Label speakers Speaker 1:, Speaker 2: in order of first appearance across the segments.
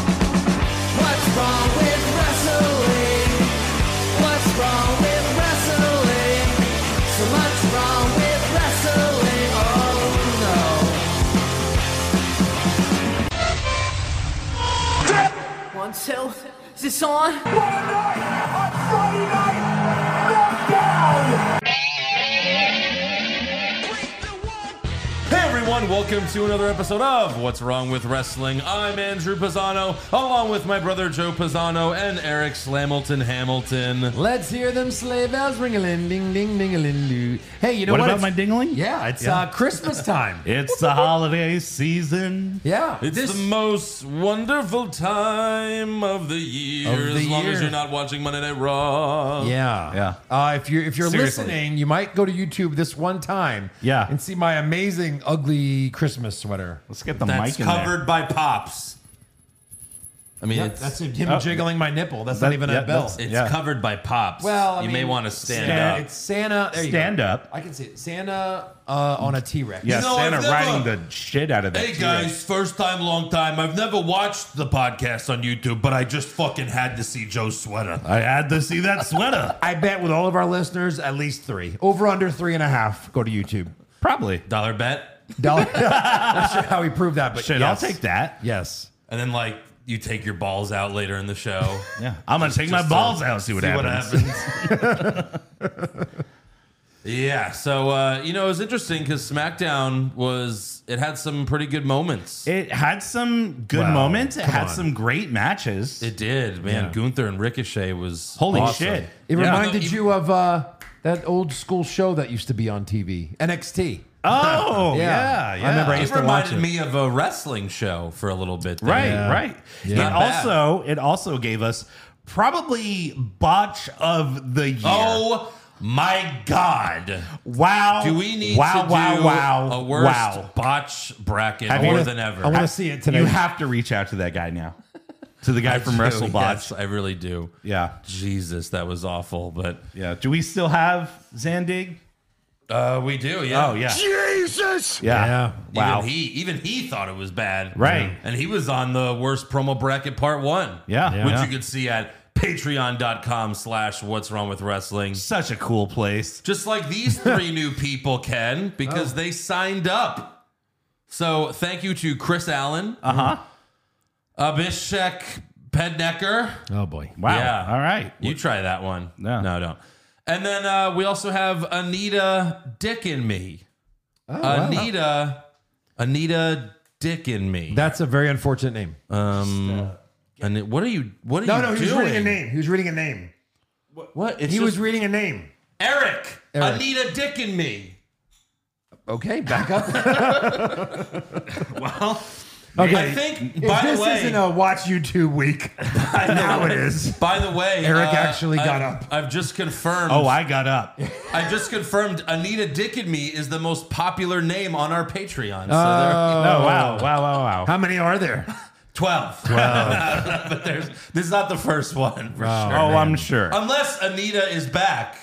Speaker 1: What's wrong with wrestling? What's wrong with wrestling? So much wrong with wrestling. Oh no. One, two, is this on?
Speaker 2: Hey everyone, welcome to another episode of What's Wrong with Wrestling. I'm Andrew Pisano, along with my brother Joe Pisano and Eric Slamilton Hamilton.
Speaker 3: Let's hear them sleigh bells ring a ling ding ding ding a ling doo. Hey, you know what?
Speaker 4: What about
Speaker 3: It's-
Speaker 4: my dingling?
Speaker 3: yeah, it's Uh, Christmas time.
Speaker 4: It's the holiday season.
Speaker 3: yeah,
Speaker 2: It's the most wonderful time of the year,
Speaker 3: Of the
Speaker 2: as long as
Speaker 3: year.
Speaker 2: you're not watching Monday Night Raw.
Speaker 3: yeah,
Speaker 4: Yeah.
Speaker 3: Uh, if you're if you're
Speaker 2: Seriously.
Speaker 3: listening, you might go to YouTube this one time.
Speaker 4: Yeah.
Speaker 3: and see my amazing ugly Christmas sweater.
Speaker 4: Let's get the
Speaker 2: That's
Speaker 4: mic in
Speaker 2: covered by Pops. I mean, it's,
Speaker 3: That's him
Speaker 4: Oh.
Speaker 3: jiggling my nipple. That's
Speaker 4: That-
Speaker 3: not even
Speaker 4: yeah,
Speaker 3: a bell.
Speaker 4: that's-
Speaker 2: it's
Speaker 4: yeah.
Speaker 2: covered by Pops.
Speaker 3: Well, I
Speaker 2: you may
Speaker 3: mean,
Speaker 2: want to stand
Speaker 4: stand-
Speaker 2: up.
Speaker 3: It's Santa. There you go.
Speaker 4: Stand up.
Speaker 3: I can see it. Santa uh, on a T Rex.
Speaker 4: there. Yeah,
Speaker 2: You know,
Speaker 4: Santa
Speaker 2: I've never-
Speaker 4: riding the shit out of that.
Speaker 2: Hey
Speaker 4: T-Rex.
Speaker 2: guys, first time, long time. I've never watched the podcast on YouTube, but I just fucking had to see Joe's sweater.
Speaker 4: I had to see that sweater.
Speaker 3: I bet with all of our listeners, at least three. Over under three and a half. Go to YouTube.
Speaker 4: Probably.
Speaker 2: Dollar bet.
Speaker 3: Dollar. Not sure how we proved that, but
Speaker 4: Shit,
Speaker 3: yes.
Speaker 4: I'll take that.
Speaker 3: Yes.
Speaker 2: And then like you take your balls out later in the show.
Speaker 4: Yeah. I'm gonna take my
Speaker 3: uh,
Speaker 2: Just
Speaker 4: balls
Speaker 2: to
Speaker 4: out. See what
Speaker 2: see
Speaker 4: happens.
Speaker 2: what happens. yeah. So uh, you know, it was interesting because SmackDown was it had some pretty good moments. It,
Speaker 4: It had some good
Speaker 3: Wow,
Speaker 4: moments. It
Speaker 3: come
Speaker 4: had
Speaker 3: on.
Speaker 4: some great matches.
Speaker 2: did, man. Gunther and Ricochet was
Speaker 4: Holy
Speaker 2: awesome.
Speaker 4: shit!
Speaker 3: It
Speaker 4: Yeah.
Speaker 3: reminded
Speaker 2: No, you-
Speaker 3: you of uh, that old school show that used to be on TV, NXT.
Speaker 4: Oh yeah,
Speaker 3: Yeah.
Speaker 4: yeah.
Speaker 3: I remember
Speaker 2: It reminded me of a wrestling show for a little bit. there.
Speaker 4: Right,
Speaker 3: Yeah.
Speaker 4: right.
Speaker 3: Yeah.
Speaker 4: It
Speaker 2: Not bad.
Speaker 4: also it also gave us probably botch of the year.
Speaker 2: Oh my god.
Speaker 4: wow!
Speaker 2: Do we need
Speaker 4: wow,
Speaker 2: to
Speaker 4: wow,
Speaker 2: do
Speaker 4: wow,
Speaker 2: a worst
Speaker 4: wow?
Speaker 2: botch bracket
Speaker 4: Have
Speaker 2: more
Speaker 4: you-
Speaker 2: than ever?
Speaker 3: I want to see it today.
Speaker 4: You have to reach out to that guy now, to the guy from
Speaker 2: do,
Speaker 4: WrestleBotch.
Speaker 2: yes, I really do.
Speaker 4: Yeah,
Speaker 2: Jesus, that was awful. But
Speaker 4: yeah. Do we still have Zandig?
Speaker 2: uh, we do. Yeah.
Speaker 4: Oh yeah,
Speaker 1: Jesus!
Speaker 4: yeah.
Speaker 3: Yeah.
Speaker 4: Wow.
Speaker 2: Even he, even he thought it was bad.
Speaker 4: Right.
Speaker 2: And he was on the worst promo bracket part one.
Speaker 4: Yeah. Yeah.
Speaker 2: Which
Speaker 4: Yeah.
Speaker 2: you can see at patreon.com slash what's wrong with wrestling.
Speaker 4: Such a cool place.
Speaker 2: Just like these three new people can,
Speaker 4: Oh.
Speaker 2: because they signed up. So thank you to Chris Allen,
Speaker 4: Uh huh.
Speaker 2: Abhishek Pednecker.
Speaker 3: Oh boy.
Speaker 4: Wow.
Speaker 2: Yeah.
Speaker 4: All right.
Speaker 2: You try that one.
Speaker 4: No.
Speaker 2: No, don't. And then uh, we also have Anita Dick and me.
Speaker 3: Oh,
Speaker 2: Anita, Anita Dick and me.
Speaker 3: That's a very unfortunate name.
Speaker 2: um, and it- what are you? What are you doing?
Speaker 3: He was reading a name.
Speaker 2: What? It's
Speaker 3: He
Speaker 2: just-
Speaker 3: was reading a name.
Speaker 2: Eric,
Speaker 3: Eric.
Speaker 2: Anita Dick and me.
Speaker 3: Okay, back up.
Speaker 2: Well, I
Speaker 3: Okay.
Speaker 2: think.
Speaker 3: If
Speaker 2: By
Speaker 3: this
Speaker 2: the way,
Speaker 3: isn't a watch YouTube week. now it is.
Speaker 2: by the way, uh,
Speaker 3: Eric actually got
Speaker 2: I've-
Speaker 3: up.
Speaker 2: I've just confirmed.
Speaker 4: Oh, I got up.
Speaker 2: I just confirmed Anita Dick and me is the most popular name on our Patreon. So
Speaker 3: Uh,
Speaker 4: Oh,
Speaker 2: there,
Speaker 4: wow, wow, wow, wow.
Speaker 3: How many are there?
Speaker 2: 12. but there's, this is not the first one for sure.
Speaker 4: Oh, I'm sure.
Speaker 2: Unless Anita is back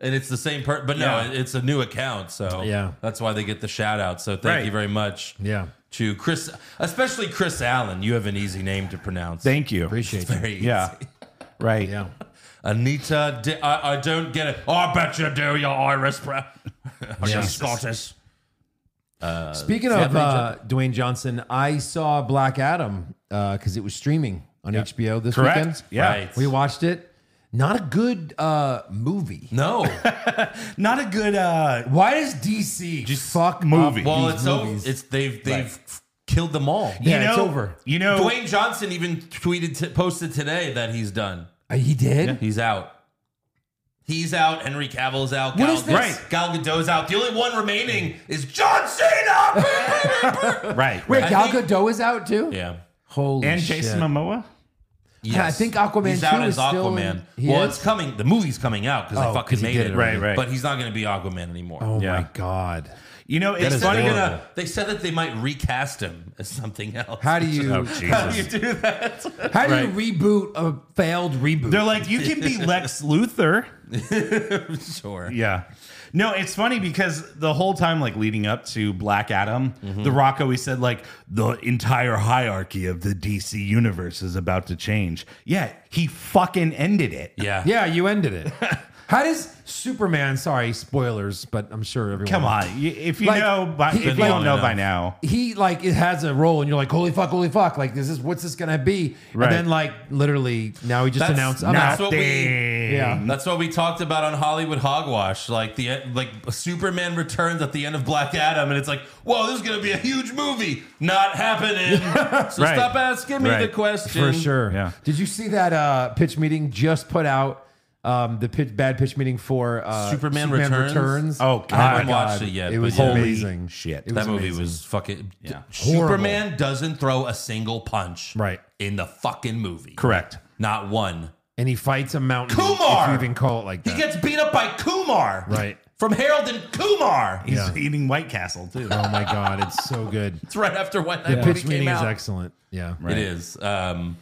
Speaker 2: and it's the same person. But no,
Speaker 4: Yeah.
Speaker 2: it's a new account. So
Speaker 3: Yeah.
Speaker 2: that's why they get the shout out. So thank
Speaker 4: Right.
Speaker 2: you very much
Speaker 3: Yeah.
Speaker 2: to Chris, especially Chris Allen. You have an easy name to pronounce.
Speaker 4: Thank you.
Speaker 3: Appreciate it.
Speaker 2: Very easy.
Speaker 4: Yeah. Right.
Speaker 3: Yeah.
Speaker 2: Anita, Di- I, I don't get it. Oh, I bet you do. You're Irish, bro. Are you
Speaker 3: Jesus.
Speaker 2: Scottish?
Speaker 3: Speaking of uh, Dwayne Johnson, I saw Black Adam because it was streaming on HBO this
Speaker 4: Correct.
Speaker 3: weekend.
Speaker 4: Yeah.
Speaker 2: Right.
Speaker 3: We watched it. Not a good uh, movie.
Speaker 2: No.
Speaker 4: Not a good uh
Speaker 3: Why does DC just fuck
Speaker 4: movie.
Speaker 3: up
Speaker 2: Well,
Speaker 3: these
Speaker 2: it's, over.
Speaker 3: movies?
Speaker 2: it's they've, they've f- killed them all.
Speaker 4: you
Speaker 3: Yeah,
Speaker 4: know,
Speaker 3: it's over.
Speaker 4: You know
Speaker 2: Dwayne Johnson even tweeted, t- posted today that he's done.
Speaker 3: Uh, he did.
Speaker 2: He's out. He's out. Henry Cavill's out.
Speaker 3: What
Speaker 2: Gal,
Speaker 3: is this?
Speaker 4: Right.
Speaker 2: Gal Gadot's out. The only one remaining is John Cena.
Speaker 4: Right.
Speaker 3: Wait,
Speaker 2: I
Speaker 3: Gal
Speaker 2: think-
Speaker 3: Gadot is out too.
Speaker 2: yeah.
Speaker 3: Holy
Speaker 4: And
Speaker 3: shit.
Speaker 4: Jason Momoa?
Speaker 3: Yeah, I think Aquaman
Speaker 2: He's
Speaker 3: 2
Speaker 2: out as
Speaker 3: is still in-
Speaker 2: Aquaman.
Speaker 3: He
Speaker 2: well,
Speaker 3: is?
Speaker 2: it's coming. The movie's coming out because
Speaker 3: Oh,
Speaker 2: they fucking
Speaker 3: 'cause he
Speaker 2: made
Speaker 3: did
Speaker 2: it.
Speaker 3: it
Speaker 4: already. Right, right.
Speaker 2: But he's not going to be Aquaman anymore.
Speaker 3: Oh
Speaker 4: Yeah.
Speaker 3: my god.
Speaker 4: You know,
Speaker 2: They
Speaker 4: it's
Speaker 2: said,
Speaker 4: funny.
Speaker 2: they're gonna, they said that they might recast him as something else.
Speaker 3: How do you
Speaker 4: Oh,
Speaker 2: How do you
Speaker 4: Jesus.
Speaker 2: do that?
Speaker 3: how do you reboot a failed reboot?
Speaker 4: They're like, you can be Lex Luthor.
Speaker 2: sure.
Speaker 4: Yeah. No, it's funny because the whole time, like leading up to Black Adam,
Speaker 3: Mm-hmm.
Speaker 4: The Rock always said, like, the entire hierarchy of the DC universe is about to change. Yeah, he fucking ended it.
Speaker 2: Yeah.
Speaker 3: yeah, you ended it. how does Superman? Sorry, spoilers, but I'm sure everyone.
Speaker 4: Come on. Y- If you
Speaker 3: Like,
Speaker 4: know, by,
Speaker 3: he-
Speaker 4: if you
Speaker 3: like-
Speaker 4: don't know by
Speaker 2: enough.
Speaker 4: now,
Speaker 3: He like it has a role, and you're like, holy fuck, holy fuck! Like this is what's this gonna be?
Speaker 4: Right.
Speaker 3: And then like literally now he just
Speaker 2: That's
Speaker 3: announced I'm
Speaker 2: not-
Speaker 3: out.
Speaker 2: what we-
Speaker 4: nothing.
Speaker 3: Yeah.
Speaker 2: That's what we talked about on Hollywood Hogwash. Like the like Superman returns at the end of Black Adam, and it's like, whoa, this is gonna be a huge movie. Not happening. so
Speaker 4: Right.
Speaker 2: stop asking me the
Speaker 4: Right.
Speaker 2: question.
Speaker 3: for sure.
Speaker 4: Yeah.
Speaker 3: Did you see that uh, pitch meeting just put out um, the pitch, bad pitch meeting for uh,
Speaker 2: Superman Returns?
Speaker 4: Oh,
Speaker 3: I haven't
Speaker 4: God.
Speaker 2: watched it yet,
Speaker 3: It
Speaker 2: but
Speaker 3: was
Speaker 2: yeah.
Speaker 4: Holy
Speaker 3: amazing.
Speaker 4: shit.
Speaker 3: It
Speaker 2: That
Speaker 3: was
Speaker 2: movie
Speaker 3: amazing.
Speaker 2: was fucking.
Speaker 4: Yeah.
Speaker 2: Superman doesn't throw a single punch.
Speaker 3: Right.
Speaker 2: In the fucking movie.
Speaker 4: Correct.
Speaker 2: Not one.
Speaker 3: and he fights a mountain.
Speaker 2: Kumar!
Speaker 3: If you even call it like
Speaker 2: He
Speaker 3: that.
Speaker 2: gets beat up by Kumar.
Speaker 3: Right.
Speaker 2: From Harold and Kumar.
Speaker 4: He's
Speaker 3: Yeah.
Speaker 4: eating White Castle, too.
Speaker 3: oh my god, it's so good.
Speaker 2: It's right after White
Speaker 3: The
Speaker 2: Night movie
Speaker 3: pitch
Speaker 2: came
Speaker 3: meeting is
Speaker 2: out.
Speaker 3: excellent. Yeah.
Speaker 2: It
Speaker 4: Right.
Speaker 2: is. Um,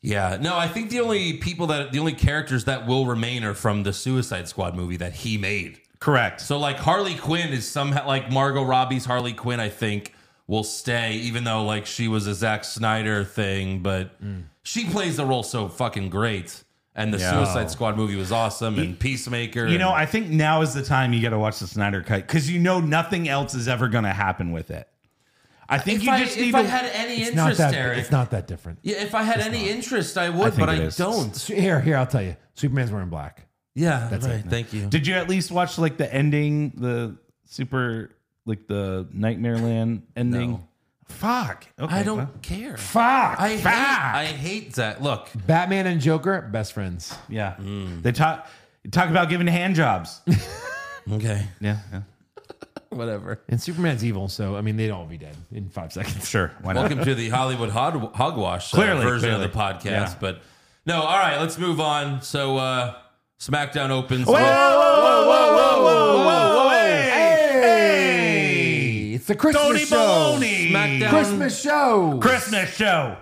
Speaker 2: yeah. No, I think the only people that the only characters that will remain are from the Suicide Squad movie that he made.
Speaker 4: Correct.
Speaker 2: So like Harley Quinn is somehow like Margot Robbie's Harley Quinn. I think will stay, even though like she was a Zack Snyder thing, but she plays the role so fucking great. And the
Speaker 4: Yeah.
Speaker 2: Suicide Squad movie was awesome, and Peacemaker.
Speaker 4: You know,
Speaker 2: and-
Speaker 4: I think now is the time you got to watch the Snyder Cut because you know nothing else is ever going to happen with it. I think
Speaker 2: if
Speaker 4: you
Speaker 2: I,
Speaker 4: just
Speaker 2: if
Speaker 4: need
Speaker 2: I
Speaker 4: to.
Speaker 2: had any
Speaker 3: It's
Speaker 2: interest,
Speaker 3: not that
Speaker 2: Eric.
Speaker 3: it's not that different.
Speaker 2: yeah, if I had any interest, I would,
Speaker 4: think
Speaker 2: but
Speaker 4: it
Speaker 2: I
Speaker 4: is.
Speaker 2: don't.
Speaker 3: Here, here, I'll tell you. Superman's wearing black.
Speaker 2: Yeah, that's right. Thank you.
Speaker 4: Did you at least watch like the ending, the super, like the Nightmare Land ending? Fuck. Okay,
Speaker 2: I don't
Speaker 4: well,
Speaker 2: care.
Speaker 4: Fuck.
Speaker 2: I hate,
Speaker 4: fuck.
Speaker 2: I hate that. Look,
Speaker 3: Batman and Joker, best friends.
Speaker 4: yeah. They talk talk about giving hand jobs.
Speaker 2: okay,
Speaker 4: yeah, yeah.
Speaker 2: whatever.
Speaker 3: And Superman's evil, so I mean they'd all be dead in five seconds.
Speaker 4: Sure. Why not?
Speaker 2: Welcome to the Hollywood hog- hogwash uh,
Speaker 4: Clearly,
Speaker 2: version
Speaker 4: clearly.
Speaker 2: of the podcast.
Speaker 4: Yeah.
Speaker 2: But no, all right, let's move on. So uh, SmackDown opens.
Speaker 4: Whoa,
Speaker 2: with-
Speaker 4: whoa, whoa, whoa, whoa, whoa, whoa, hey,
Speaker 3: It's the Christmas
Speaker 4: Tony
Speaker 3: show.
Speaker 4: Baloney.
Speaker 2: SmackDown.
Speaker 3: Christmas show.
Speaker 4: Christmas show.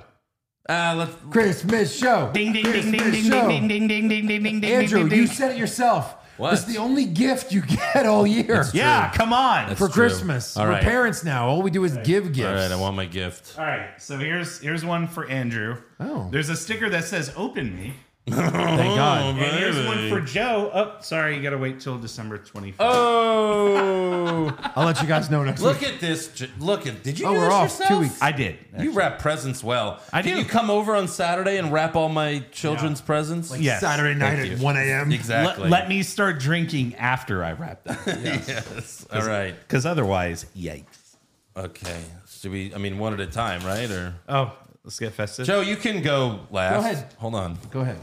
Speaker 2: Uh, let's,
Speaker 3: Christmas show.
Speaker 4: Ding ding ding
Speaker 3: Christmas
Speaker 4: ding ding
Speaker 3: show.
Speaker 4: ding ding ding ding ding ding ding.
Speaker 3: Andrew,
Speaker 4: ding, ding,
Speaker 3: you
Speaker 4: ding.
Speaker 3: said it yourself.
Speaker 2: What?
Speaker 3: It's the only gift you get all year
Speaker 4: Yeah,
Speaker 2: True.
Speaker 4: come on.
Speaker 2: That's
Speaker 3: for
Speaker 2: true.
Speaker 3: Christmas.
Speaker 2: All
Speaker 3: We're
Speaker 2: right.
Speaker 3: parents now. All we do is give
Speaker 2: All
Speaker 3: gifts.
Speaker 2: right, I want my gift.
Speaker 4: All right, so here's here's one for Andrew.
Speaker 3: Oh.
Speaker 4: There's a sticker that says "Open Me,"
Speaker 3: Thank God.
Speaker 4: and here's one for Joe. Oh, sorry, you gotta wait till December 25th.
Speaker 2: Oh,
Speaker 3: I'll let you guys know next
Speaker 2: look
Speaker 3: week.
Speaker 2: at this! j- Look at. Did you
Speaker 3: Oh,
Speaker 2: do
Speaker 3: we're
Speaker 2: this
Speaker 3: off.
Speaker 2: yourself?
Speaker 3: Two weeks.
Speaker 4: I did.
Speaker 2: You wrap presents well.
Speaker 4: I
Speaker 2: Can
Speaker 4: do.
Speaker 2: you come over on Saturday and wrap all my children's presents?
Speaker 4: yes.
Speaker 3: Saturday night at 1 a.m.
Speaker 2: Exactly.
Speaker 4: Let, let me start drinking after I wrap that,
Speaker 2: Yes. All right.
Speaker 4: because otherwise, yikes.
Speaker 2: Okay. Should we? I mean, one at a time, right? Or
Speaker 4: Oh, let's get festive.
Speaker 2: Joe, you can go last.
Speaker 3: ahead.
Speaker 2: Hold on.
Speaker 3: Go ahead.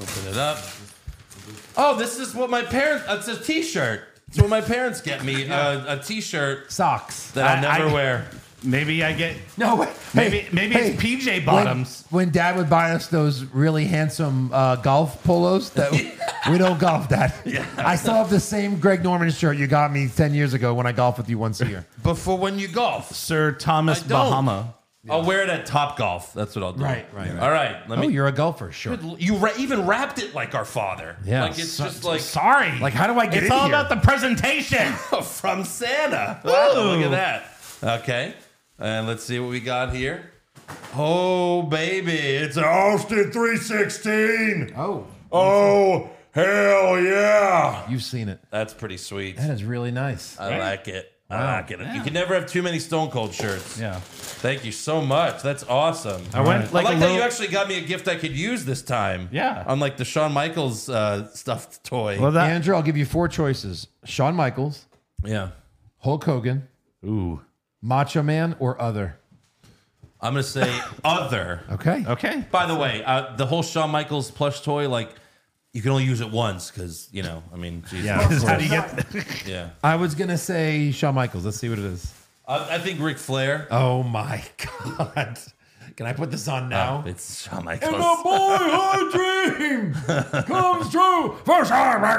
Speaker 2: Open it up. Oh, this is what my parents. uh, It's a T-shirt. It's what my parents get me. uh, a T-shirt
Speaker 3: Socks.
Speaker 2: that I,
Speaker 4: I-
Speaker 2: never
Speaker 4: I-
Speaker 2: wear.
Speaker 4: Maybe I get
Speaker 3: No, wait.
Speaker 4: maybe
Speaker 3: Hey,
Speaker 4: maybe
Speaker 3: hey,
Speaker 4: it's PJ
Speaker 3: when-
Speaker 4: bottoms.
Speaker 3: When, dad would buy us those really handsome uh, golf polos that we don't golf that. I still have the same Greg Norman shirt you got me 10 years ago when I golf with you once a year.
Speaker 2: Before when you golf,
Speaker 4: Sir Thomas
Speaker 2: I don't.
Speaker 4: Bahama.
Speaker 2: I'll wear it at Top Golf. That's what I'll do.
Speaker 3: Right, right, right.
Speaker 2: All right. Let
Speaker 3: oh,
Speaker 2: me.
Speaker 3: you're a golfer, sure.
Speaker 2: You ra- even wrapped it like our father.
Speaker 3: Yeah.
Speaker 2: Like it's
Speaker 3: So-
Speaker 2: just like
Speaker 4: Sorry.
Speaker 3: Like, how do I get
Speaker 4: It's
Speaker 3: in
Speaker 4: all
Speaker 3: here?
Speaker 4: about the presentation.
Speaker 2: from Santa. Wow, look at that. Okay. And let's see what we got here. Oh, baby. It's an Austin 316.
Speaker 3: Oh,
Speaker 2: Oh, hell yeah.
Speaker 3: you've seen it.
Speaker 2: That's pretty sweet.
Speaker 3: That is really nice.
Speaker 2: I like it. I like it. You can never have too many Stone Cold shirts.
Speaker 4: yeah.
Speaker 2: Thank you so much. That's awesome.
Speaker 4: I
Speaker 2: I
Speaker 4: went like,
Speaker 2: like
Speaker 4: a
Speaker 2: that
Speaker 4: little-
Speaker 2: you actually got me a gift I could use this time.
Speaker 4: Yeah.
Speaker 2: Unlike the Shawn Michaels uh, stuffed toy.
Speaker 4: Well, that-
Speaker 3: Andrew, I'll give you four choices Shawn Michaels,
Speaker 2: yeah.
Speaker 3: Hulk Hogan,
Speaker 4: Ooh.
Speaker 3: Macho Man, or other.
Speaker 2: I'm going to say other.
Speaker 3: Okay.
Speaker 4: Okay.
Speaker 2: By the way, uh, the whole Shawn Michaels plush toy, like you can only use it once because you know. I mean, Jesus.
Speaker 3: Yeah.
Speaker 2: yeah.
Speaker 4: How do you get?
Speaker 3: I was gonna say Shawn Michaels. Let's see what it is.
Speaker 2: Uh, I, I think Ric Flair.
Speaker 3: Oh my god! Can I put this on
Speaker 4: Oh.
Speaker 3: now?
Speaker 2: It's Shawn
Speaker 3: In the
Speaker 2: Michaels.
Speaker 3: boyhood dream comes true for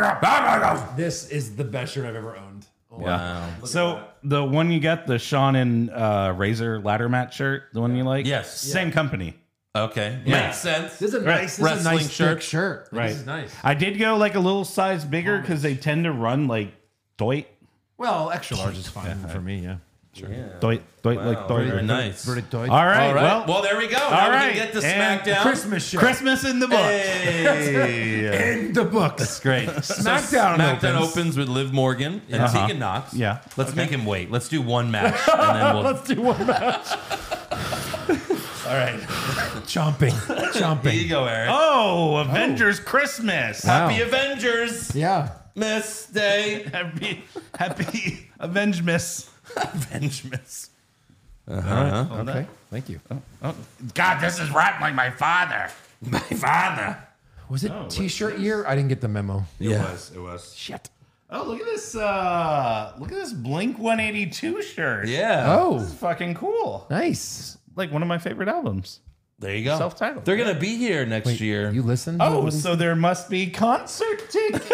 Speaker 3: Shawn This is the best shirt I've ever owned. Oh,
Speaker 2: Wow.
Speaker 4: So the one you get, the Sean and uh, Razor ladder match shirt, the one you like.
Speaker 2: Yes.
Speaker 4: Same company.
Speaker 2: Okay,
Speaker 4: Yeah.
Speaker 2: makes sense.
Speaker 3: This is a nice, this is a
Speaker 2: Wrestling
Speaker 3: nice shirt.
Speaker 2: shirt.
Speaker 3: shirt. Like,
Speaker 4: Right.
Speaker 3: This is nice.
Speaker 4: I did go like a little size bigger because they tend to run like doit,
Speaker 3: Well, extra large is fine for me. Yeah.
Speaker 4: doit, doit, like doit.
Speaker 2: Very nice.
Speaker 3: Verdict toy.
Speaker 4: All right.
Speaker 2: All right. Well,
Speaker 4: Well,
Speaker 2: there we go. Now
Speaker 4: right.
Speaker 2: we can get to
Speaker 4: And
Speaker 2: SmackDown.
Speaker 3: Christmas shirt.
Speaker 4: Christmas in the book.
Speaker 2: Hey.
Speaker 3: in the books.
Speaker 4: Great.
Speaker 3: SmackDown.
Speaker 2: SmackDown
Speaker 3: opens.
Speaker 2: opens. with Liv Morgan and Tegan Knox.
Speaker 4: Yeah.
Speaker 2: Let's make him wait. Let's do one match and then we'll.
Speaker 4: Let's do one match.
Speaker 3: Chomping.
Speaker 2: Here you
Speaker 3: Chomping.
Speaker 2: go, Eric.
Speaker 4: Oh, Avengers Christmas.
Speaker 2: Happy Avengers,
Speaker 3: Yeah.
Speaker 2: Miss Day.
Speaker 4: Happy, happy Avengemas. Avengemas.
Speaker 3: Okay. Thank you.
Speaker 4: God, this is right like my father. My father.
Speaker 3: Was it t-shirt year? I didn't get the memo.
Speaker 4: It was. It was. Shit. Oh, look at this. Uh, look at this Blink 182 shirt.
Speaker 2: Yeah.
Speaker 3: Oh,
Speaker 4: It's fucking cool.
Speaker 3: nice.
Speaker 4: Like one of my favorite albums.
Speaker 2: There you go.
Speaker 4: Self-titled.
Speaker 2: They're gonna be here next year.
Speaker 3: You listen?
Speaker 4: Oh, so there must be concert tickets.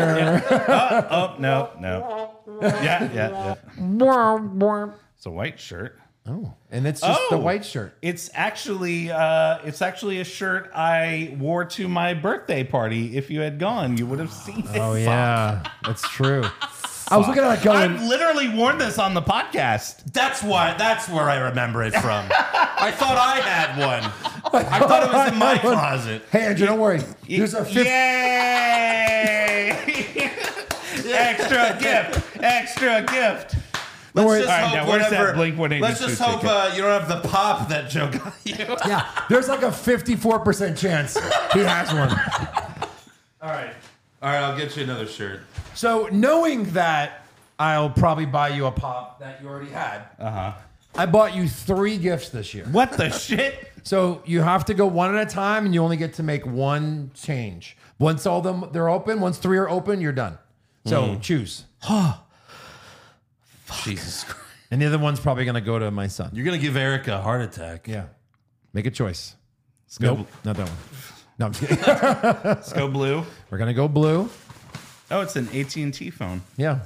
Speaker 4: oh, no, no. Yeah, yeah, yeah. It's a white shirt.
Speaker 3: Oh, and it's just the
Speaker 4: Oh.
Speaker 3: white shirt.
Speaker 4: It's actually uh, it's actually a shirt I wore to my birthday party. If you had gone, you would have seen it.
Speaker 3: Oh yeah, that's true. I was looking at it
Speaker 4: I've
Speaker 3: going.
Speaker 4: literally worn this on the podcast.
Speaker 2: That's why. That's where I remember it from. I thought I had one. I thought it was in my closet.
Speaker 3: Hey Andrew, don't worry. There's a fifth.
Speaker 4: Yay! extra gift, extra gift.
Speaker 3: don't worry.
Speaker 4: All right, now where's that Blink-182
Speaker 2: Let's just hope
Speaker 4: ticket?
Speaker 2: uh, you don't have the pop that Joe got you.
Speaker 3: Yeah, there's like a 54 percent chance he has one.
Speaker 4: All right.
Speaker 2: All right, I'll get you another shirt.
Speaker 3: So knowing that I'll probably buy you a pop that you already had. Uh huh. I bought you three gifts this year.
Speaker 4: What the shit?
Speaker 3: So you have to go one at a time, and you only get to make one change. Once all them they're open, once three are open, you're done. So choose.
Speaker 2: Jesus Christ.
Speaker 3: And the other one's probably gonna go to my son.
Speaker 2: You're gonna give Eric a heart attack.
Speaker 3: yeah. Make a choice.
Speaker 4: Let's go.
Speaker 3: Nope, not that one. No, I'm kidding.
Speaker 4: Let's go blue.
Speaker 3: We're gonna go blue.
Speaker 4: Oh, it's an AT and T phone.
Speaker 3: Yeah.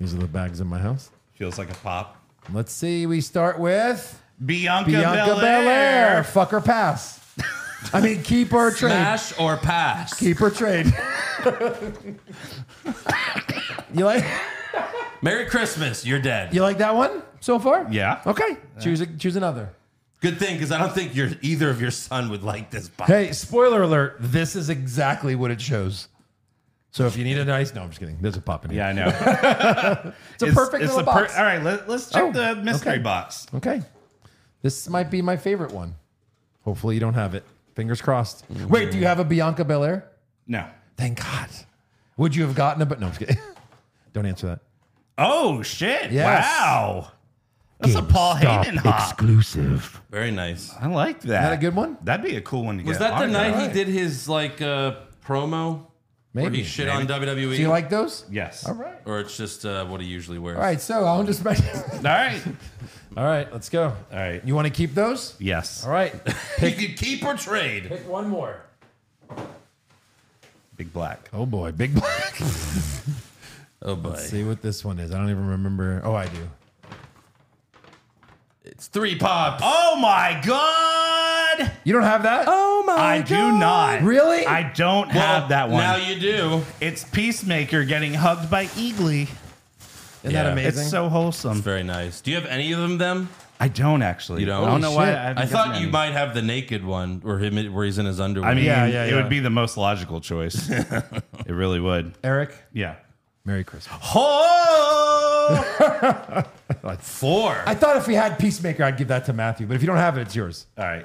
Speaker 3: These are the bags in my house.
Speaker 4: Feels like a pop.
Speaker 3: Let's see. We start with
Speaker 4: Bianca,
Speaker 3: Bianca
Speaker 4: Belair.
Speaker 3: Belair. Fuck or pass. I mean, keep or trade.
Speaker 2: Smash or pass?
Speaker 3: Keep or trade. you like
Speaker 2: Merry Christmas. You're dead.
Speaker 3: you like that one so far?
Speaker 4: Yeah.
Speaker 3: Okay. Choose a, choose another.
Speaker 2: Good thing, because I don't think your either of your son would like this. Pop.
Speaker 3: Hey, spoiler alert! This is exactly what it shows. So if you need a nice, no, I'm just kidding. There's a pop in here.
Speaker 4: Yeah, I know. it's
Speaker 3: it's a perfect
Speaker 4: it's
Speaker 3: little
Speaker 4: a per-
Speaker 3: box.
Speaker 4: All right, let, us check
Speaker 3: Oh,
Speaker 4: the mystery
Speaker 3: okay.
Speaker 4: box.
Speaker 3: Okay. This might be my favorite one. Hopefully you don't have it. Fingers crossed. Wait, do you have a Bianca Belair?
Speaker 4: No.
Speaker 3: Thank God. Would you have gotten a but no, I'm just kidding. don't answer that.
Speaker 4: Oh shit!
Speaker 3: Yes.
Speaker 4: Wow. That's a Paul Heyman hop.
Speaker 3: exclusive.
Speaker 2: Very nice.
Speaker 4: I like that.
Speaker 3: Is that a good one?
Speaker 4: That'd be a cool one to
Speaker 2: Was
Speaker 4: get.
Speaker 2: that the night
Speaker 4: autographed.
Speaker 2: he did his like uh, promo where
Speaker 3: Maybe.
Speaker 2: he shit on WWE?
Speaker 3: Do you like those?
Speaker 4: Yes.
Speaker 3: All right.
Speaker 2: or it's just uh, what he usually wears.
Speaker 3: All right, so I want to spend.
Speaker 4: All right.
Speaker 3: All right, let's go.
Speaker 4: All right.
Speaker 3: You want to keep those?
Speaker 4: Yes.
Speaker 3: All right.
Speaker 2: You could keep or trade.
Speaker 3: Pick one more.
Speaker 4: Big black.
Speaker 3: Oh boy, big black.
Speaker 2: Oh boy.
Speaker 3: See what this one is. I don't even remember. Oh, I do.
Speaker 2: It's three pops.
Speaker 4: Oh my god!
Speaker 3: You don't have that? Oh my.
Speaker 4: I do not.
Speaker 3: Really?
Speaker 4: I don't
Speaker 2: Well,
Speaker 4: have that one.
Speaker 2: Now you do.
Speaker 4: it's Peacemaker getting hugged by Eagly.
Speaker 3: Isn't
Speaker 2: Yeah.
Speaker 3: that amazing?
Speaker 4: It's so wholesome.
Speaker 2: Very nice. Do you have any of them? Them?
Speaker 4: I don't actually.
Speaker 2: You don't?
Speaker 4: I don't know
Speaker 3: Holy
Speaker 4: why.
Speaker 3: shit.
Speaker 4: haven't
Speaker 2: I thought
Speaker 4: gotten
Speaker 2: you
Speaker 4: any.
Speaker 2: might have the naked one, or him, where he's in his underwear.
Speaker 4: I mean,
Speaker 3: Yeah, yeah,
Speaker 4: it
Speaker 3: yeah.
Speaker 4: would be the most logical choice. it really would.
Speaker 3: Eric,
Speaker 4: Yeah.
Speaker 3: Merry Christmas.
Speaker 4: Oh!
Speaker 2: four.
Speaker 3: I thought if we had Peacemaker, I'd give that to Matthew, but if you don't have it, it's yours.
Speaker 4: All right.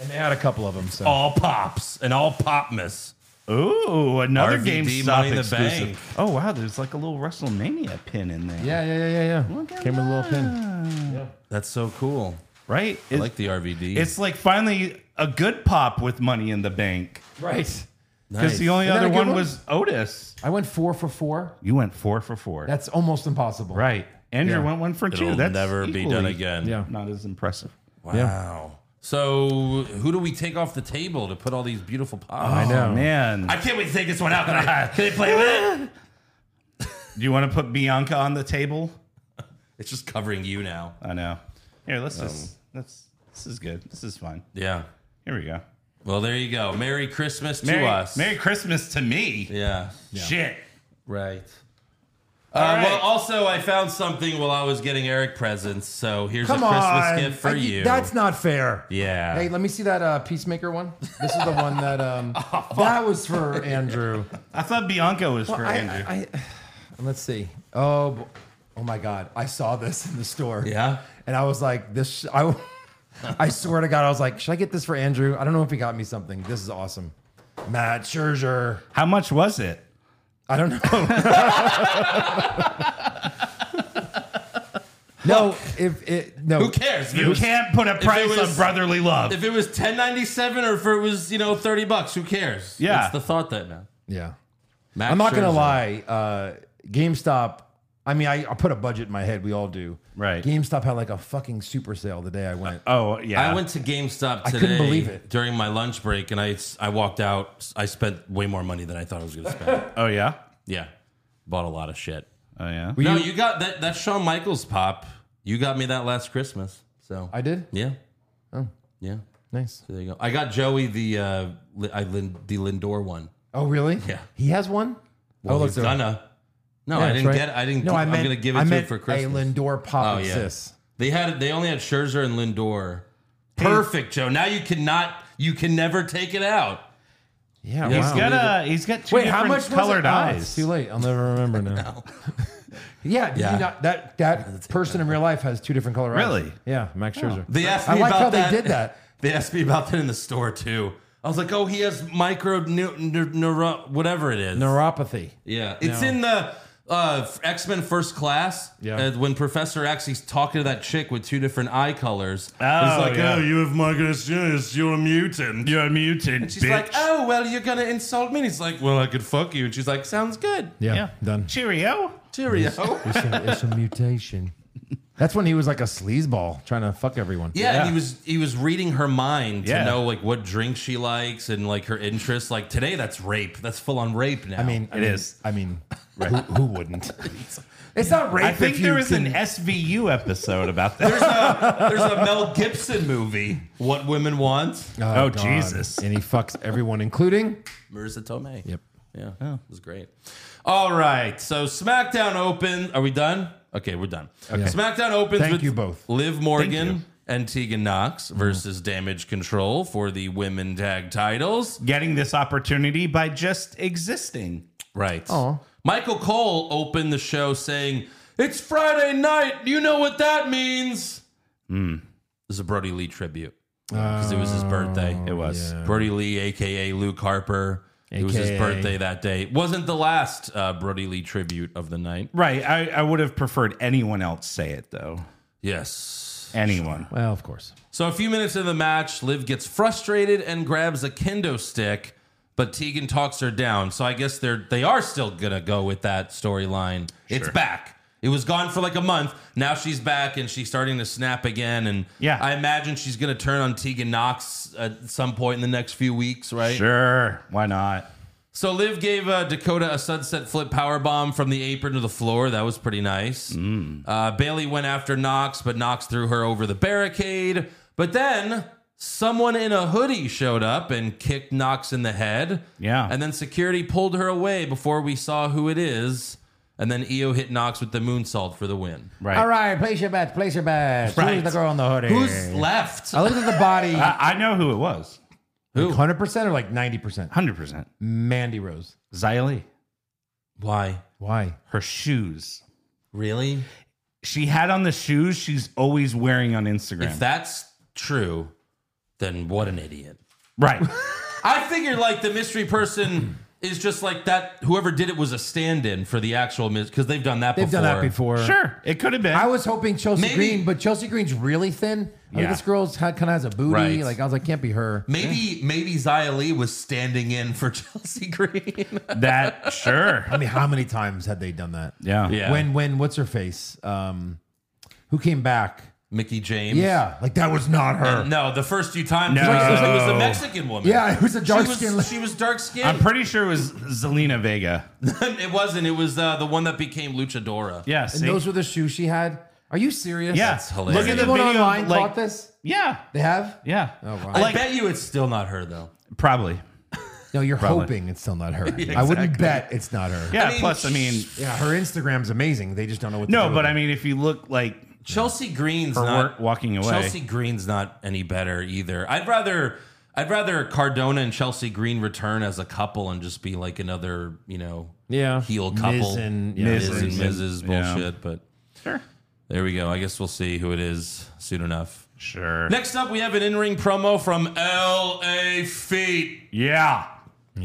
Speaker 3: And they had a couple of them. So
Speaker 2: all pops and all pop miss.
Speaker 4: Ooh, another
Speaker 2: RVD
Speaker 4: game
Speaker 2: Money in the
Speaker 4: exclusive.
Speaker 2: Bank.
Speaker 4: Oh wow, there's like a little WrestleMania pin in there.
Speaker 3: yeah, yeah, yeah, yeah, yeah.
Speaker 4: at
Speaker 3: Came with a little pin.
Speaker 2: That's so cool.
Speaker 4: right?
Speaker 2: I like the RVD.
Speaker 4: It's like finally a good pop with Money in the Bank
Speaker 3: Right.
Speaker 4: because the only
Speaker 3: Isn't that a
Speaker 4: other
Speaker 3: good
Speaker 4: one,
Speaker 3: one?
Speaker 4: was Otis.
Speaker 3: I went four for four.
Speaker 4: You went four for four,
Speaker 3: That's almost impossible.
Speaker 4: right? Andrew
Speaker 3: Yeah.
Speaker 4: went one for
Speaker 2: It'll
Speaker 4: two. That's
Speaker 2: never be done
Speaker 4: equally
Speaker 2: again.
Speaker 3: Yeah.
Speaker 4: Not as impressive.
Speaker 2: Wow. So who do we take off the table to put all these beautiful pops?
Speaker 3: Oh. I know.
Speaker 4: Man,
Speaker 2: I can't wait to take this one out. Can, I, can they play with it?
Speaker 4: do you want to put Bianca on the table?
Speaker 2: It's just covering you now.
Speaker 4: I know. Here, let's
Speaker 2: Um.
Speaker 4: just let's. This is good. This is fun.
Speaker 2: Yeah.
Speaker 4: Here we go.
Speaker 2: Well, there you go. Merry Christmas to
Speaker 4: Merry,
Speaker 2: us.
Speaker 4: Merry Christmas to me.
Speaker 2: yeah.
Speaker 4: Shit.
Speaker 2: Right. Uh,
Speaker 4: All
Speaker 2: Well,
Speaker 4: right.
Speaker 2: also, I found something while I was getting Eric presents. So here's
Speaker 3: Come
Speaker 2: a Christmas
Speaker 3: on.
Speaker 2: gift for
Speaker 3: I-
Speaker 2: you.
Speaker 3: That's not fair.
Speaker 2: yeah.
Speaker 3: Hey, let me see that uh, Peacemaker one. This is the one that um,
Speaker 2: Oh,
Speaker 3: that was for Andrew.
Speaker 4: I thought Bianca was for
Speaker 3: I-
Speaker 4: Andrew.
Speaker 3: I- I- let's see. Oh, bo- oh my God! I saw this in the store.
Speaker 2: Yeah?
Speaker 3: and I was like, this. I, I swear to God, I was like, should I get this for Andrew? I don't know if he got me something. This is awesome. Matt Scherzer.
Speaker 4: How much was it?
Speaker 3: I don't know. no, if it no.
Speaker 2: Who cares? If it
Speaker 4: You
Speaker 2: was-
Speaker 4: can't put a price
Speaker 2: was-
Speaker 4: on brotherly love.
Speaker 2: If it was ten ninety seven or if it was you know thirty bucks, who cares?
Speaker 4: Yeah.
Speaker 2: it's the thought that man.
Speaker 3: Yeah.
Speaker 2: Max
Speaker 3: I'm not gonna
Speaker 2: Scherzer.
Speaker 3: lie. Uh, GameStop. I mean, I, I put a budget in my head. We all do.
Speaker 4: Right.
Speaker 3: GameStop had like a fucking super sale the day I went.
Speaker 2: Uh,
Speaker 4: oh yeah.
Speaker 2: I went to GameStop today
Speaker 3: couldn't believe it.
Speaker 2: during my lunch break, and I I walked out. I spent way more money than I thought I was going to spend.
Speaker 4: oh yeah.
Speaker 2: yeah, bought a lot of shit.
Speaker 4: Oh yeah.
Speaker 2: no, you got that that Shawn Michaels pop. You got me that last Christmas. So
Speaker 3: I did.
Speaker 2: yeah, oh yeah.
Speaker 3: Nice.
Speaker 2: So there you go. I got Joey the uh, Li- I Lin, the Lindor one.
Speaker 3: Oh really?
Speaker 2: Yeah.
Speaker 3: He has one.
Speaker 2: Well,
Speaker 3: oh, look
Speaker 2: he's
Speaker 3: there.
Speaker 2: gonna. No,
Speaker 3: Yeah,
Speaker 2: I
Speaker 3: that's
Speaker 2: didn't
Speaker 3: right.
Speaker 2: get. I didn't. No, I am going to give it
Speaker 3: I
Speaker 2: to
Speaker 3: meant
Speaker 2: him for Christmas.
Speaker 3: A Lindor pop
Speaker 2: Oh, yeah.
Speaker 3: exists.
Speaker 2: They had they only had Scherzer and Lindor. Perfect, Joe. Now you cannot you can never take it out.
Speaker 3: Yeah.
Speaker 4: He's
Speaker 2: Oh.
Speaker 3: wow.
Speaker 4: got a. He's got two
Speaker 3: Wait,
Speaker 4: different
Speaker 3: how much was
Speaker 4: colored
Speaker 3: it? Oh, it's
Speaker 4: eyes.
Speaker 3: too late. I'll never remember now. yeah, did you
Speaker 2: Yeah.
Speaker 3: not- that that person in real life has two different color eyes.
Speaker 4: Really?
Speaker 3: Yeah, Max Scherzer.
Speaker 2: They asked
Speaker 3: I
Speaker 2: me
Speaker 3: like
Speaker 2: about
Speaker 3: how
Speaker 2: that.
Speaker 3: they did that.
Speaker 2: They asked me about that in the store too. I was like, "Oh, he has micro neu- neu- neuro whatever it is."
Speaker 3: Neuropathy.
Speaker 2: yeah, it's in the uh, X Men First Class.
Speaker 3: Yeah.
Speaker 2: uh, when Professor X he's talking to that chick with two different eye colors.
Speaker 4: Oh,
Speaker 2: he's like,
Speaker 4: yeah.
Speaker 2: "Oh, you have micro yes, you're a mutant."
Speaker 4: You're a mutant,
Speaker 2: She's like, "Oh, well, you're gonna insult me." And he's like, "Well, I could fuck you." And she's like, "Sounds good."
Speaker 3: Yeah, done.
Speaker 4: Cheerio.
Speaker 2: Cheerio.
Speaker 3: It's a, it's a mutation. That's when he was like a sleazeball trying to fuck everyone.
Speaker 2: Yeah, and he was he was reading her mind
Speaker 4: Yeah.
Speaker 2: to know like what drink she likes and like her interests. Like today, that's rape. That's full on rape now.
Speaker 3: I mean, I
Speaker 4: It
Speaker 3: mean,
Speaker 4: is.
Speaker 3: I mean, who, who wouldn't? It's not rape.
Speaker 4: I think
Speaker 3: if you
Speaker 4: there was an
Speaker 3: can-
Speaker 4: SVU episode about that.
Speaker 2: there's a there's a Mel Gibson movie, What Women Want.
Speaker 4: oh,
Speaker 3: God.
Speaker 4: Jesus.
Speaker 3: And he fucks everyone, including
Speaker 2: Marissa Tomei.
Speaker 3: Yep.
Speaker 2: Yeah,
Speaker 3: Oh.
Speaker 2: it was great. All right, so SmackDown open. Are we done? Okay, we're done. Okay. SmackDown opens
Speaker 3: Thank
Speaker 2: with
Speaker 3: you both.
Speaker 2: Liv
Speaker 4: Thank you.
Speaker 2: Morgan and Tegan Knox versus Damage Control for the women tag titles.
Speaker 4: Getting this opportunity by just existing.
Speaker 2: Right.
Speaker 3: Aw.
Speaker 2: Michael Cole opened the show saying, It's Friday night. You know what that means.
Speaker 3: Hmm.
Speaker 2: This is a Brody Lee tribute because it was
Speaker 3: Oh.
Speaker 2: his birthday.
Speaker 4: It was.
Speaker 2: Brody Lee, AKA Luke Harper. It was his
Speaker 3: AKA.
Speaker 2: birthday that day. It wasn't the last uh, Brody Lee tribute of the night.
Speaker 4: Right. I, I would have preferred anyone else say it, though.
Speaker 2: Yes.
Speaker 4: Anyone.
Speaker 3: well, of course.
Speaker 2: So a few minutes into the match, Liv gets frustrated and grabs a kendo stick, but Tegan talks her down. So I guess they're they are still gonna go with that storyline. It's back. It was gone for like a month. Now she's back and she's starting to snap again. And
Speaker 4: Yeah.
Speaker 2: I imagine she's gonna turn on Tegan Knox at some point in the next few weeks, right?
Speaker 4: Sure. Why not?
Speaker 2: So Liv gave uh, Dakota a sunset flip power bomb from the apron to the floor. That was pretty nice. Uh, Bailey went after Knox, but Knox threw her over the barricade. But then someone in a hoodie showed up and kicked Knox in the head.
Speaker 4: Yeah.
Speaker 2: And then security pulled her away before we saw who it is. And then Io hit Knox with the moonsault for the win.
Speaker 4: Right.
Speaker 3: All right, place your bets, place your bets.
Speaker 4: Right.
Speaker 3: Who's the girl in the hoodie?
Speaker 2: Who's left?
Speaker 3: I looked at the body.
Speaker 4: I, I know who it was.
Speaker 2: Who?
Speaker 3: 100% or like 90%?
Speaker 4: 100%.
Speaker 3: Mandy Rose.
Speaker 4: Xylee.
Speaker 2: Why?
Speaker 3: Why?
Speaker 4: Her shoes.
Speaker 2: Really?
Speaker 4: She had on the shoes she's always wearing on Instagram.
Speaker 2: If that's true, then what an idiot.
Speaker 4: right.
Speaker 2: I figured like the mystery person is just like that. Whoever did it was a stand-in for the actual because they've done that.
Speaker 3: They've
Speaker 2: before.
Speaker 3: done that before.
Speaker 4: Sure, it could have been.
Speaker 3: I was hoping Chelsea
Speaker 2: Maybe-
Speaker 3: Green, but Chelsea Green's really thin. I mean,
Speaker 4: Yeah.
Speaker 3: this girl's kind of has a booty.
Speaker 2: Right.
Speaker 3: Like I was like, can't be her.
Speaker 2: Maybe maybe Zia Lee was standing in for Chelsea Green.
Speaker 4: that sure.
Speaker 3: I mean, how many times had they done that?
Speaker 4: Yeah.
Speaker 2: Yeah.
Speaker 3: When when what's her face? Um, who came back?
Speaker 2: Mickey James.
Speaker 3: Yeah, like that was not her.
Speaker 2: No, the first few times
Speaker 4: No.
Speaker 2: it, was, it was- it was the
Speaker 4: No.
Speaker 2: Mexican woman.
Speaker 3: yeah, it was a dark
Speaker 2: she
Speaker 3: skin.
Speaker 2: was, she was dark skinned.
Speaker 4: I'm pretty sure it was Zelina Vega.
Speaker 2: it wasn't. It was uh, the one that became Luchadora.
Speaker 4: Yeah.
Speaker 3: and
Speaker 4: see?
Speaker 3: those were the shoes she had. Are you serious?
Speaker 4: yeah.
Speaker 2: That's hilarious.
Speaker 4: Look at the
Speaker 3: Anyone
Speaker 4: video.
Speaker 3: online
Speaker 4: like-
Speaker 3: caught this?
Speaker 4: Yeah.
Speaker 3: They have?
Speaker 4: Yeah.
Speaker 3: wow.
Speaker 2: I
Speaker 4: Like
Speaker 2: bet you it's still not her though.
Speaker 4: probably.
Speaker 3: No, you're
Speaker 4: Probably.
Speaker 3: hoping it's still not her. I wouldn't bet it's not her.
Speaker 4: Yeah.
Speaker 2: I mean,
Speaker 4: plus, I mean,
Speaker 3: Yeah, her Instagram's amazing. They just don't know what. to do
Speaker 4: no,
Speaker 3: with
Speaker 4: but
Speaker 3: it.
Speaker 4: I mean, if you look like
Speaker 2: Chelsea Green's
Speaker 4: her
Speaker 2: not
Speaker 4: work walking away,
Speaker 2: Chelsea Green's not any better either. I'd rather I'd rather Cardona and Chelsea Green return as a couple and just be like another, you know,
Speaker 3: Yeah.
Speaker 2: heel
Speaker 3: Miz
Speaker 2: couple.
Speaker 3: and-
Speaker 2: yeah, Miz
Speaker 4: Miz
Speaker 2: and
Speaker 4: and-
Speaker 2: Mrs.
Speaker 4: yeah.
Speaker 2: bullshit, but
Speaker 4: Sure.
Speaker 2: There we go. I guess we'll see who it is soon enough.
Speaker 4: sure.
Speaker 2: Next up, we have an in-ring promo from LA Feet.
Speaker 4: Yeah.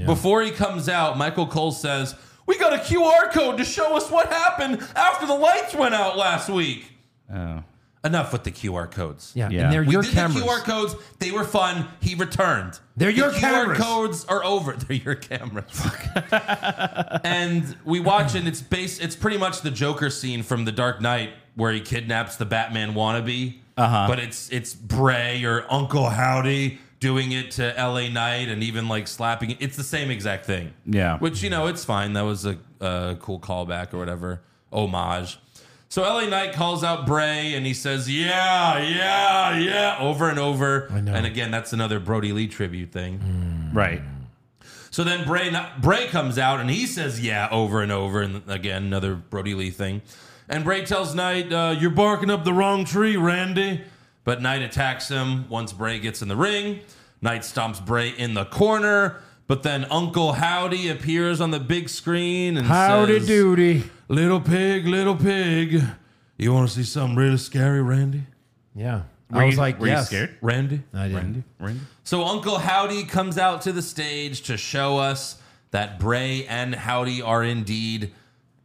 Speaker 2: Before he comes out, Michael Cole says, "We got a QR code to show us what happened after the lights went out last week."
Speaker 4: Oh.
Speaker 2: Enough with the QR codes.
Speaker 3: yeah,
Speaker 4: Yeah.
Speaker 3: and they're
Speaker 4: We
Speaker 3: your
Speaker 2: did
Speaker 3: cameras.
Speaker 2: the QR codes. They were fun. He returned.
Speaker 3: They're your
Speaker 2: the
Speaker 3: cameras.
Speaker 2: QR codes are over. They're your cameras. and we watch it. It's based. It's pretty much the Joker scene from The Dark Knight where he kidnaps the Batman wannabe. Uh-huh. But it's it's Bray or Uncle Howdy doing it to L.A. Knight and even like slapping. it. It's the same exact thing.
Speaker 4: Yeah.
Speaker 2: Which you know it's fine. That was a, a cool callback or whatever homage. So LA Knight calls out Bray and he says, Yeah, yeah, yeah, over and over.
Speaker 3: know.
Speaker 2: And again, that's another Brody Lee tribute thing.
Speaker 4: Right.
Speaker 2: So then Bray Bray comes out and he says, "Yeah," over and over, and again another Brody Lee thing. And Bray tells Knight, uh, "You're barking up the wrong tree, Randy." But Knight attacks him once Bray gets in the ring. Knight stomps Bray in the corner. But then Uncle Howdy appears on the big screen and
Speaker 3: Howdy
Speaker 2: says,
Speaker 3: doody.
Speaker 2: "Little pig, little pig, you want to see something really scary, Randy?
Speaker 3: Yeah,
Speaker 4: Were
Speaker 3: I was
Speaker 4: you-
Speaker 3: like,
Speaker 4: were
Speaker 3: yes.
Speaker 4: you scared?
Speaker 2: Randy,
Speaker 3: I didn't.
Speaker 2: So Uncle Howdy comes out to the stage to show us that Bray and Howdy are indeed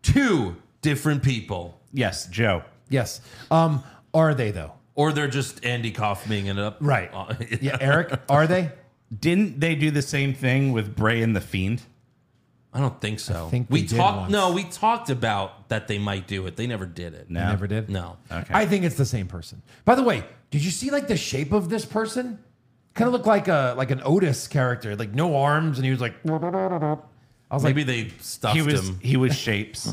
Speaker 2: two different people.
Speaker 4: Yes, Joe.
Speaker 3: Yes. Um, are they though?
Speaker 2: Or they're just Andy Kaufman it up.
Speaker 3: Right.
Speaker 2: Uh,
Speaker 3: Yeah, Eric. Are they?
Speaker 4: Didn't they do the same thing with Bray and the Fiend?
Speaker 2: I don't think so.
Speaker 3: think
Speaker 2: we
Speaker 3: we did
Speaker 2: talked
Speaker 3: once.
Speaker 2: no, we talked about that they might do it. They never did it.
Speaker 4: No.
Speaker 3: Never did.
Speaker 2: No.
Speaker 4: Okay.
Speaker 3: I think it's the same person. By the way, did you see like the shape of this person? Kind of looked like a like an Otis character, like no arms, and he was like. I was
Speaker 2: Maybe
Speaker 3: like,
Speaker 2: they stuffed
Speaker 4: he was
Speaker 2: him.
Speaker 4: he was shapes.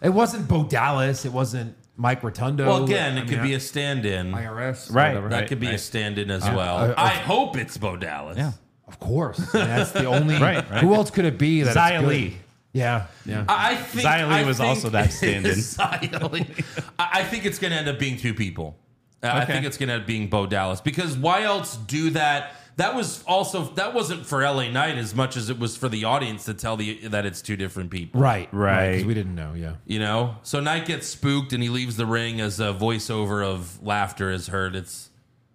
Speaker 3: it wasn't Bo Dallas, it wasn't Mike Rotundo.
Speaker 2: Well, again,
Speaker 3: I Uh,
Speaker 2: it
Speaker 3: mean,
Speaker 2: could be a stand-in.
Speaker 3: IRS,
Speaker 4: Right.
Speaker 3: whatever.
Speaker 2: that
Speaker 4: Right,
Speaker 2: could be a
Speaker 4: right.
Speaker 2: stand-in as well. I, hope it's Bo Dallas.
Speaker 4: Yeah.
Speaker 3: Of course, I mean, that's the only.
Speaker 4: Right, Uh, right.
Speaker 3: Who else could it be? That's
Speaker 4: Xia
Speaker 3: good?
Speaker 4: Li.
Speaker 3: Yeah, yeah.
Speaker 2: I I think
Speaker 4: Xia Li
Speaker 2: I
Speaker 4: was
Speaker 2: think-
Speaker 4: also that stand-in.
Speaker 2: Xia Li. I I think it's going to end up being two people. Uh, I
Speaker 4: Okay.
Speaker 2: think it's going to end up being Bo Dallas because why else do that? That was also that wasn't for LA Knight as much as it was for the audience to tell the that it's two different people.
Speaker 3: Right, 'cause
Speaker 4: Right.
Speaker 3: we didn't know. Yeah,
Speaker 2: You know, so Knight gets spooked and he leaves the ring as a voiceover of laughter is heard. It's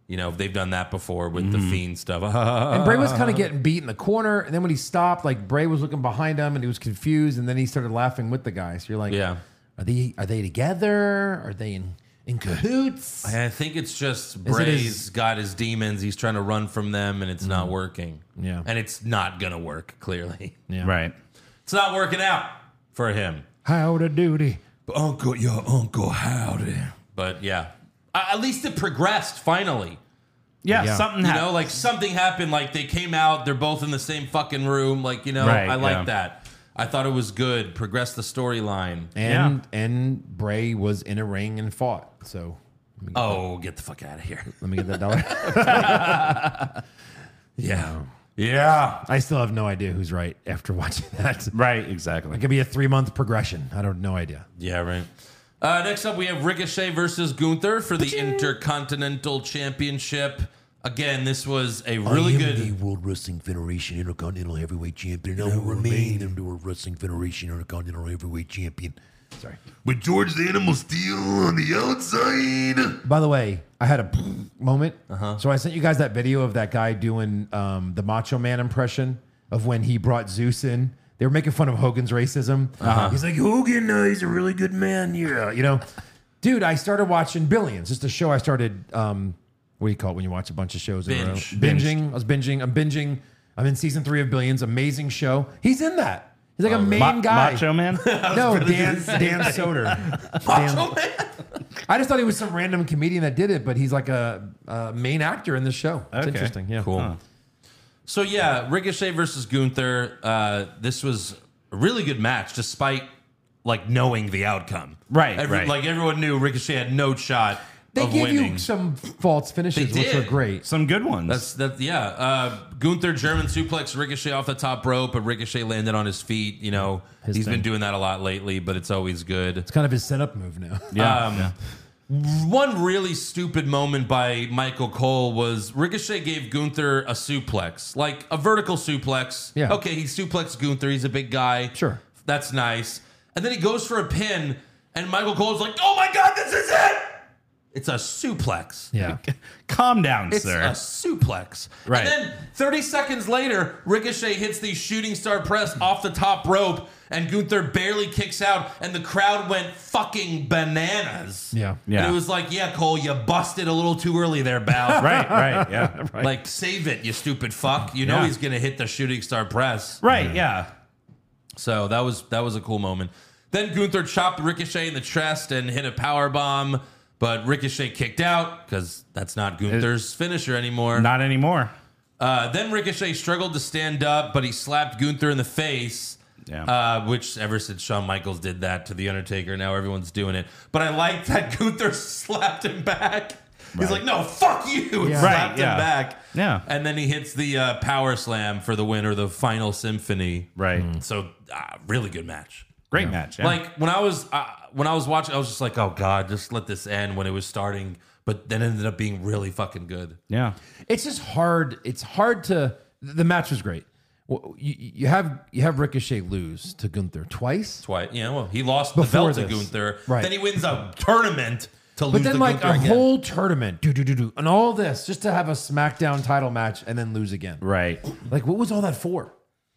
Speaker 2: you know they've done that before with
Speaker 4: Mm-hmm.
Speaker 2: the fiend stuff.
Speaker 3: and Bray was
Speaker 2: Ah.
Speaker 3: kind of getting beat in the corner, and then when he stopped, like Bray was looking behind him, and he was confused, and then he started laughing with the guy. So you're like,
Speaker 2: Yeah.
Speaker 3: are they are they together? Are they in in cahoots?
Speaker 2: I think it's just
Speaker 3: Is it
Speaker 2: Bray's
Speaker 3: his- Mm.
Speaker 2: got his demons. He's trying to run from them, and it's not working.
Speaker 3: Yeah.
Speaker 2: and it's not gonna work. Clearly,
Speaker 4: Right.
Speaker 2: it's not working out for him.
Speaker 3: How to duty?
Speaker 2: But uncle, your uncle, howdy. But yeah, A- at least it progressed finally.
Speaker 4: Yeah,
Speaker 3: Yeah.
Speaker 4: something
Speaker 2: You
Speaker 4: happened.
Speaker 2: know, like something happened. Like they came out. They're both in the same fucking room. Like you know,
Speaker 4: Right,
Speaker 2: I like
Speaker 4: yeah.
Speaker 2: that. I thought it was good. Progressed the storyline.
Speaker 3: And and Bray was in a ring and fought. So
Speaker 2: Oh, get the fuck out of here.
Speaker 3: let me get that dollar.
Speaker 2: Yeah. Yeah.
Speaker 3: I still have no idea who's right after watching that. It
Speaker 4: right, exactly.
Speaker 3: could be a three month progression. I don't no idea.
Speaker 2: Yeah, right. Uh, next up, we have Ricochet versus Gunther for the Intercontinental Championship. Again, this was a really
Speaker 5: I am The
Speaker 2: good.
Speaker 5: World Wrestling Federation Intercontinental Heavyweight Champion. And I will remain the World Wrestling Federation Intercontinental Heavyweight Champion.
Speaker 6: With George the Animal Steel on the outside.
Speaker 3: By the way, I had a moment. So I sent you guys that video of that guy doing um, the Macho Man impression. of when he brought Zeus in. They were making fun of Hogan's racism. He's like, Hogan, uh, he's a really good man. Yeah, you know, dude. I started watching Billions. Just a show I started. Um, what do you call it when you watch a bunch of shows? In a row?
Speaker 2: Binge.
Speaker 3: Binging. I was binging. I'm binging. I'm in season three of Billions. Amazing show. He's in that. He's like a main
Speaker 4: Ma-
Speaker 3: guy.
Speaker 4: Macho Man.
Speaker 3: No, Dan Dan Soder. Dan- I just thought he was some random comedian that did it, but he's like a, a main actor in this show. It's
Speaker 4: Okay.
Speaker 3: interesting. Yeah,
Speaker 2: Cool. So yeah, Ricochet versus Gunther. Uh, this was a really good match, despite like knowing the outcome.
Speaker 4: Right,
Speaker 2: Every-
Speaker 4: right.
Speaker 2: Like everyone knew Ricochet had no shot
Speaker 3: They
Speaker 2: of
Speaker 3: gave
Speaker 2: winning.
Speaker 3: you some false finishes,
Speaker 2: They
Speaker 3: which were
Speaker 2: did.
Speaker 3: great.
Speaker 4: Some good ones.
Speaker 2: That's that. Yeah. Uh, Gunther German suplex Ricochet off the top rope, but Ricochet landed on his feet. You know he's been doing that a lot lately, but it's always good.
Speaker 3: It's kind of his setup move now.
Speaker 4: yeah.
Speaker 2: Um, One really stupid moment by Michael Cole was Ricochet gave Gunther a suplex, like a vertical suplex.
Speaker 3: Yeah.
Speaker 2: Okay, he suplexed Gunther. He's a big guy.
Speaker 3: Sure.
Speaker 2: That's nice. And then he goes for a pin, and Michael Cole's like, oh my God, this is it! It's a suplex.
Speaker 3: Yeah,
Speaker 4: Calm down,
Speaker 2: It's
Speaker 4: sir.
Speaker 2: a suplex.
Speaker 4: Right.
Speaker 2: And then 30 seconds later, Ricochet hits the shooting star press off the top rope, and Gunther barely kicks out, and the crowd went fucking bananas.
Speaker 3: Yeah.
Speaker 4: Yeah.
Speaker 2: And it was like, yeah, Cole, you busted a little too early there, pal.
Speaker 4: right, right, yeah. right.
Speaker 2: Like, save it, you stupid fuck. You know
Speaker 4: Yeah.
Speaker 2: he's gonna hit the shooting star press.
Speaker 4: Right, yeah.
Speaker 2: So that was that was a cool moment. Then Gunther chopped Ricochet in the chest and hit a power bomb, but Ricochet kicked out because that's not Gunther's finisher anymore.
Speaker 4: Not anymore.
Speaker 2: Uh, then Ricochet struggled to stand up, but he slapped Gunther in the face.
Speaker 4: Yeah.
Speaker 2: Uh, which ever since Shawn Michaels did that to The Undertaker, now everyone's doing it. But I like that Gunther slapped him back. He's like, no, fuck you. And
Speaker 3: Yeah.
Speaker 4: Right,
Speaker 2: slapped
Speaker 4: yeah.
Speaker 2: him back.
Speaker 4: Yeah.
Speaker 2: And then he hits the uh, power slam for the win or the final symphony.
Speaker 4: Right.
Speaker 2: So, uh, really good match.
Speaker 4: Great match. Yeah.
Speaker 2: Like when I was uh, when I was watching, I was just like, oh God, just let this end when it was starting. But then it ended up being really fucking good.
Speaker 4: yeah.
Speaker 3: it's just hard. It's hard to. The match was great. Well, You, you have you have Ricochet lose to Gunther twice,
Speaker 2: twice. Yeah, well, he lost
Speaker 3: Before
Speaker 2: the belt to
Speaker 3: this.
Speaker 2: Gunther.
Speaker 3: Right.
Speaker 2: Then he wins a tournament to lose
Speaker 3: but then
Speaker 2: to
Speaker 3: like
Speaker 2: Gunther
Speaker 3: a
Speaker 2: again.
Speaker 3: whole tournament, do do do do, and all this just to have a SmackDown title match and then lose again.
Speaker 4: Right.
Speaker 3: Like, what was all that for?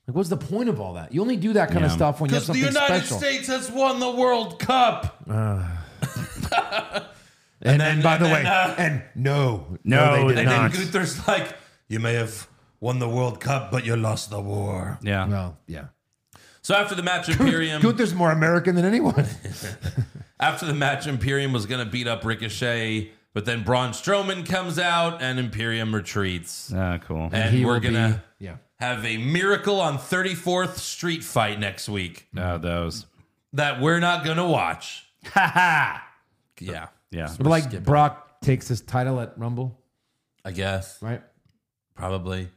Speaker 3: Like, what's the point of all that? You only do that kind of
Speaker 4: Yeah.
Speaker 3: stuff when you have
Speaker 2: because the
Speaker 3: something
Speaker 2: United
Speaker 3: special.
Speaker 2: States has won the World Cup.
Speaker 3: and,
Speaker 2: then-
Speaker 3: and by
Speaker 2: and
Speaker 3: the
Speaker 2: then,
Speaker 3: way,
Speaker 2: uh,
Speaker 3: and no, they
Speaker 4: No,
Speaker 3: did
Speaker 4: they
Speaker 2: And then
Speaker 3: not.
Speaker 2: Gunther's like, "You may have won the World Cup, but you lost the war."
Speaker 4: Yeah.
Speaker 3: Well, yeah.
Speaker 2: So after the match, Imperium.
Speaker 3: Gunther's more American than anyone.
Speaker 2: After the match, Imperium was going to beat up Ricochet, but then Braun Strowman comes out and Imperium retreats.
Speaker 4: Ah, cool.
Speaker 2: And
Speaker 3: He
Speaker 2: we're
Speaker 3: will be-
Speaker 2: gonna
Speaker 3: yeah.
Speaker 2: have a miracle on 34th Street fight next week
Speaker 4: Oh, those.
Speaker 2: that we're not gonna watch.
Speaker 4: Ha ha.
Speaker 2: Yeah,
Speaker 4: Yeah.
Speaker 3: But like Brock takes his title at Rumble,
Speaker 2: I guess
Speaker 3: right?
Speaker 2: probably.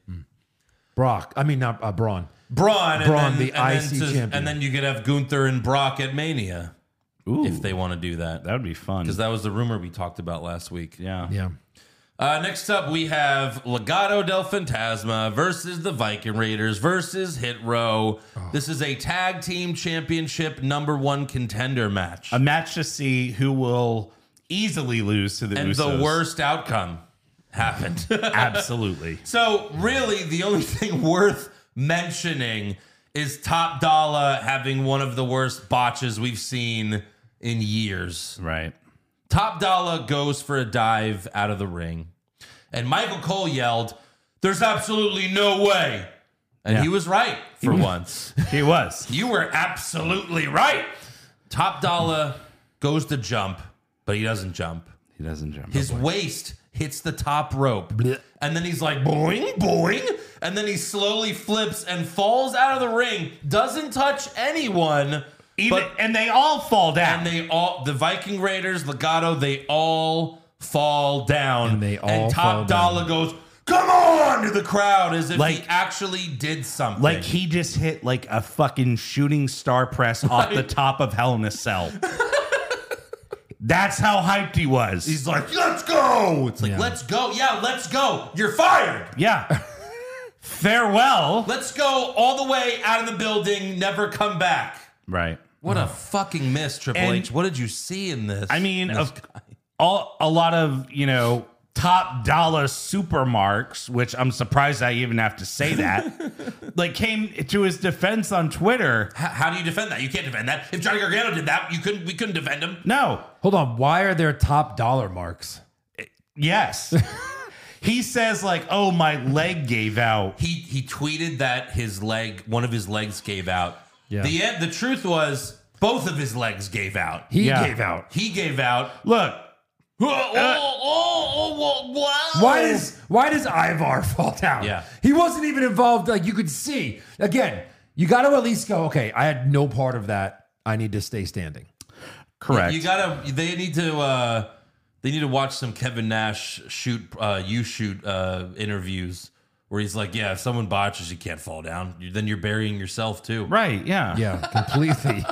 Speaker 3: Brock. I mean, not uh, Braun.
Speaker 2: Braun, and
Speaker 3: Braun,
Speaker 2: then,
Speaker 3: the
Speaker 2: and
Speaker 3: IC
Speaker 2: then to-
Speaker 3: champion.
Speaker 2: and then you could have Gunther and Brock at Mania
Speaker 4: Ooh.
Speaker 2: if they want to do that.
Speaker 4: that would be fun.
Speaker 2: Because that was the rumor we talked about last week.
Speaker 4: yeah.
Speaker 3: Yeah.
Speaker 2: Uh, next up, we have Legado del Fantasma versus the Viking Raiders versus Hit Row.
Speaker 3: Oh.
Speaker 2: This is a tag team championship number one contender match.
Speaker 4: A match to see who will easily lose to the
Speaker 2: and
Speaker 4: Usos.
Speaker 2: the worst outcome happened.
Speaker 4: Absolutely.
Speaker 2: So really, the only thing worth mentioning is Top Dollar having one of the worst botches we've seen in years.
Speaker 4: right.
Speaker 2: Top Dollar goes for a dive out of the ring, and Michael Cole yelled, "There's absolutely no way," and he was right for once.
Speaker 4: He was.
Speaker 2: You were absolutely right. Top Dollar goes to jump, but he doesn't jump.
Speaker 4: he doesn't jump.
Speaker 2: His waist hits the top rope. And then he's like, boing, boing. And then he slowly flips and falls out of the ring, doesn't touch anyone.
Speaker 4: Even,
Speaker 2: but-
Speaker 4: and they all fall down.
Speaker 2: And they all, the Viking Raiders, Legato, they all fall down.
Speaker 3: And they all
Speaker 2: And
Speaker 3: fall down.
Speaker 2: Top Dollar goes, come on to the crowd as if he
Speaker 4: Like-
Speaker 2: actually did something.
Speaker 4: like he just hit like a fucking shooting star press off the top of Hell in a Cell. That's how hyped he was.
Speaker 2: he's like, let's go. It's like, let's go. Yeah, let's go. You're fired.
Speaker 4: yeah. Farewell.
Speaker 2: Let's go all the way out of the building, never come back.
Speaker 4: Right.
Speaker 2: What a fucking miss, Triple
Speaker 4: And-
Speaker 2: H. What did you see in this?
Speaker 4: I mean,
Speaker 2: This
Speaker 4: of,
Speaker 2: guy?
Speaker 4: all a lot of you know top dollar supermarks, which I'm surprised I even have to say that, like came to his defense on Twitter.
Speaker 2: How, how do you defend that? You can't defend that. If Johnny Gargano did that, you couldn't. We couldn't defend him.
Speaker 4: No,
Speaker 3: Hold on. Why are there top dollar marks?
Speaker 4: yes. he says, like, oh, my leg gave out.
Speaker 2: He he tweeted that his leg, one of his legs gave out.
Speaker 3: Yeah.
Speaker 2: The end, the truth was both of his legs gave out. He,
Speaker 3: He
Speaker 4: Yeah.
Speaker 3: gave out.
Speaker 2: gave out.
Speaker 4: Look,
Speaker 2: Oh, oh, oh, oh, wow.
Speaker 3: Why does why does Ivar fall down?
Speaker 2: Yeah.
Speaker 3: He wasn't even involved. Like you could see. Again, you got to at least go, okay, I had no part of that. I need to stay standing.
Speaker 4: correct.
Speaker 2: You gotta. They need to. Uh, they need to watch some Kevin Nash shoot. Uh, you shoot uh, interviews where he's like, "Yeah, if someone botches, you can't fall down. You- Then you're burying yourself too."
Speaker 4: right, yeah.
Speaker 3: Yeah, completely.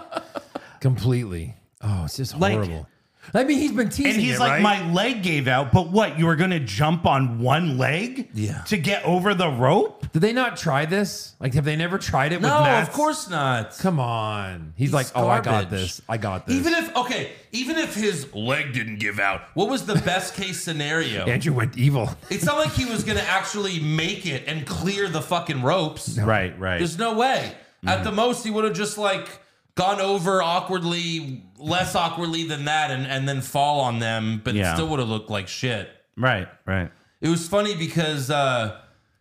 Speaker 3: completely. Oh, it's just
Speaker 4: Like-
Speaker 3: horrible. I mean, he's been teasing
Speaker 4: And he's
Speaker 3: it,
Speaker 4: like,
Speaker 3: right?
Speaker 4: my leg gave out, but what? You were going to jump on one leg
Speaker 2: Yeah.
Speaker 4: to get over the rope?
Speaker 3: Did they not try this? Like, have they never tried it with
Speaker 2: No,
Speaker 3: Matt?
Speaker 2: of course not.
Speaker 3: Come on. He's, like, oh, I got
Speaker 2: garbage.
Speaker 3: this. I got this.
Speaker 2: Even if okay, even if his leg didn't give out, what was the best case scenario?
Speaker 3: Andrew went evil.
Speaker 2: It's not like he was gonna actually make it and clear the fucking ropes.
Speaker 4: Right, right.
Speaker 2: There's no way. At the most, he would have just like gone over awkwardly, less awkwardly than that, and, and then fall on them, but
Speaker 4: Yeah.
Speaker 2: still would have looked like shit.
Speaker 4: right, right.
Speaker 2: It was funny because uh,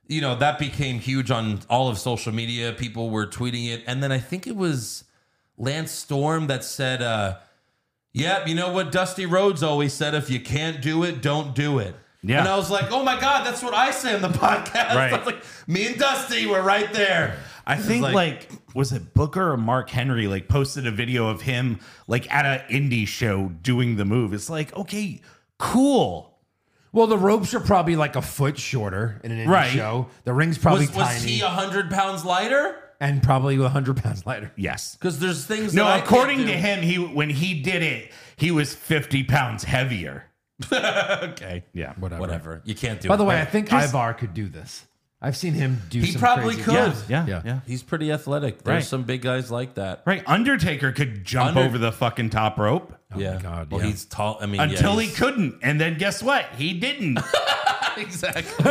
Speaker 2: you know that became huge on all of social media. People were tweeting it, and then I think it was Lance Storm that said, uh, "Yep, you know what Dusty Rhodes always said: if you can't do it, don't do it."
Speaker 4: Yeah.
Speaker 2: And I was like, "Oh my god, that's what I say on the podcast."
Speaker 4: Right.
Speaker 2: I was like, "Me and Dusty were right there."
Speaker 4: I think like,
Speaker 2: like-
Speaker 4: was it Booker or Mark Henry like posted a video of him like at an indie show doing the move. It's like, okay, cool.
Speaker 3: Well, the ropes are probably like a foot shorter in an indie
Speaker 4: Right.
Speaker 3: show. The ring's probably
Speaker 2: Was, was
Speaker 3: tiny
Speaker 2: he hundred pounds lighter?
Speaker 3: and probably 100 pounds lighter.
Speaker 4: Yes.
Speaker 2: Because there's things.
Speaker 4: No,
Speaker 2: that I can't
Speaker 4: according
Speaker 2: do.
Speaker 4: to him, he when he did it, he was 50 pounds heavier.
Speaker 2: okay,
Speaker 4: Yeah.
Speaker 3: Whatever.
Speaker 2: whatever. You can't do.
Speaker 3: By
Speaker 2: it.
Speaker 3: the way, I think Ivar could do this. I've seen him do
Speaker 2: he
Speaker 3: some
Speaker 2: probably
Speaker 3: crazy-
Speaker 2: could.
Speaker 4: Yeah. Yeah.
Speaker 3: Yeah.
Speaker 4: yeah.
Speaker 2: He's pretty athletic. There's
Speaker 4: Right.
Speaker 2: some big guys like that.
Speaker 4: Right. Undertaker could jump
Speaker 2: Under-
Speaker 4: over the fucking top rope
Speaker 2: Oh yeah.
Speaker 3: God,
Speaker 2: Well,
Speaker 3: yeah.
Speaker 2: he's tall. I mean,
Speaker 4: until
Speaker 2: yeah,
Speaker 4: he couldn't. And then guess what? He didn't.
Speaker 2: could. exactly.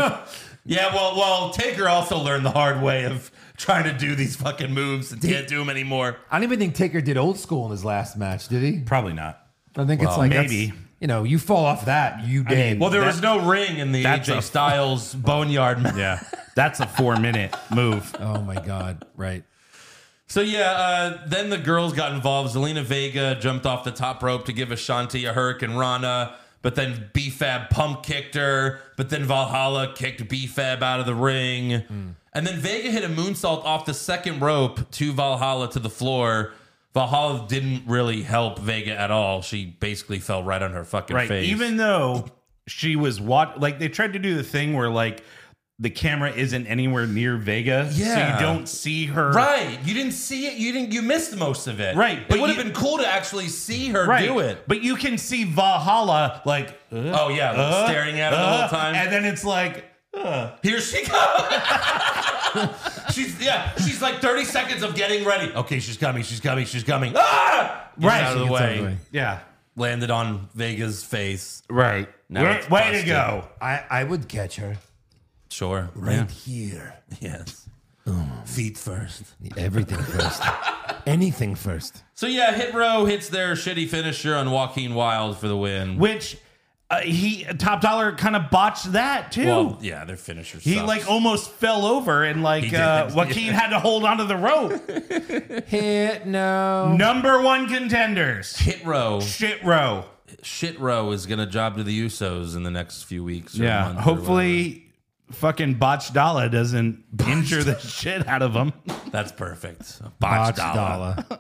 Speaker 2: yeah. Well, well, Taker also learned the hard way of trying to do these fucking moves and can't do them anymore.
Speaker 3: I don't even think Taker did old school in his last match, did he?
Speaker 4: Probably not.
Speaker 3: I think it's like that's-
Speaker 4: maybe.
Speaker 3: you know, you fall off that, you did.
Speaker 4: mean,
Speaker 2: Well, there
Speaker 4: That-
Speaker 2: was no ring in the
Speaker 4: that's
Speaker 2: AJ
Speaker 4: a-
Speaker 2: Styles Boneyard match.
Speaker 4: Yeah. That's a four minute move.
Speaker 3: oh my god, right.
Speaker 2: So yeah, uh, then the girls got involved. Zelina Vega jumped off the top rope to give Ashanti a Hurricane Rana, but then B-Fab pump kicked her. But then Valhalla kicked B-Fab out of the ring,
Speaker 4: Hmm.
Speaker 2: and then Vega hit a moonsault off the second rope to Valhalla to the floor. Valhalla didn't really help Vega at all. She basically fell right on her fucking
Speaker 4: right
Speaker 2: face.
Speaker 4: even though she was what like they tried to do the thing where like the camera isn't anywhere near vega so
Speaker 2: Yeah.
Speaker 4: you don't see her
Speaker 2: right, you didn't see it. You didn't. You missed most of it.
Speaker 4: Right, but
Speaker 2: it would have
Speaker 4: you-
Speaker 2: been cool to actually see her
Speaker 4: right
Speaker 2: do it.
Speaker 4: but you can see valhalla like uh,
Speaker 2: Oh yeah, like
Speaker 4: uh,
Speaker 2: staring at it the
Speaker 4: uh,
Speaker 2: whole time.
Speaker 4: and then it's like
Speaker 2: Here she comes. she's yeah, she's like 30 seconds of getting ready. Okay, she's coming, she's coming, she's coming. Ah! Gets
Speaker 4: Right.
Speaker 2: out of
Speaker 4: She
Speaker 2: the
Speaker 3: gets out of the
Speaker 2: way.
Speaker 3: way.
Speaker 4: yeah
Speaker 2: Landed on Vega's face.
Speaker 4: right
Speaker 2: Now
Speaker 4: way,
Speaker 2: it's
Speaker 4: way to
Speaker 2: busted.
Speaker 4: go
Speaker 5: I, I would catch her
Speaker 2: Sure.
Speaker 5: right here.
Speaker 2: Yes. Feet first.
Speaker 5: Everything first. Anything first.
Speaker 2: So yeah, Hit Row hits their shitty finisher on Joaquin Wild for the win.
Speaker 4: which uh, he top dollar kind of botched that too
Speaker 2: well, yeah, their finisher.
Speaker 4: he
Speaker 2: sucks.
Speaker 4: like almost fell over and like
Speaker 2: did.
Speaker 4: uh, Joaquin had to hold onto the rope.
Speaker 3: Hit no.
Speaker 4: Number one contenders,
Speaker 2: Hit Row.
Speaker 4: shit row.
Speaker 2: Shit Row is gonna job to the Usos in the next few weeks. Or
Speaker 4: Yeah.
Speaker 2: month or
Speaker 4: Hopefully, fucking Botch Dalla doesn't injure the shit out of him.
Speaker 2: whatever. that's perfect.
Speaker 3: Botch
Speaker 2: Botch dollar.
Speaker 3: Dollar.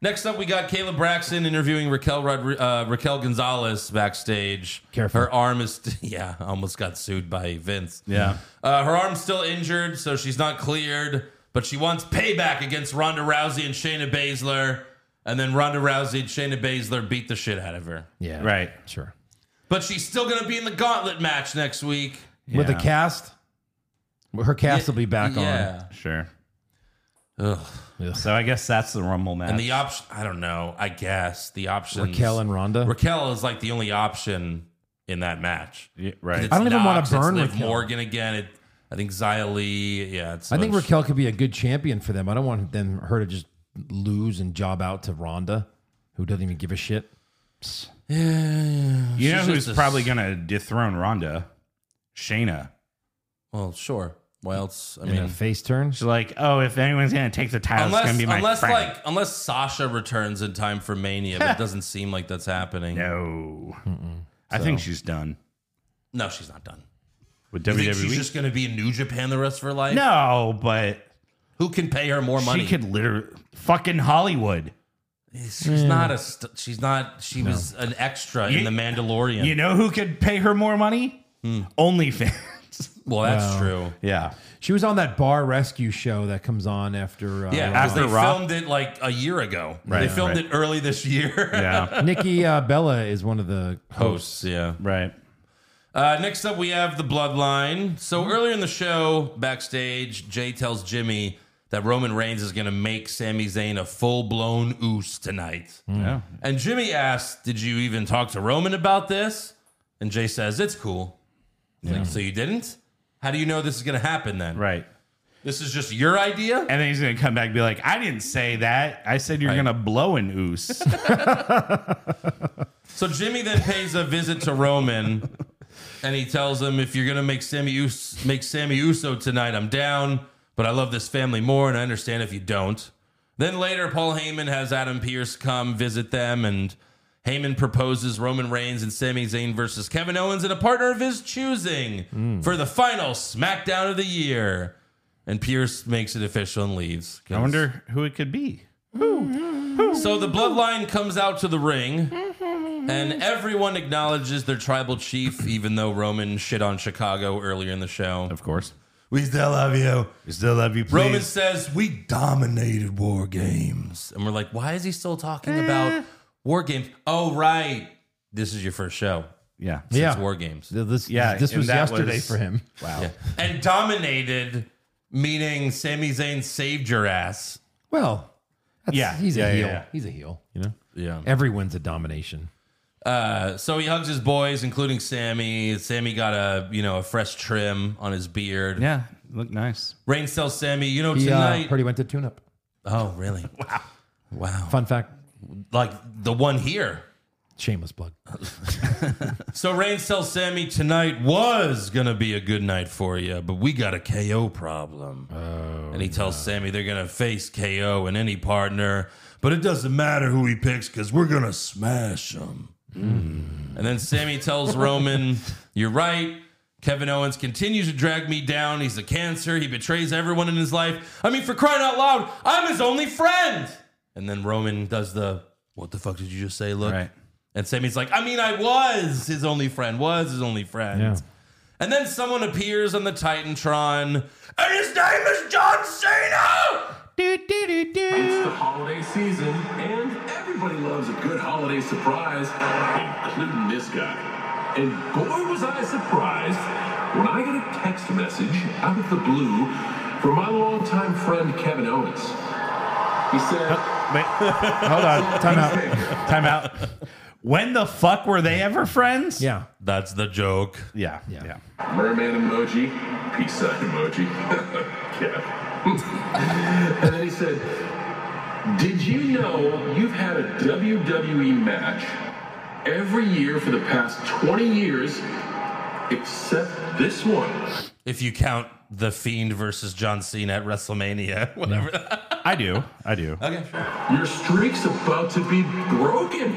Speaker 2: Next up, we got Caleb Braxton interviewing Raquel Rod- uh, Raquel Gonzalez backstage.
Speaker 3: Careful.
Speaker 2: her arm is yeah, almost got sued by Vince.
Speaker 4: Yeah.
Speaker 2: uh, her arm's still injured, so she's not cleared, but she wants payback against Ronda Rousey and Shayna Baszler, and then Ronda Rousey and Shayna Baszler beat the shit out of her.
Speaker 3: Yeah.
Speaker 4: Right.
Speaker 3: Sure.
Speaker 2: But she's still gonna be in the Gauntlet match next week.
Speaker 3: With the
Speaker 4: Yeah.
Speaker 3: cast, her cast will be back on.
Speaker 2: yeah.
Speaker 4: Sure.
Speaker 2: Ugh.
Speaker 4: So I guess that's the Rumble match.
Speaker 2: And the option, I don't know. I guess the option
Speaker 3: Raquel and Ronda.
Speaker 2: Raquel is like the only option in that match.
Speaker 4: Yeah, right.
Speaker 2: It's
Speaker 3: I don't even wanna
Speaker 2: Knox, it's
Speaker 3: burn
Speaker 2: Liv
Speaker 3: Raquel.
Speaker 2: Morgan again. It, I think Xia Li. Yeah, it's
Speaker 3: I think
Speaker 2: it's-
Speaker 3: Raquel could be a good champion for them. I don't want them her to just lose and job out to Ronda, who doesn't even give a shit.
Speaker 4: You know
Speaker 2: She's
Speaker 4: who's
Speaker 2: just a-
Speaker 4: probably going to dethrone Ronda? Shayna.
Speaker 2: Well, sure. Why else? I
Speaker 3: I mean,
Speaker 2: mean,
Speaker 3: face turn.
Speaker 4: She's like, oh, if anyone's going to take the title, it's
Speaker 2: unless
Speaker 4: going to be my
Speaker 2: unless
Speaker 4: friend.
Speaker 2: like unless Sasha returns in time for Mania, but it doesn't seem like that's happening.
Speaker 4: no. I think she's done
Speaker 2: No, she's not done.
Speaker 4: with
Speaker 2: You think
Speaker 4: WWE.
Speaker 2: she's just going to be in New Japan the rest of her life?
Speaker 4: no, but
Speaker 2: Who can pay her more money?
Speaker 4: she could literally fucking Hollywood.
Speaker 2: She's not a. St- she's not. She was an extra in
Speaker 4: You-
Speaker 2: the Mandalorian.
Speaker 4: You know who could pay her more money? OnlyFans.
Speaker 2: well, that's true.
Speaker 4: yeah.
Speaker 3: She was on that bar rescue show that comes on after. Uh,
Speaker 2: Yeah,
Speaker 3: Raw.
Speaker 2: because
Speaker 4: After
Speaker 2: they
Speaker 4: Raw?
Speaker 2: filmed it like a year ago.
Speaker 4: Right,
Speaker 2: they filmed
Speaker 4: right.
Speaker 2: it early this year.
Speaker 4: Yeah.
Speaker 3: Nikki uh, Bella is one of the hosts.
Speaker 2: Hosts, yeah.
Speaker 4: right.
Speaker 2: Uh, next up, we have the Bloodline.
Speaker 4: Mm-hmm.
Speaker 2: So earlier in the show, backstage, Jay tells Jimmy that Roman Reigns is going to make Sami Zayn a full blown oos tonight.
Speaker 4: Mm. Yeah.
Speaker 2: And Jimmy asks, Did you even talk to Roman about this? And Jay says, It's cool. He's like, so you didn't? How do you know this is going to happen then?
Speaker 4: Right.
Speaker 2: This is just your idea?
Speaker 4: And then he's going to come back and be like, I didn't say that. I said you're going to blow an oos.
Speaker 2: So Jimmy then pays a visit to Roman, and he tells him, "If you're gonna make Sammy Us- make Sammy Uso tonight, I'm down. But I love this family more, and I understand if you don't." Then later, Paul Heyman has Adam Pierce come visit them, and Heyman proposes Roman Reigns and Sami Zayn versus Kevin Owens and a partner of his choosing for the final SmackDown of the year. And Pierce makes it official and leaves.
Speaker 4: I wonder who it could be.
Speaker 2: So the bloodline comes out to the ring, and everyone acknowledges their tribal chief, even though Roman shit on Chicago earlier in the show.
Speaker 4: Of course.
Speaker 2: We still love you.
Speaker 6: We still love you, please.
Speaker 2: Roman says, We
Speaker 6: dominated war games.
Speaker 2: And we're like, Why is he still talking about war games? Oh, right. This is your first show.
Speaker 4: Yeah.
Speaker 2: It's
Speaker 3: Yeah.
Speaker 2: war games.
Speaker 3: Th- This,
Speaker 4: Yeah,
Speaker 3: this
Speaker 4: and
Speaker 3: was
Speaker 4: that
Speaker 3: yesterday
Speaker 4: was-
Speaker 3: for him.
Speaker 4: Wow.
Speaker 2: And dominated, meaning Sami Zayn saved your ass.
Speaker 3: Well, that's,
Speaker 4: Yeah,
Speaker 3: he's
Speaker 4: yeah,
Speaker 3: a
Speaker 4: yeah,
Speaker 3: heel.
Speaker 4: yeah.
Speaker 3: He's a heel. You know,
Speaker 2: Yeah.
Speaker 3: everyone's a domination.
Speaker 2: Uh, so he hugs his boys, including Sammy. Sammy got a you know a fresh trim on his beard.
Speaker 4: Yeah. Look nice.
Speaker 2: Reigns tells Sammy, you know,
Speaker 3: He uh,
Speaker 2: tonight.
Speaker 3: already went to tune up.
Speaker 2: oh, really? wow. Wow.
Speaker 3: Fun fact.
Speaker 2: Like the one here.
Speaker 3: Shameless plug.
Speaker 2: So Reigns tells Sammy, tonight was going to be a good night for you, but we got a KO problem. and he tells Sammy they're going to face KO and any partner, but it doesn't matter who he picks because we're going to smash him. And then Sammy tells Roman, You're right. Kevin Owens continues to drag me down. He's a cancer. He betrays everyone in his life. I mean, for crying out loud, I'm his only friend. And then Roman does the, What the fuck did you just say? Look.
Speaker 4: Right.
Speaker 2: And Sammy's like, I mean, I was his only friend, was his only friend.
Speaker 3: Yeah.
Speaker 2: And then someone appears on the Titantron, and his name is John Cena!
Speaker 7: It's the holiday season, and everybody loves a good holiday surprise, including this guy. And boy, was I surprised when I got a text message out of the blue from my longtime friend Kevin Owens. He said,
Speaker 4: Wait, hold on. Time out. Time out. When the fuck were they ever friends?
Speaker 3: Yeah.
Speaker 2: That's the joke.
Speaker 4: Yeah. Yeah.
Speaker 3: Yeah.
Speaker 7: Merman emoji, peace sign emoji. yeah. and then he said, Did you know you've had a WWE match every year for the past 20 years except this one?
Speaker 2: If you count The Fiend versus John Cena at WrestleMania, whatever.
Speaker 4: I do. I do.
Speaker 2: okay, sure.
Speaker 7: Your streak's about to be broken.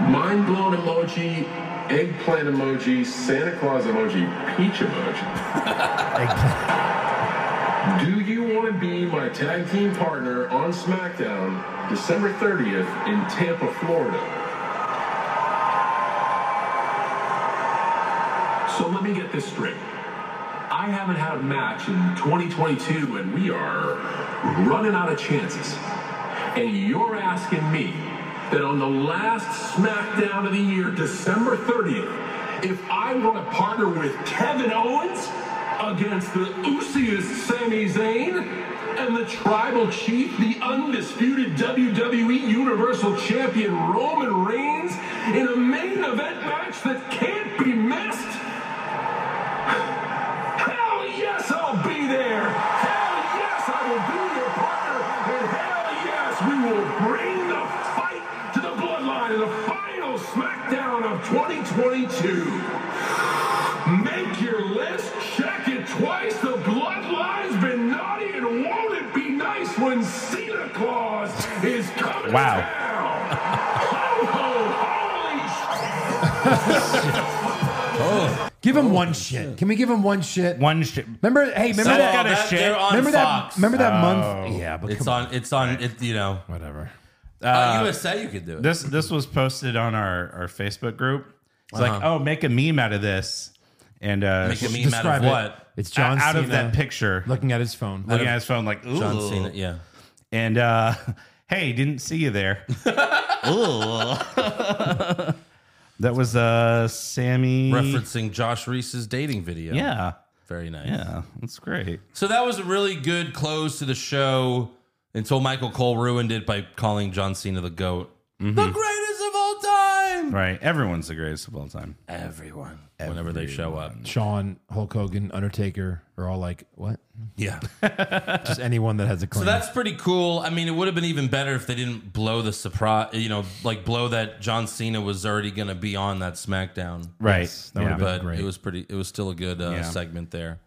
Speaker 7: Mind blown emoji, eggplant emoji, Santa Claus emoji, peach emoji. Do you want to be my tag team partner on SmackDown December 30th in Tampa, Florida? So let me get this straight. I haven't had a match in 2022 and we are running out of chances. And you're asking me that on the last SmackDown of the year, December 30th, if I want to partner with Kevin Owens? against the Usiest Sami Zayn and the Tribal Chief, the undisputed WWE Universal Champion Roman Reigns, in a main event match that can't be missed. Hell yes, I'll be there. Hell yes, I will be your partner. And hell yes, we will bring the fight to the bloodline in the final SmackDown of 2022. Make your list, check it twice. The bloodline's been naughty, and won't it be nice when Santa Claus is coming
Speaker 4: Wow.
Speaker 7: to town? ho, ho, holy sh-
Speaker 3: Give him one shit. Can we give him one shit?
Speaker 4: One shit.
Speaker 3: Remember, hey, remember
Speaker 4: Someone
Speaker 3: that.
Speaker 4: got a
Speaker 2: that-
Speaker 4: shit.
Speaker 2: they're on
Speaker 3: remember
Speaker 2: Fox.
Speaker 3: that. Remember that
Speaker 4: Oh.
Speaker 3: month. Yeah, but
Speaker 2: It's
Speaker 3: come
Speaker 2: on. It's on. It, you know,
Speaker 3: on. whatever.
Speaker 2: uh, USA. You could do it.
Speaker 4: This this was posted on our, our Facebook group. It's like, oh, make a meme out of this, and uh,
Speaker 2: Make a
Speaker 4: s-
Speaker 2: meme out of
Speaker 3: Describe it.
Speaker 2: what?
Speaker 3: It's John
Speaker 4: out
Speaker 3: Cena
Speaker 4: of that picture,
Speaker 3: looking at his phone.
Speaker 4: looking at his phone, like Ooh.
Speaker 2: John Cena. Yeah.
Speaker 4: and uh, hey, didn't see you there. Ooh. that was uh,
Speaker 3: Mm.
Speaker 4: Sammy.
Speaker 2: Referencing Josh Reese's dating video.
Speaker 4: Yeah,
Speaker 2: Very nice.
Speaker 4: yeah, that's great.
Speaker 2: So that was a really good close to the show until Michael Cole ruined it by calling John Cena the GOAT. The greatest of all time.
Speaker 4: Right, everyone's the greatest of all time.
Speaker 2: Everyone. Whenever they show up.
Speaker 3: Sean, Hulk Hogan, Undertaker are all like, what?
Speaker 2: Yeah.
Speaker 3: Just anyone that has a claim.
Speaker 2: So that's pretty cool. I mean, it would have been even better if they didn't blow the surprise, you know, like blow that John Cena was already going to be on that SmackDown.
Speaker 4: Right,
Speaker 3: that would've
Speaker 4: yeah.
Speaker 2: But
Speaker 3: great.
Speaker 2: it was pretty, it was still a good uh,
Speaker 4: Yeah.
Speaker 2: segment there.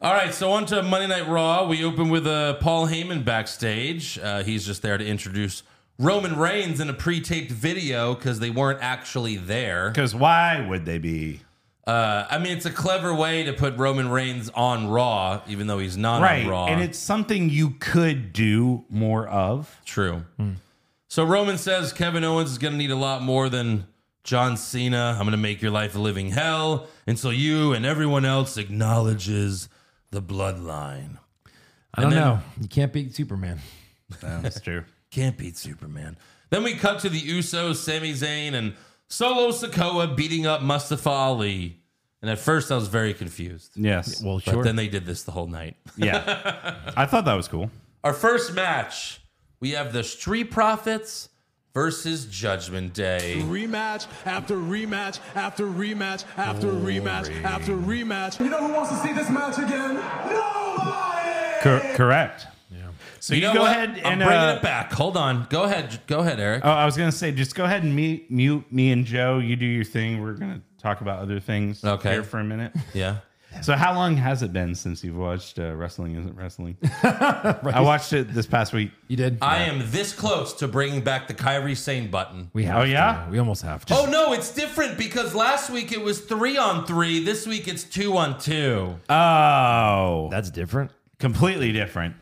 Speaker 2: All right, so on to Monday Night Raw. We open with uh, Paul Heyman backstage. Uh, he's just there to introduce Roman Reigns in a pre taped video because they weren't actually there.
Speaker 4: because why would they be?
Speaker 2: Uh, I mean, it's a clever way to put Roman Reigns on Raw, even though he's not
Speaker 4: Right,
Speaker 2: on Uh, Raw.
Speaker 4: and it's something you could do more of.
Speaker 2: True.
Speaker 3: Hmm.
Speaker 2: So Roman says Kevin Owens is going to need a lot more than John Cena. I'm going to make your life a living hell until you and everyone else acknowledges the bloodline.
Speaker 3: I don't know. You can't beat Superman.
Speaker 4: That's true.
Speaker 2: Can't beat Superman. Then we cut to the Usos, Sami Zayn, and Solo Sokoa beating up Mustafa Ali. And at first, I was very confused.
Speaker 4: Yes. Well,
Speaker 2: But then they did this the whole night.
Speaker 4: yeah. I thought that was cool.
Speaker 2: Our first match, we have the Street Profits versus Judgment Day.
Speaker 8: rematch after rematch after rematch after rematch after rematch.
Speaker 7: You know who wants to see this match again? Nobody!
Speaker 4: Cor- correct. Yeah. So you,
Speaker 2: know
Speaker 4: go
Speaker 2: what?
Speaker 4: ahead
Speaker 2: I'm
Speaker 4: and
Speaker 2: bringing
Speaker 4: uh,
Speaker 2: it back. Hold on. Go ahead. Go ahead, Eric.
Speaker 4: Oh, I was gonna say, just go ahead and mute, mute me and Joe. You do your thing. We're gonna talk about other things
Speaker 2: Okay.
Speaker 4: here for a minute.
Speaker 2: yeah.
Speaker 4: So, how long has it been since you've watched uh, Wrestling Isn't Wrestling? I watched it this past week.
Speaker 3: You did?
Speaker 2: I am this close to bringing back the Kyrie Sane button.
Speaker 3: we have.
Speaker 4: Oh,
Speaker 3: to.
Speaker 4: yeah?
Speaker 3: We almost have to.
Speaker 2: Oh no, it's different because last week it was three on three. This week it's two on two. A
Speaker 4: Oh,
Speaker 3: That's different.
Speaker 4: completely different.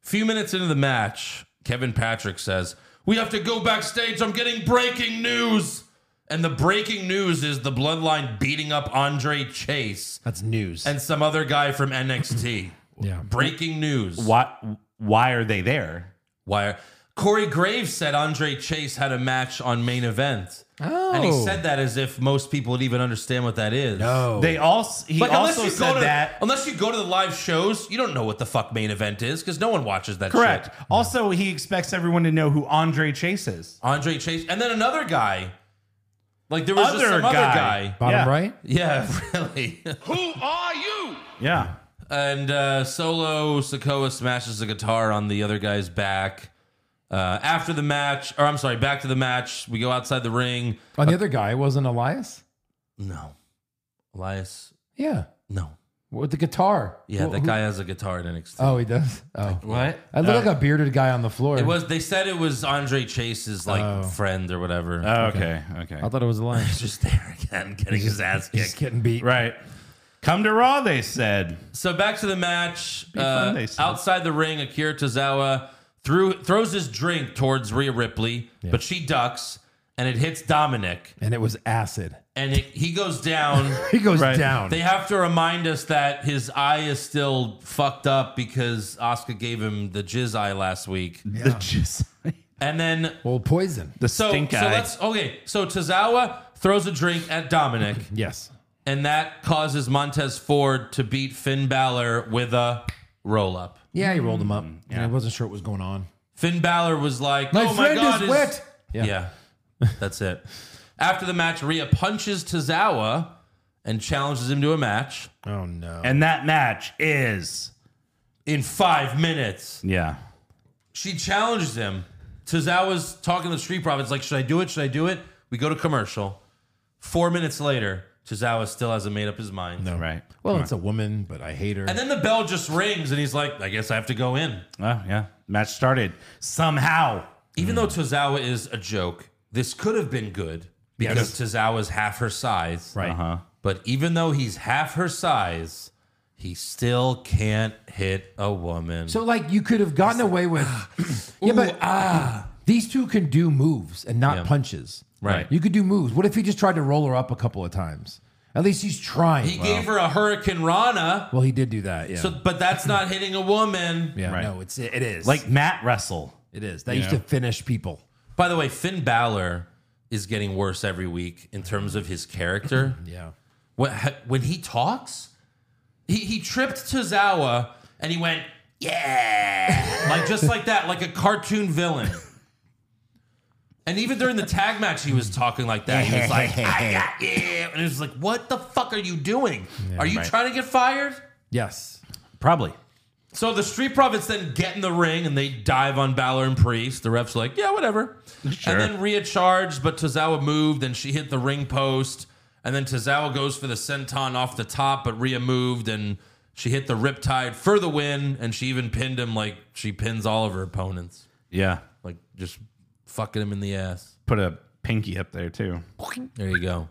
Speaker 2: few minutes into the match, Kevin Patrick says, We have to go backstage. I'm getting breaking news. And the breaking news is the bloodline beating up Andre Chase
Speaker 3: That's news.
Speaker 2: and some other guy from NXT.
Speaker 3: yeah.
Speaker 2: Breaking news.
Speaker 4: Why? Why are they there?
Speaker 2: Why? Corey Graves said Andre Chase had a match on main event. And he
Speaker 3: Oh.
Speaker 2: said that as if most people would even understand what that is. No.
Speaker 4: They also he
Speaker 2: Oh. Like, unless,
Speaker 4: also
Speaker 2: you go
Speaker 4: said
Speaker 2: to, Oh,
Speaker 4: that.
Speaker 2: unless you go to the live shows, you don't know what the fuck main event is because no one watches that
Speaker 4: Correct.
Speaker 2: shit.
Speaker 4: Also, he expects everyone to know who Andre Chase is.
Speaker 2: Andre Chase. And then another guy. Like there was just
Speaker 4: Other
Speaker 2: some other
Speaker 4: guy.
Speaker 2: guy.
Speaker 3: Bottom
Speaker 4: Yeah.
Speaker 3: right?
Speaker 2: Yeah, really.
Speaker 4: Yeah.
Speaker 2: And uh, Solo Sokoa smashes the guitar on the other guy's back. Uh, after the match, or I'm sorry, back to the match, we go outside the ring.
Speaker 3: On the other guy wasn't Elias?
Speaker 2: No. Elias,
Speaker 3: Yeah.
Speaker 2: no.
Speaker 3: With the guitar.
Speaker 2: Yeah,
Speaker 3: Wh-
Speaker 2: that
Speaker 3: who-
Speaker 2: guy has a guitar at NXT.
Speaker 3: Oh, he does? Oh.
Speaker 2: What?
Speaker 3: I look like a bearded guy on the floor.
Speaker 2: uh, It was. They said it was Andre Chase's like
Speaker 3: Oh.
Speaker 2: friend or whatever.
Speaker 4: Oh. Okay. Okay.
Speaker 3: I thought it was Elias.
Speaker 2: just there again, getting his ass
Speaker 3: He's
Speaker 2: kicked.
Speaker 3: getting beat.
Speaker 4: Right. Come to Raw, they said.
Speaker 2: So back to the match.
Speaker 4: fun,
Speaker 2: Uh,
Speaker 4: they said.
Speaker 2: outside the ring, Akira Tozawa threw throws his drink towards Rhea Ripley, but she ducks and it hits Dominic,
Speaker 3: And it was acid.
Speaker 2: and it, he goes down.
Speaker 3: He goes
Speaker 4: Right.
Speaker 3: down.
Speaker 2: They have to remind us that his eye is still fucked up because Oscar gave him the jizz eye last week.
Speaker 4: The just
Speaker 2: And then
Speaker 3: well, poison.
Speaker 4: the
Speaker 2: So,
Speaker 4: stink
Speaker 2: so
Speaker 4: eye.
Speaker 2: let's okay. So Tozawa throws a drink at Dominic,
Speaker 3: Yes.
Speaker 2: and that causes Montez Ford to beat Finn Balor with a roll up.
Speaker 3: Yeah, he rolled him up.
Speaker 2: Mm,
Speaker 3: And I wasn't sure what was going on.
Speaker 2: Finn Balor was like,
Speaker 3: My
Speaker 2: "Oh my
Speaker 3: friend
Speaker 2: god,
Speaker 3: is
Speaker 2: his-
Speaker 3: wet."
Speaker 2: Yeah. that's it. After the match, Rhea punches Tozawa and challenges him to a match
Speaker 3: Oh no.
Speaker 4: And that match is
Speaker 2: in five minutes.
Speaker 4: yeah.
Speaker 2: She challenges him. Tozawa's talking to the Street Profits, like, should I do it? Should I do it? We go to commercial. Four minutes later, Tozawa still hasn't made up his mind.
Speaker 4: All right.
Speaker 3: Well, it's a woman, but I hate her.
Speaker 2: And then the bell just rings, and he's like, I guess I have to go in.
Speaker 4: Well, yeah. Match started somehow.
Speaker 2: Even though
Speaker 3: Hmm.
Speaker 2: Tozawa is a joke, this could have been good because Tozawa's half her size.
Speaker 3: right.
Speaker 4: Uh-huh.
Speaker 2: But even though he's half her size, he still can't hit a woman.
Speaker 3: So like you could have gotten away with
Speaker 2: Ah.
Speaker 3: Yeah, but ah, these two can do moves and not
Speaker 2: Yeah.
Speaker 3: punches.
Speaker 2: Right.
Speaker 3: You could do moves. What if he just tried to roll her up a couple of times? At least he's trying.
Speaker 2: he gave her a Hurricane Rana,
Speaker 3: well, he did do that. Yeah.
Speaker 2: so, but that's not hitting a woman.
Speaker 3: yeah.
Speaker 4: Right.
Speaker 3: No, it's it is.
Speaker 4: Like Matt Wrestle.
Speaker 3: it is. That used to finish people.
Speaker 2: By the way, Finn Balor is getting worse every week in terms of his character.
Speaker 3: Yeah.
Speaker 2: when, when he talks, he, he tripped Tozawa and he went, yeah, like just like that, like a cartoon villain. And even during the tag match, he was talking like that. He was like, I got you. And it was like, what the fuck are you doing? are you trying to get fired?
Speaker 3: Yes.
Speaker 4: Probably.
Speaker 2: So the Street Profits then get in the ring and they dive on Balor and Priest. The ref's like, yeah, whatever. And then Rhea charged, but Tozawa moved and she hit the ring post. And then Tozawa goes for the senton off the top, but Rhea moved and she hit the riptide for the win. And she even pinned him like she pins all of her opponents,
Speaker 4: Yeah.
Speaker 2: like just fucking him in the ass.
Speaker 4: Put a pinky up there too.
Speaker 2: There you go.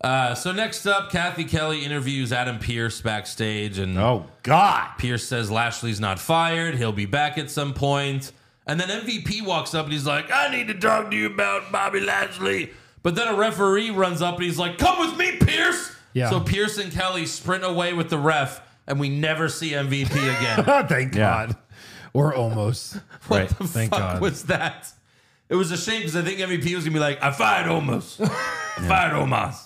Speaker 2: Uh, so next up, Kathy Kelly interviews Adam Pierce backstage, and
Speaker 4: Oh God.
Speaker 2: Pierce says Lashley's not fired. He'll be back at some point. And then MVP walks up and he's like, I need to talk to you about Bobby Lashley. But then a referee runs up and he's like, Come with me, Pierce.
Speaker 3: Yeah.
Speaker 2: So Pierce and Kelly sprint away with the ref, and we never see MVP again.
Speaker 3: Oh, thank God. Or almost.
Speaker 2: what
Speaker 4: Right.
Speaker 2: the
Speaker 3: Thank
Speaker 2: fuck
Speaker 3: God.
Speaker 2: was that? It was a shame because I think MVP was going to be like, I fired Omos. I fired Omos.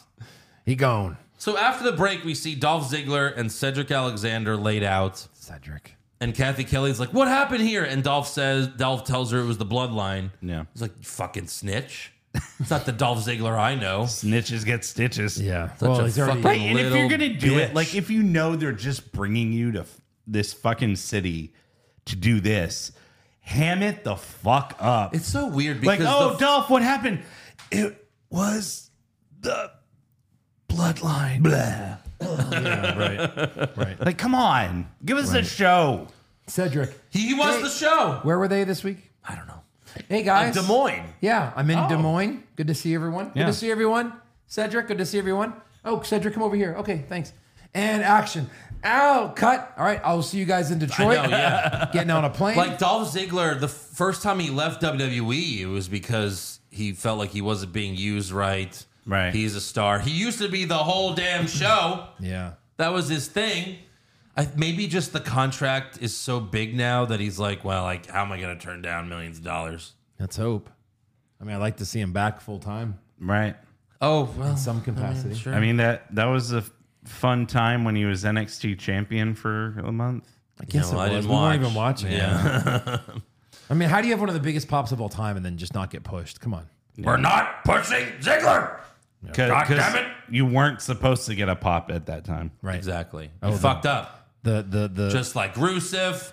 Speaker 3: He gone.
Speaker 2: So after the break, we see Dolph Ziggler and Cedric Alexander laid out.
Speaker 3: Cedric.
Speaker 2: And Kathy Kelly's like, "What happened here?" And Dolph says, Dolph tells her it was the bloodline.
Speaker 4: Yeah.
Speaker 2: he's like, "You fucking snitch." It's not the Dolph Ziggler I know.
Speaker 4: Snitches get stitches.
Speaker 3: Yeah.
Speaker 2: Such
Speaker 3: well,
Speaker 2: a
Speaker 3: he's already
Speaker 2: fucking-
Speaker 4: Right, and if you're
Speaker 2: Little
Speaker 4: gonna do
Speaker 2: bitch.
Speaker 4: it, like if you know they're just bringing you to f- this fucking city to do this, ham it the fuck up.
Speaker 2: It's so weird
Speaker 4: like,
Speaker 2: because
Speaker 4: oh,
Speaker 2: the-
Speaker 4: Dolph, what happened? It was the bloodline. Blah.
Speaker 3: right.
Speaker 4: Like, come on, give us a show.
Speaker 3: Cedric.
Speaker 2: he, he was
Speaker 3: Hey.
Speaker 2: the show.
Speaker 3: Where were they this week? Uh,
Speaker 2: I don't know.
Speaker 3: Hey guys.
Speaker 2: Des Moines.
Speaker 3: Yeah, I'm in Des Moines. Good to see everyone. Good
Speaker 4: Yeah.
Speaker 3: to see everyone. Cedric, good to see everyone. Oh, Cedric, come over here. Okay, thanks. And action. Ow, cut. All right, I'll see you guys in Detroit.
Speaker 2: know, yeah.
Speaker 3: Getting on a plane.
Speaker 2: Like Dolph Ziggler, the first time he left WWE, it was because he felt like he wasn't being used right.
Speaker 4: Right.
Speaker 2: He's a star. He used to be the whole damn show.
Speaker 3: yeah.
Speaker 2: That was his thing. I, maybe just the contract is so big now that he's like, well, like, how am I going to turn down millions of dollars?
Speaker 3: Let's hope. I mean, I'd like to see him back full time
Speaker 4: Right.
Speaker 2: Oh, well,
Speaker 3: in some capacity.
Speaker 2: sure.
Speaker 4: I mean that that was a f- fun time when he was NXT champion for a month.
Speaker 3: I guess
Speaker 2: No,
Speaker 3: it
Speaker 2: I
Speaker 3: was.
Speaker 2: didn't
Speaker 3: we
Speaker 2: watch.
Speaker 3: weren't even watching. it.
Speaker 2: yeah.
Speaker 3: I mean, how do you have one of the biggest pops of all time and then just not get pushed? Come on.
Speaker 2: We're not pushing Ziggler. God damn it.
Speaker 4: You weren't supposed to get a pop at that time.
Speaker 3: Right.
Speaker 2: Exactly. You fucked up.
Speaker 3: The the the
Speaker 2: Just like Rusev,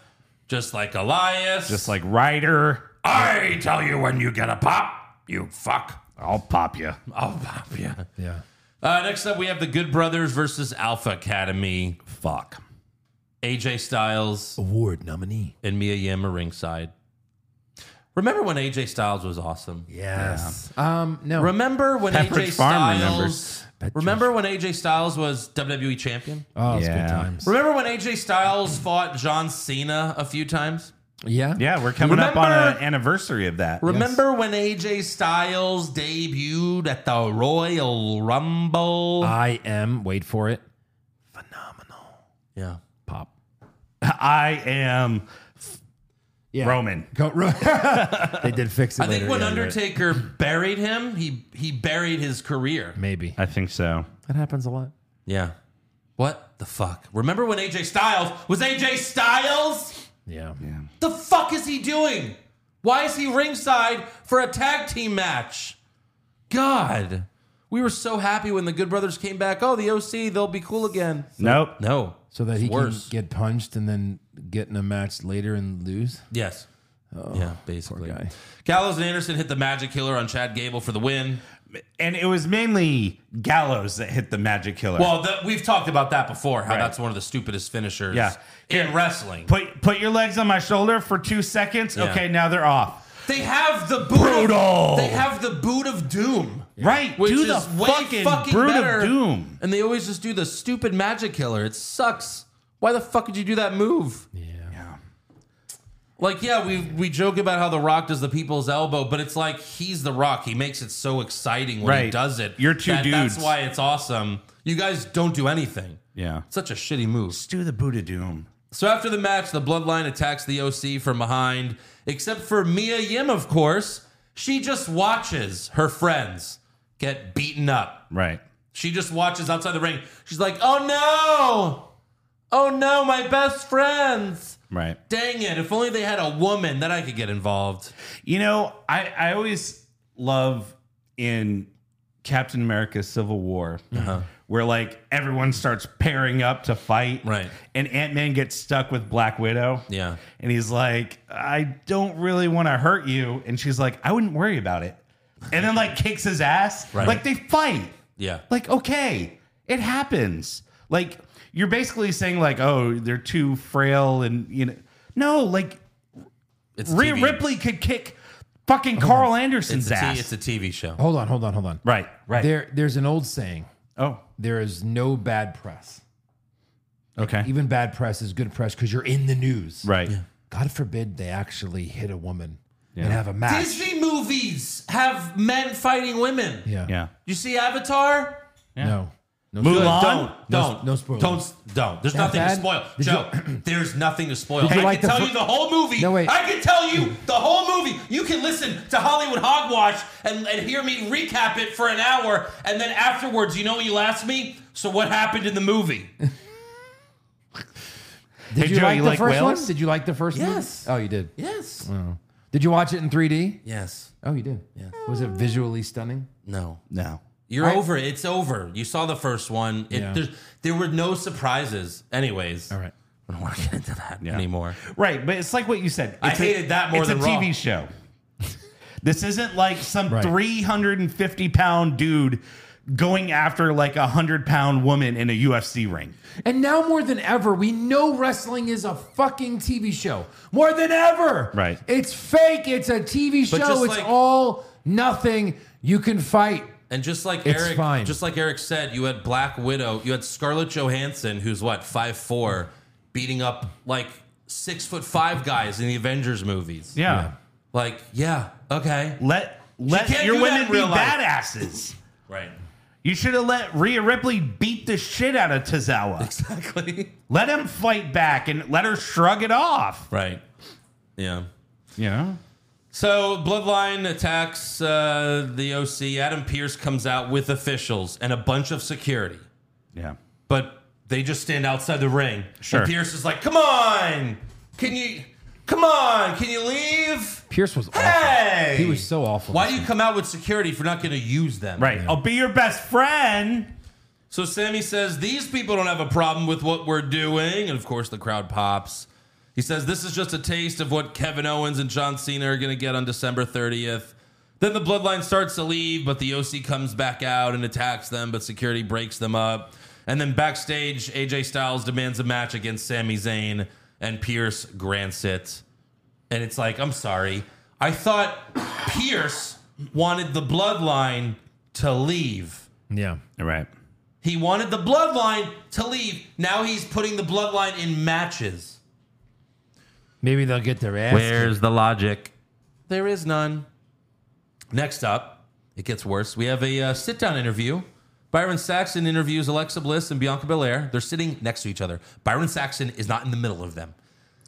Speaker 2: just like Elias.
Speaker 4: Just like Ryder,
Speaker 2: I tell you when you get a pop, you fuck.
Speaker 4: I'll pop you.
Speaker 2: I'll pop you.
Speaker 3: oh, yeah.
Speaker 2: Uh, next up, we have the Good Brothers versus Alpha Academy.
Speaker 4: Fuck.
Speaker 2: AJ Styles
Speaker 5: Award nominee.
Speaker 2: and Mia Yim are ringside. Remember when AJ Styles was awesome?
Speaker 3: Yes. Um no.
Speaker 2: Remember when
Speaker 4: Pepperidge
Speaker 2: AJ
Speaker 4: Farm
Speaker 2: Styles? Remember when AJ Styles was WWE champion?
Speaker 3: oh, it's
Speaker 4: Yeah.
Speaker 3: good times.
Speaker 2: Remember when AJ Styles fought John Cena a few times?
Speaker 3: Yeah.
Speaker 4: Yeah, we're coming up on an
Speaker 2: Remember-
Speaker 4: anniversary of that.
Speaker 2: Remember when AJ Styles debuted at the Royal Rumble?
Speaker 3: I am, wait for it.
Speaker 2: yeah.
Speaker 3: Pop.
Speaker 4: I am
Speaker 3: Yeah.
Speaker 4: Roman.
Speaker 3: Go, ro- they did fix it.
Speaker 2: I think
Speaker 3: later,
Speaker 2: when
Speaker 3: yeah, you're right.
Speaker 2: Undertaker buried him, he he buried his career.
Speaker 3: Maybe.
Speaker 4: I think so.
Speaker 3: That happens a lot.
Speaker 2: Yeah. What the fuck? Remember when AJ Styles was AJ Styles?
Speaker 3: Yeah.
Speaker 2: The fuck is he doing? Why is he ringside for a tag team match? God. We were so happy when the Good Brothers came back. Oh, the OC, they'll be cool again.
Speaker 4: nope.
Speaker 2: No.
Speaker 3: So that he
Speaker 2: worse.
Speaker 3: can get punched and then get in a match later and lose.
Speaker 2: Yes. yeah, basically.
Speaker 3: Oh, guy.
Speaker 2: Gallows and Anderson hit the Magic Killer on Chad Gable for the win.
Speaker 4: And it was mainly Gallows that hit the Magic Killer.
Speaker 2: Well, the, we've talked about that before. How that's one of the stupidest finishers
Speaker 4: Yeah.
Speaker 2: in wrestling.
Speaker 4: put put your legs on my shoulder for two seconds.
Speaker 2: Yeah.
Speaker 4: Okay, now they're off.
Speaker 2: They have the boot.
Speaker 4: Brutal.
Speaker 2: Of, they have the boot of doom.
Speaker 4: Right.
Speaker 2: Which
Speaker 4: do
Speaker 2: is
Speaker 4: the
Speaker 2: way
Speaker 4: fucking,
Speaker 2: fucking
Speaker 4: Brood
Speaker 2: better.
Speaker 4: of Doom.
Speaker 2: And they always just do the stupid magic killer. It sucks. Why the fuck did you do that move? Yeah. Like, yeah, we we joke about how The Rock does the people's elbow, but it's like he's The Rock. He makes it so exciting when he
Speaker 4: Right.
Speaker 2: does it.
Speaker 4: You're two
Speaker 2: that-
Speaker 4: dudes.
Speaker 2: That's why it's awesome. You guys don't do anything.
Speaker 4: Yeah.
Speaker 2: Such a shitty move.
Speaker 4: Let's do the Boot of Doom.
Speaker 2: So after the match, the Bloodline attacks the OC from behind, except for Mia Yim, of course. She just watches her friends get beaten up.
Speaker 4: Right.
Speaker 2: She just watches outside the ring. She's like, oh no! Oh no, my best friends!
Speaker 4: Right.
Speaker 2: Dang it, if only they had a woman, then I could get involved.
Speaker 4: You know, I, I always love in Captain America Civil War
Speaker 2: Uh-huh.
Speaker 4: where like everyone starts pairing up to fight.
Speaker 2: Right.
Speaker 4: And Ant Man gets stuck with Black Widow.
Speaker 2: Yeah.
Speaker 4: And he's like, I don't really want to hurt you. And she's like, I wouldn't worry about it. And then like kicks his ass.
Speaker 2: Right.
Speaker 4: Like they fight.
Speaker 2: Yeah.
Speaker 4: Like, okay, it happens. Like you're basically saying, like, oh, they're too frail and you know. No, like
Speaker 2: It's
Speaker 4: Rhea
Speaker 2: TV.
Speaker 4: Ripley could kick fucking Carl Anderson's
Speaker 2: It's a,
Speaker 4: ass.
Speaker 2: t- it's a TV show.
Speaker 3: Hold on, hold on, hold on.
Speaker 4: right, right.
Speaker 3: There, there's an old saying:
Speaker 4: oh,
Speaker 3: there is no bad press.
Speaker 4: okay.
Speaker 3: Even bad press is good press because you're in the news.
Speaker 4: Right.
Speaker 3: God forbid they actually hit a woman and have a match.
Speaker 2: Disney movies have men fighting women.
Speaker 3: yeah.
Speaker 4: Yeah.
Speaker 2: You see Avatar?
Speaker 3: No. No.
Speaker 4: Mulan.
Speaker 2: Don't,
Speaker 3: No
Speaker 2: don't,
Speaker 3: s- no spoilers.
Speaker 2: Don't, don't. There's nothing to
Speaker 3: bad?
Speaker 2: spoil.
Speaker 3: Did
Speaker 2: Joe, there's nothing to spoil.
Speaker 3: Did you
Speaker 2: I
Speaker 3: like
Speaker 2: can
Speaker 3: the
Speaker 2: tell
Speaker 3: fir-
Speaker 2: you the whole movie.
Speaker 3: No, wait.
Speaker 2: I can tell you the whole movie. You can listen to Hollywood Hogwash and, and hear me recap it for an hour, and then afterwards, you know what you'll ask me? So what happened in the movie?
Speaker 3: Did
Speaker 4: Hey,
Speaker 3: you
Speaker 4: Joe,
Speaker 3: like
Speaker 4: you
Speaker 3: the
Speaker 4: like
Speaker 3: first one?
Speaker 4: whales?
Speaker 3: Did you like the first one?
Speaker 2: Yes.
Speaker 3: Oh, you did.
Speaker 2: yes.
Speaker 3: Did you watch it in 3D?
Speaker 2: Yes.
Speaker 3: Oh, you did. Yeah. Was it visually stunning?
Speaker 2: No.
Speaker 4: No.
Speaker 2: You're over. it. It's over. You saw the first one. It,
Speaker 3: Yeah.
Speaker 2: there's, there were no surprises. Anyways.
Speaker 3: All right.
Speaker 2: I don't want to get into that anymore.
Speaker 4: Right, but it's like what you said.
Speaker 2: I
Speaker 4: It's a-
Speaker 2: hated that more
Speaker 4: it's
Speaker 2: than
Speaker 4: a
Speaker 2: Raw.
Speaker 4: TV show. this isn't like some
Speaker 3: Right.
Speaker 4: 350 pound dude going after like a hundred pound woman in a UFC ring.
Speaker 3: And now more than ever, we know wrestling is a fucking TV show. More than ever.
Speaker 4: Right.
Speaker 3: It's fake. It's a TV
Speaker 2: But
Speaker 3: show.
Speaker 2: just
Speaker 3: It's
Speaker 2: like-
Speaker 3: all nothing. You can fight.
Speaker 2: And just like
Speaker 3: It's
Speaker 2: Eric,
Speaker 3: fine.
Speaker 2: just like Eric said, you had Black Widow, you had Scarlett Johansson, who's what five four, beating up like six foot five guys in the Avengers movies.
Speaker 4: Yeah.
Speaker 2: like yeah, okay,
Speaker 4: Let let
Speaker 2: can't
Speaker 4: your
Speaker 2: do that
Speaker 4: women
Speaker 2: in
Speaker 4: be
Speaker 2: real life.
Speaker 4: badasses.
Speaker 2: right,
Speaker 4: You should have let Rhea Ripley beat the shit out of Tozawa.
Speaker 2: exactly,
Speaker 4: Let him fight back and let her shrug it off.
Speaker 2: right, yeah.
Speaker 4: You know?
Speaker 2: So Bloodline attacks uh, the OC. Adam Pierce comes out with officials and a bunch of security,
Speaker 4: Yeah.
Speaker 2: but they just stand outside the ring.
Speaker 4: Sure.
Speaker 2: And Pierce is like, "Come on, can you? Come on, can you leave?"
Speaker 3: Pierce was awful.
Speaker 2: Hey!
Speaker 3: He was so awful.
Speaker 2: Why do you come out with security if you're not going to use them?
Speaker 4: Right. I'll be your best friend.
Speaker 2: So Sammy says, These people don't have a problem with what we're doing. And of course, the crowd pops. He says, This is just a taste of what Kevin Owens and John Cena are going to get on December 30th. Then the bloodline starts to leave, but the OC comes back out and attacks them, but security breaks them up. And then backstage, AJ Styles demands a match against Sami Zayn, and Pierce grants it. And it's like, I'm sorry. I thought Pierce wanted the bloodline to leave.
Speaker 3: Yeah.
Speaker 4: Right.
Speaker 2: He wanted the bloodline to leave. Now he's putting the bloodline in matches.
Speaker 3: Maybe they'll get their ass.
Speaker 2: the logic? There is none. Next up, it gets worse. We have a uh, sit down interview. Byron Saxon interviews Alexa Bliss and Bianca Belair. They're sitting next to each other. Byron Saxon is not in the middle of them.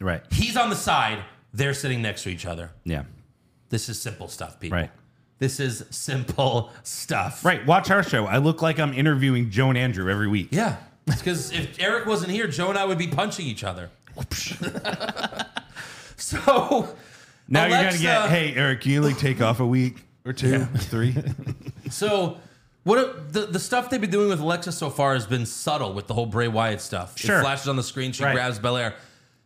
Speaker 4: Right.
Speaker 2: He's on the side. They're sitting next to each other.
Speaker 4: Yeah.
Speaker 2: This is simple stuff, people.
Speaker 4: Right.
Speaker 2: This is simple stuff.
Speaker 4: Right. Watch our show. I look like I'm interviewing Joan Andrew every week.
Speaker 2: Yeah. Because if Eric wasn't here, Joe and I would be punching each other. so
Speaker 4: Now you're gonna
Speaker 2: Alexa-
Speaker 4: get, hey Eric, can you like take off a week or two, three?
Speaker 2: So what a- the the stuff they've been doing with Alexa so far has been subtle with the whole Bray Wyatt stuff.
Speaker 4: Sure.
Speaker 2: It flashes on the screen. She
Speaker 4: Right.
Speaker 2: grabs Belair.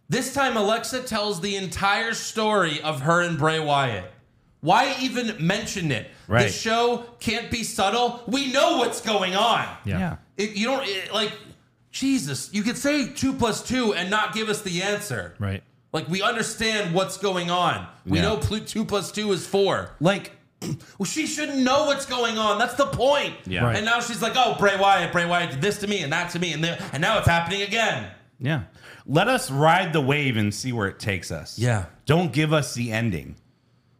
Speaker 2: This time, Alexa tells the entire story of her and Bray Wyatt. Why even mention it?
Speaker 4: Right.
Speaker 2: This show can't be subtle. We know what's going on.
Speaker 3: Yeah.
Speaker 2: It, you don't it, like Jesus. You could say two plus two and not give us the answer.
Speaker 3: Right.
Speaker 2: Like we understand what's going on. We
Speaker 4: Yeah.
Speaker 2: know pl- two plus two is four.
Speaker 4: Like
Speaker 2: Well, she shouldn't know what's going on. That's the point.
Speaker 4: Yeah. Right.
Speaker 2: And now she's like, oh, Bray Wyatt, Bray Wyatt did this to me and that to me, and the, and now it's happening again.
Speaker 4: Yeah. Let us ride the wave and see where it takes us.
Speaker 2: Yeah.
Speaker 4: Don't give us the ending.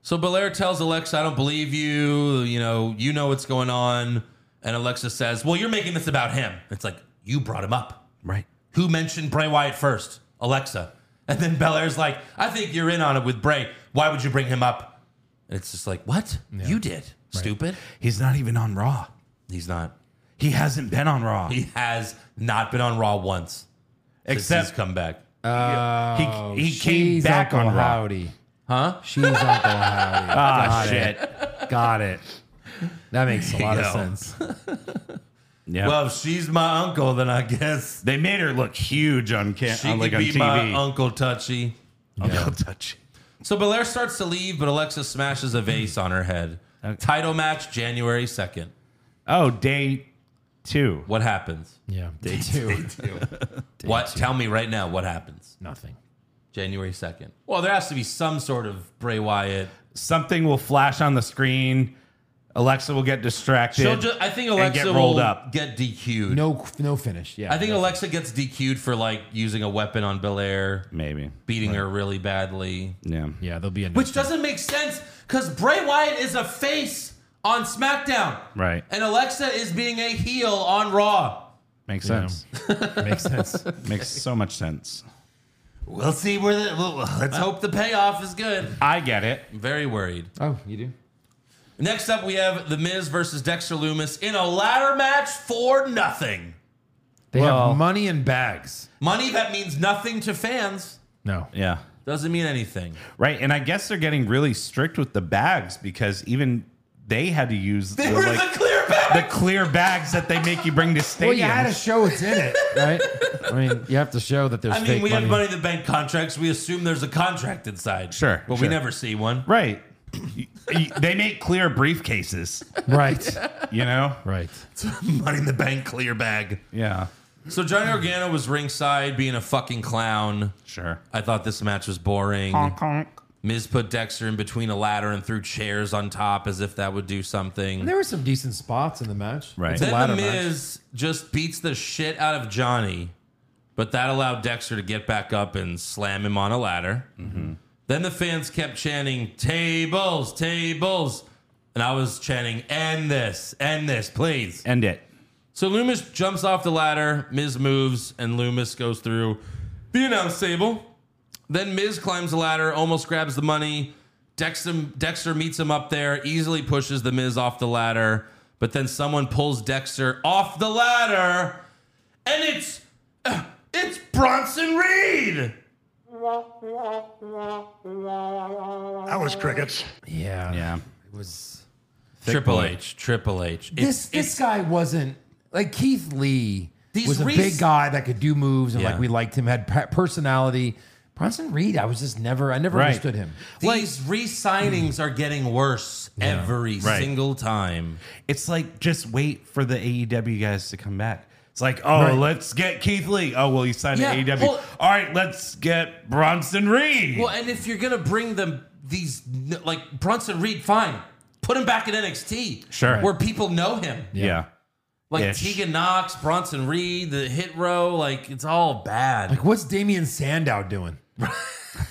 Speaker 2: So Belair tells Alexa, I don't believe you. You know, you know what's going on. And Alexa says, Well, you're making this about him. It's like, you brought him up.
Speaker 4: Right.
Speaker 2: Who mentioned Bray Wyatt first? Alexa. And then Belair's like, I think you're in on it with Bray. Why would you bring him up? And it's just like, What? You did. Stupid.
Speaker 4: He's not even on Raw.
Speaker 2: He's not.
Speaker 4: He hasn't been on Raw.
Speaker 2: He has not been on Raw once. Except
Speaker 4: except
Speaker 2: he's come back.
Speaker 3: Oh,
Speaker 4: he came
Speaker 3: she's
Speaker 4: back
Speaker 3: Uncle
Speaker 4: on Raw.
Speaker 3: Howdy. Huh? She's Uncle Howdy.
Speaker 4: ah shit.
Speaker 3: Got it. That makes a lot of
Speaker 4: Yo.
Speaker 3: sense.
Speaker 4: Yeah.
Speaker 2: Well, if she's my uncle, then I guess
Speaker 4: they made her look huge on cam-
Speaker 2: she
Speaker 4: on, like
Speaker 2: could
Speaker 4: on
Speaker 2: be my
Speaker 4: TV.
Speaker 2: uncle touchy.
Speaker 4: Uncle touch.
Speaker 2: So Belair starts to leave, but Alexa smashes a vase on her head. Title match January 2nd.
Speaker 4: Oh, day two.
Speaker 2: What happens?
Speaker 3: Yeah. Day two.
Speaker 2: what? Tell me right now what happens.
Speaker 3: Nothing.
Speaker 2: January 2nd. Well, there has to be some sort of Bray Wyatt.
Speaker 4: Something will flash on the screen. Alexa will get distracted.
Speaker 2: She'll ju- I think
Speaker 4: and
Speaker 2: Alexa
Speaker 4: get rolled
Speaker 2: will
Speaker 4: up.
Speaker 2: get DQ'd.
Speaker 3: No no finish. Yeah.
Speaker 2: I think Alexa gets DQ'd for like using a weapon on Belair,
Speaker 4: Maybe.
Speaker 2: beating her really badly.
Speaker 4: Yeah.
Speaker 3: Yeah, there'll be a
Speaker 2: Which doesn't make sense because Bray Wyatt is a face on SmackDown.
Speaker 4: Right.
Speaker 2: And Alexa is being a heel on Raw.
Speaker 4: Makes sense.
Speaker 3: makes sense.
Speaker 4: Makes so much sense.
Speaker 2: We'll see where the. Well, let's hope the payoff is good.
Speaker 4: I get it.
Speaker 2: I'm very worried.
Speaker 3: Oh, you do?
Speaker 2: Next up, we have The Miz versus Dexter Loomis in a ladder match for nothing.
Speaker 3: They
Speaker 4: Well-
Speaker 3: have money in bags.
Speaker 2: Money that means nothing to fans
Speaker 3: No.
Speaker 4: Yeah.
Speaker 2: doesn't mean anything.
Speaker 4: Right. And I guess they're getting really strict with the bags because even they had to use
Speaker 2: They
Speaker 4: the,
Speaker 2: were
Speaker 4: like,
Speaker 2: the clear back.
Speaker 4: the clear bags that they make you bring to stadiums.
Speaker 3: Well, you had to show it's in it, right? I mean, you have to show that there's
Speaker 2: I mean,
Speaker 3: fake
Speaker 2: we
Speaker 3: money.
Speaker 2: have money in the bank contracts. We assume there's a contract inside.
Speaker 4: Sure,
Speaker 2: But we
Speaker 4: sure.
Speaker 2: never see one.
Speaker 4: right. You- you- they make clear briefcases,
Speaker 3: Right.
Speaker 4: you know?
Speaker 3: Right.
Speaker 2: Money in the bank clear bag.
Speaker 4: Yeah.
Speaker 2: So Johnny Organo was ringside being a fucking clown.
Speaker 4: Sure.
Speaker 2: I thought this match was boring. Miz put Dexter in between a ladder and threw chairs on top as if that would do something.
Speaker 3: There were some decent spots in the match.
Speaker 4: Right.
Speaker 3: It's a
Speaker 2: Then
Speaker 3: ladder
Speaker 2: the
Speaker 3: match.
Speaker 2: Miz just beats the shit out of Johnny, but that allowed Dexter to get back up and slam him on a ladder. Then the fans kept chanting tables, tables, and I was chanting end this, end this, please.
Speaker 4: End it.
Speaker 2: So Loomis jumps off the ladder, Miz moves, and Loomis goes through the announce table. Then Miz climbs the ladder, almost grabs the money. Dexter, Dexter meets him up there, easily pushes the Miz off the ladder, but then someone pulls Dexter off the ladder, and it's uh, it's Bronson Reed.
Speaker 6: That was crickets.
Speaker 3: Yeah.
Speaker 4: Yeah.
Speaker 3: It was.
Speaker 2: Triple H, Triple H. It's,
Speaker 3: This this
Speaker 2: it's-
Speaker 3: guy wasn't like Keith Lee.
Speaker 2: These
Speaker 3: was a
Speaker 2: rec-
Speaker 3: big guy that could do moves and
Speaker 2: Yeah.
Speaker 3: like we liked him had pe- personality. Bronson Reed, I was just never I never
Speaker 4: Right.
Speaker 3: understood him.
Speaker 2: these re-signings are getting worse every
Speaker 4: Right.
Speaker 2: single time.
Speaker 4: It's like just wait for the AEW guys to come back. It's like, oh, let's get Keith Lee. Oh, well, he signed
Speaker 2: Yeah,
Speaker 4: to AEW.
Speaker 2: well-
Speaker 4: All right, let's get Bronson Reed.
Speaker 2: Well, and if you're gonna bring them these like Brunson Reed, fine, put him back in NXT,
Speaker 4: Sure.
Speaker 2: where people know him,
Speaker 4: yeah.
Speaker 2: like
Speaker 4: Ish.
Speaker 2: Tegan Knox, Bronson Reed, the Hit Row, like it's all bad.
Speaker 3: Like, what's Damian Sandow doing?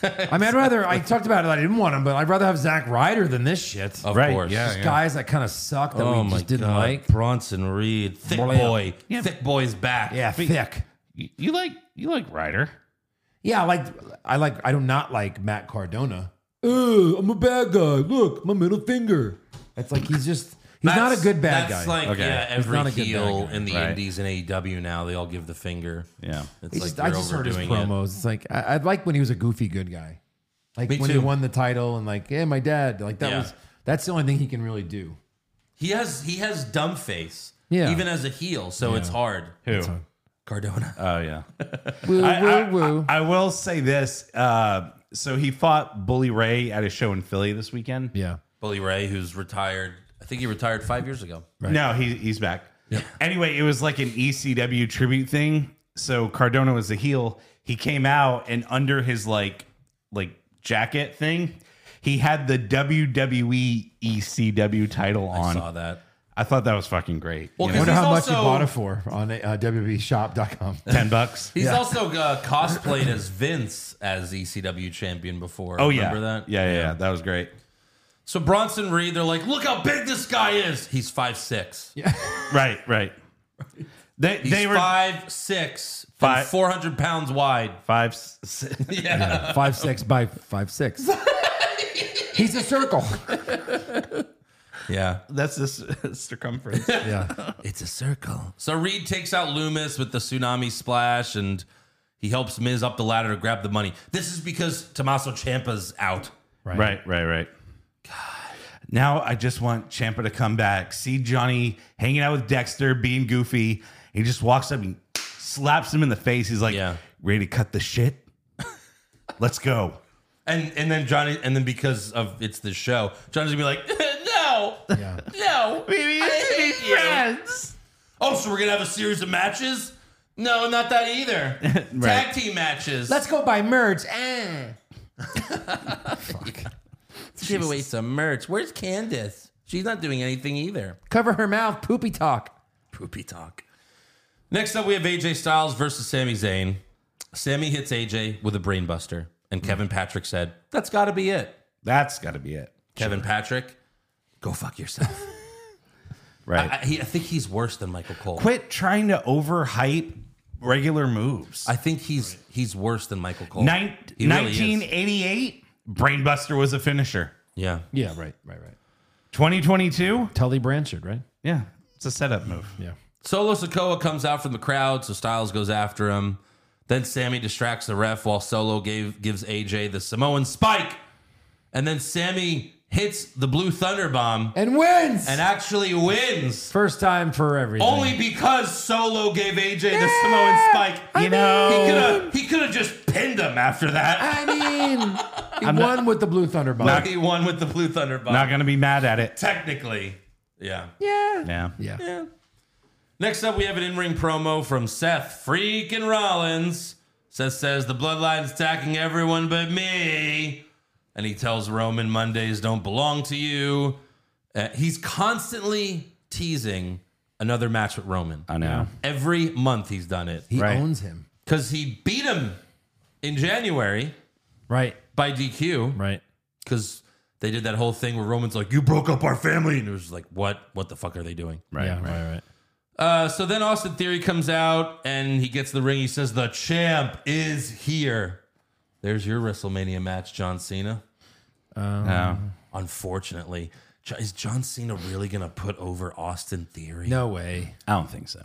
Speaker 3: I mean, I'd rather I talked about it. I didn't want him, but I'd rather have Zack Ryder than this shit.
Speaker 2: of
Speaker 4: right,
Speaker 2: course,
Speaker 4: yeah.
Speaker 3: Just guys that kind of suck that
Speaker 2: Oh
Speaker 3: we
Speaker 2: my
Speaker 3: just didn't
Speaker 2: god,
Speaker 3: like.
Speaker 2: Bronson Reed, thick
Speaker 3: Blam.
Speaker 2: boy, thick boy's back.
Speaker 3: Yeah, thick.
Speaker 4: You, you like you like Ryder.
Speaker 3: Yeah, I like I like I do not like Matt Cardona. Oh, I'm a bad guy. Look, my middle finger. That's like he's just he's not a good bad
Speaker 2: that's
Speaker 3: guy.
Speaker 2: like
Speaker 4: Okay.
Speaker 2: yeah,
Speaker 3: He's
Speaker 2: every
Speaker 3: not a good
Speaker 2: heel
Speaker 3: bad guy.
Speaker 2: in the
Speaker 4: Right.
Speaker 2: Indies and AEW now they all give the finger.
Speaker 4: Yeah.
Speaker 3: It's
Speaker 2: It's like
Speaker 3: just-
Speaker 2: you're
Speaker 3: I just heard his
Speaker 2: overdoing it.
Speaker 3: promos. It's like I, I like when he was a goofy good guy, like
Speaker 2: Me
Speaker 3: when he
Speaker 2: too.
Speaker 3: won the title and like, yeah, my dad. Like that
Speaker 2: Yeah.
Speaker 3: was that's the only thing he can really do.
Speaker 2: He has he has dumb face.
Speaker 3: Yeah.
Speaker 2: Even as a heel, so it's hard.
Speaker 4: Who?
Speaker 2: Cardona.
Speaker 4: Oh yeah.
Speaker 3: Woo
Speaker 4: I, I-
Speaker 3: woo woo.
Speaker 4: I- I will say this. Uh, so he fought Bully Ray at a show in Philly this weekend.
Speaker 3: yeah,
Speaker 2: Bully Ray, who's retired. I think he retired five years ago.
Speaker 4: No, he, he's back. Anyway, it was like an ECW tribute thing. So Cardona was the heel. He came out and under his like like jacket thing, he had the E WWE ECW title
Speaker 2: I
Speaker 4: on.
Speaker 2: saw that.
Speaker 4: I thought that was fucking great.
Speaker 2: Well,
Speaker 4: You
Speaker 3: I
Speaker 4: know,
Speaker 3: wonder
Speaker 2: He's
Speaker 3: how much he
Speaker 2: also-
Speaker 3: bought it for on uh, WWEshop.com.
Speaker 4: ten bucks.
Speaker 2: He's also uh, cosplayed as Vince as ECW champion before.
Speaker 4: Oh yeah,
Speaker 2: Remember that?
Speaker 4: Yeah, yeah, yeah, that was great.
Speaker 2: So Bronson Reed, they're like, look how big this guy is. He's five six.
Speaker 4: Right, right. They
Speaker 2: He's
Speaker 4: they were
Speaker 2: five six.
Speaker 4: Five-
Speaker 2: four hundred pounds wide.
Speaker 4: five. s-
Speaker 2: Yeah.
Speaker 3: five six by five six. He's a circle.
Speaker 2: Yeah.
Speaker 4: That's this circumference.
Speaker 3: Yeah,
Speaker 2: It's a circle. So Reed takes out Loomis with the tsunami splash and he helps Miz up the ladder to grab the money. This is because Tommaso Ciampa's out.
Speaker 4: Right, right, right. Now I just want Champa to come back, see Johnny hanging out with Dexter, being goofy. He just walks up and slaps him in the face. He's like,
Speaker 2: Yeah.
Speaker 4: "Ready to cut the shit? Let's go."
Speaker 2: And and then Johnny and then because of it's the show, Johnny's gonna be like, no,
Speaker 3: yeah.
Speaker 2: no.
Speaker 4: Maybe
Speaker 2: I hate you.
Speaker 4: friends.
Speaker 2: Oh, so we're gonna have a series of matches? No, not that either. Tag team matches.
Speaker 3: Let's go by merch. Ah.
Speaker 2: give away some merch. Where's Candace? She's not doing anything either.
Speaker 3: Cover her mouth. Poopy talk.
Speaker 2: Poopy talk. Next up, we have AJ Styles versus Sami Zayn. Sammy hits AJ with a brainbuster, and Kevin Patrick said, "That's got to be it."
Speaker 4: That's got to be it,
Speaker 2: Kevin Patrick, go fuck yourself.
Speaker 4: right?
Speaker 2: I, he, I think he's worse than Michael Cole.
Speaker 4: Quit trying to overhype regular moves.
Speaker 2: I think he's he's worse than Michael Cole.
Speaker 4: Nin-
Speaker 2: He really is.
Speaker 4: 1988, Brainbuster was a finisher.
Speaker 2: yeah.
Speaker 3: Yeah, right, right, right.
Speaker 4: 2022,
Speaker 3: Tully Branchard, right?
Speaker 4: yeah, it's a setup move.
Speaker 3: Yeah.
Speaker 2: Solo Sokoa comes out from the crowd, so Styles goes after him. Then Sammy distracts the ref while Solo gave, gives AJ the Samoan spike. And then Sammy hits the Blue Thunder Bomb
Speaker 3: And wins.
Speaker 2: and actually wins.
Speaker 3: First time for everything.
Speaker 2: Only because Solo gave AJ the Samoan spike.
Speaker 4: You know,
Speaker 3: Oh.
Speaker 2: He could have he could have just pinned him after that.
Speaker 3: I mean, he won with the Blue Thunder Bomb.
Speaker 2: He won with the Blue Thunder Bomb.
Speaker 4: not gonna be mad at it.
Speaker 2: Technically. Yeah.
Speaker 4: Yeah.
Speaker 3: yeah.
Speaker 2: Next up, we have an in-ring promo from Seth freaking Rollins. Seth says the bloodline's attacking everyone but me, and he tells Roman Mondays don't belong to you. Uh, he's constantly teasing another match with Roman.
Speaker 4: I know.
Speaker 2: Every month he's done it
Speaker 3: He
Speaker 4: Right.
Speaker 3: owns him.
Speaker 2: because he beat him in January
Speaker 3: Right.
Speaker 2: by DQ
Speaker 3: Right.
Speaker 2: because they did that whole thing where Roman's like, "You broke up our family," and it was like, "What? What the fuck are they doing?"
Speaker 4: Right.
Speaker 3: yeah, right, right.
Speaker 2: Uh, so then Austin Theory comes out and he gets the ring. He says, The champ is here. There's your WrestleMania match, John Cena.
Speaker 4: No.
Speaker 2: Unfortunately, Jo- is John Cena really going to put over Austin Theory?
Speaker 3: No way.
Speaker 4: I don't think so.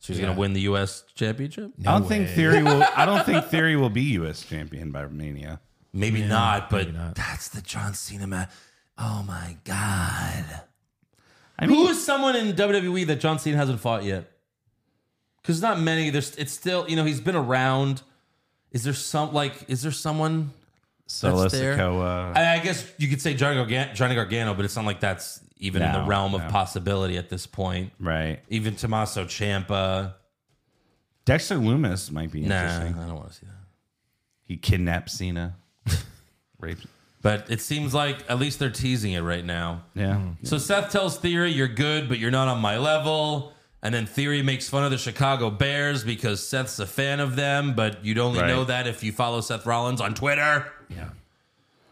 Speaker 2: So he's going to win the U.S. championship?
Speaker 4: I don't think Theory will. I don't think Theory will be U.S. champion by Mania.
Speaker 2: Maybe not, but that's the John Cena match. Oh my God.
Speaker 4: I
Speaker 2: Who
Speaker 4: mean,
Speaker 2: is someone in WWE that John Cena hasn't fought yet? Because not many. There's, it's still, you know, he's been around. Is there some, like, is there someone
Speaker 4: Solo
Speaker 2: that's there.
Speaker 4: Sikoa.
Speaker 2: I, I guess you could say Johnny Gargano, Johnny Gargano, but it's not like that's even in the
Speaker 4: No,
Speaker 2: realm
Speaker 4: no.
Speaker 2: of possibility at this point.
Speaker 4: Right.
Speaker 2: Even Tommaso Ciampa.
Speaker 4: Dexter Loomis might be
Speaker 2: Nah, I
Speaker 4: interesting.
Speaker 2: don't want to see that.
Speaker 4: He kidnaps Cena. Rapes.
Speaker 2: But it seems like at least they're teasing it right now.
Speaker 4: Yeah.
Speaker 2: So Seth tells Theory, "You're good, but you're not on my level." And then Theory makes fun of the Chicago Bears because Seth's a fan of them, but you'd only
Speaker 4: Right.
Speaker 2: know that if you follow Seth Rollins on Twitter.
Speaker 3: Yeah.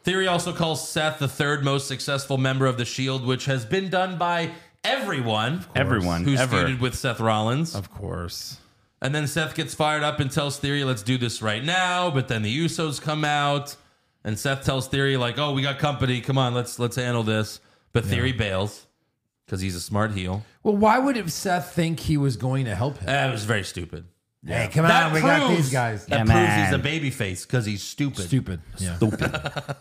Speaker 2: Theory also calls Seth the third most successful member of the Shield, which has been done by everyone
Speaker 4: Everyone
Speaker 2: who's
Speaker 4: ever.
Speaker 2: feuded with Seth Rollins.
Speaker 4: Of course.
Speaker 2: And then Seth gets fired up and tells Theory, let's do this right now. But then the Usos come out. And Seth tells Theory, like, oh, we got company. Come on, let's let's handle this. But Theory bails because he's a smart heel.
Speaker 3: Well, why would Seth think he was going to help him?
Speaker 2: That was very stupid.
Speaker 3: Hey, come on, we got these guys.
Speaker 2: That
Speaker 4: Yeah,
Speaker 2: proves he's
Speaker 4: man.
Speaker 2: a baby face because he's stupid.
Speaker 3: Stupid. Yeah.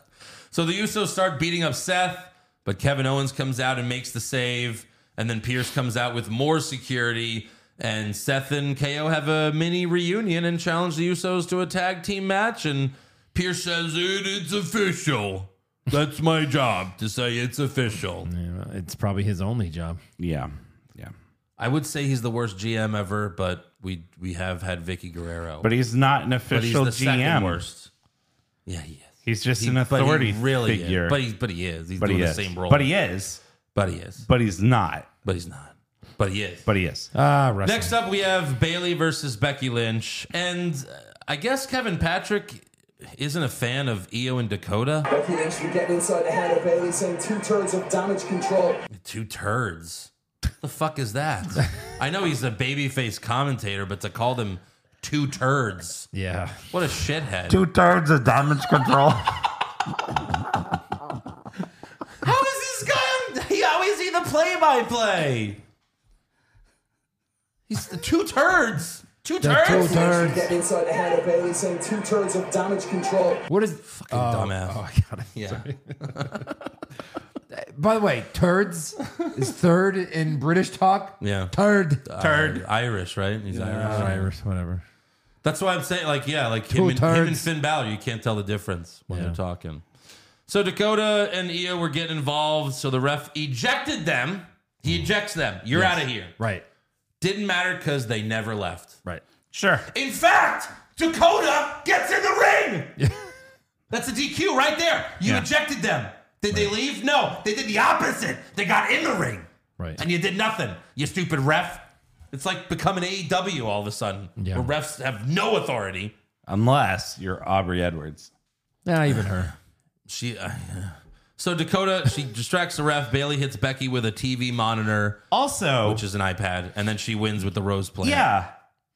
Speaker 2: So the Usos start beating up Seth, but Kevin Owens comes out and makes the save. And then Pierce comes out with more security. And Seth and KO have a mini reunion and challenge the Usos to a tag team match. And Pierce says, it, It's official. That's my job to say it's official.
Speaker 3: Yeah, It's probably his only job.
Speaker 4: Yeah. Yeah.
Speaker 2: I would say he's the worst GM ever, but we we have had Vicky Guerrero.
Speaker 4: But he's not an
Speaker 2: But
Speaker 4: official GM.
Speaker 2: second worst. Yeah, he is.
Speaker 4: He's just an
Speaker 2: But he
Speaker 4: authority
Speaker 2: really is.
Speaker 4: figure.
Speaker 2: But he but he is. He's
Speaker 4: But
Speaker 2: doing
Speaker 4: he
Speaker 2: the
Speaker 4: is.
Speaker 2: same role.
Speaker 4: But he is.
Speaker 2: But he is.
Speaker 4: But he's not.
Speaker 2: But he's not. But he is.
Speaker 4: But he is.
Speaker 3: Ah, wrestling.
Speaker 2: Next up, we have Bailey versus Becky Lynch, and uh, I guess Kevin Patrick isn't a fan of Io and Dakota.
Speaker 9: Becky Lynch can get inside the head of Bailey, saying two turns of damage control.
Speaker 2: Two turds. What the fuck is that? I know he's a babyface commentator, but to call them two turds,
Speaker 3: Yeah.
Speaker 2: what a shithead.
Speaker 4: Two thirds of damage control.
Speaker 2: How is this guy? He always see the play-by-play. He's the two turds. Two
Speaker 3: The two
Speaker 2: turds.
Speaker 9: Lynch can
Speaker 3: turds.
Speaker 9: get inside the head of Bailey, saying two turns of damage control.
Speaker 3: What is
Speaker 2: Fucking dumbass.
Speaker 3: Oh, God.
Speaker 2: yeah.
Speaker 3: By the way, turds is third in British talk.
Speaker 2: Yeah.
Speaker 3: Turd.
Speaker 2: Turd. Irish, right? He's Irish.
Speaker 3: Irish, whatever.
Speaker 2: That's why I'm saying, like, yeah, like him and,
Speaker 3: turds.
Speaker 2: him and Finn Balor, you can't tell the difference when they're talking. So Dakota and Io were getting involved. So the ref ejected them. He
Speaker 3: Mm.
Speaker 2: ejects them. You're out of here.
Speaker 3: Right.
Speaker 2: Didn't matter because they never left.
Speaker 3: Right.
Speaker 4: Sure.
Speaker 2: In fact, Dakota gets in the ring. That's a DQ right there. You
Speaker 4: Yeah.
Speaker 2: ejected them. Did they leave? No. They did the opposite. They got in the ring.
Speaker 3: Right.
Speaker 2: And you did nothing. You stupid ref. It's like becoming AEW all of a sudden,
Speaker 3: Yeah.
Speaker 2: where refs have no authority.
Speaker 4: Unless you're Aubrey Edwards.
Speaker 3: Not even her.
Speaker 2: She. Uh, so Dakota, she distracts the ref. Bailey hits Becky with a TV monitor,
Speaker 4: Also,
Speaker 2: which is an iPad, and then she wins with the rose plant.
Speaker 4: yeah.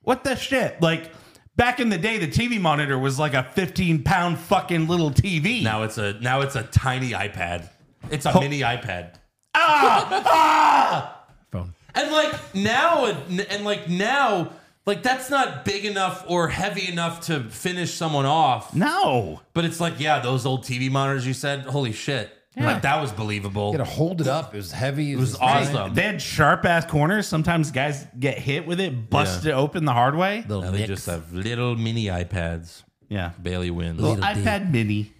Speaker 4: What the shit? Like, back in the day, the TV monitor was like a 15 pound fucking little TV.
Speaker 2: Now it's a now it's a tiny iPad. It's a mini iPad.
Speaker 4: Ah!
Speaker 3: Phone.
Speaker 2: And like now, and like now, like that's not big enough or heavy enough to finish someone off.
Speaker 4: No.
Speaker 2: But it's like, yeah, those old TV monitors you said, holy shit, like that was believable.
Speaker 3: You had to hold it up. It was heavy. It,
Speaker 2: was awesome.
Speaker 4: They had sharp ass corners. Sometimes guys get hit with it, bust it open the hard way.
Speaker 2: Now they just have little mini iPads.
Speaker 4: Yeah.
Speaker 2: Bailey wins.
Speaker 4: iPad mini.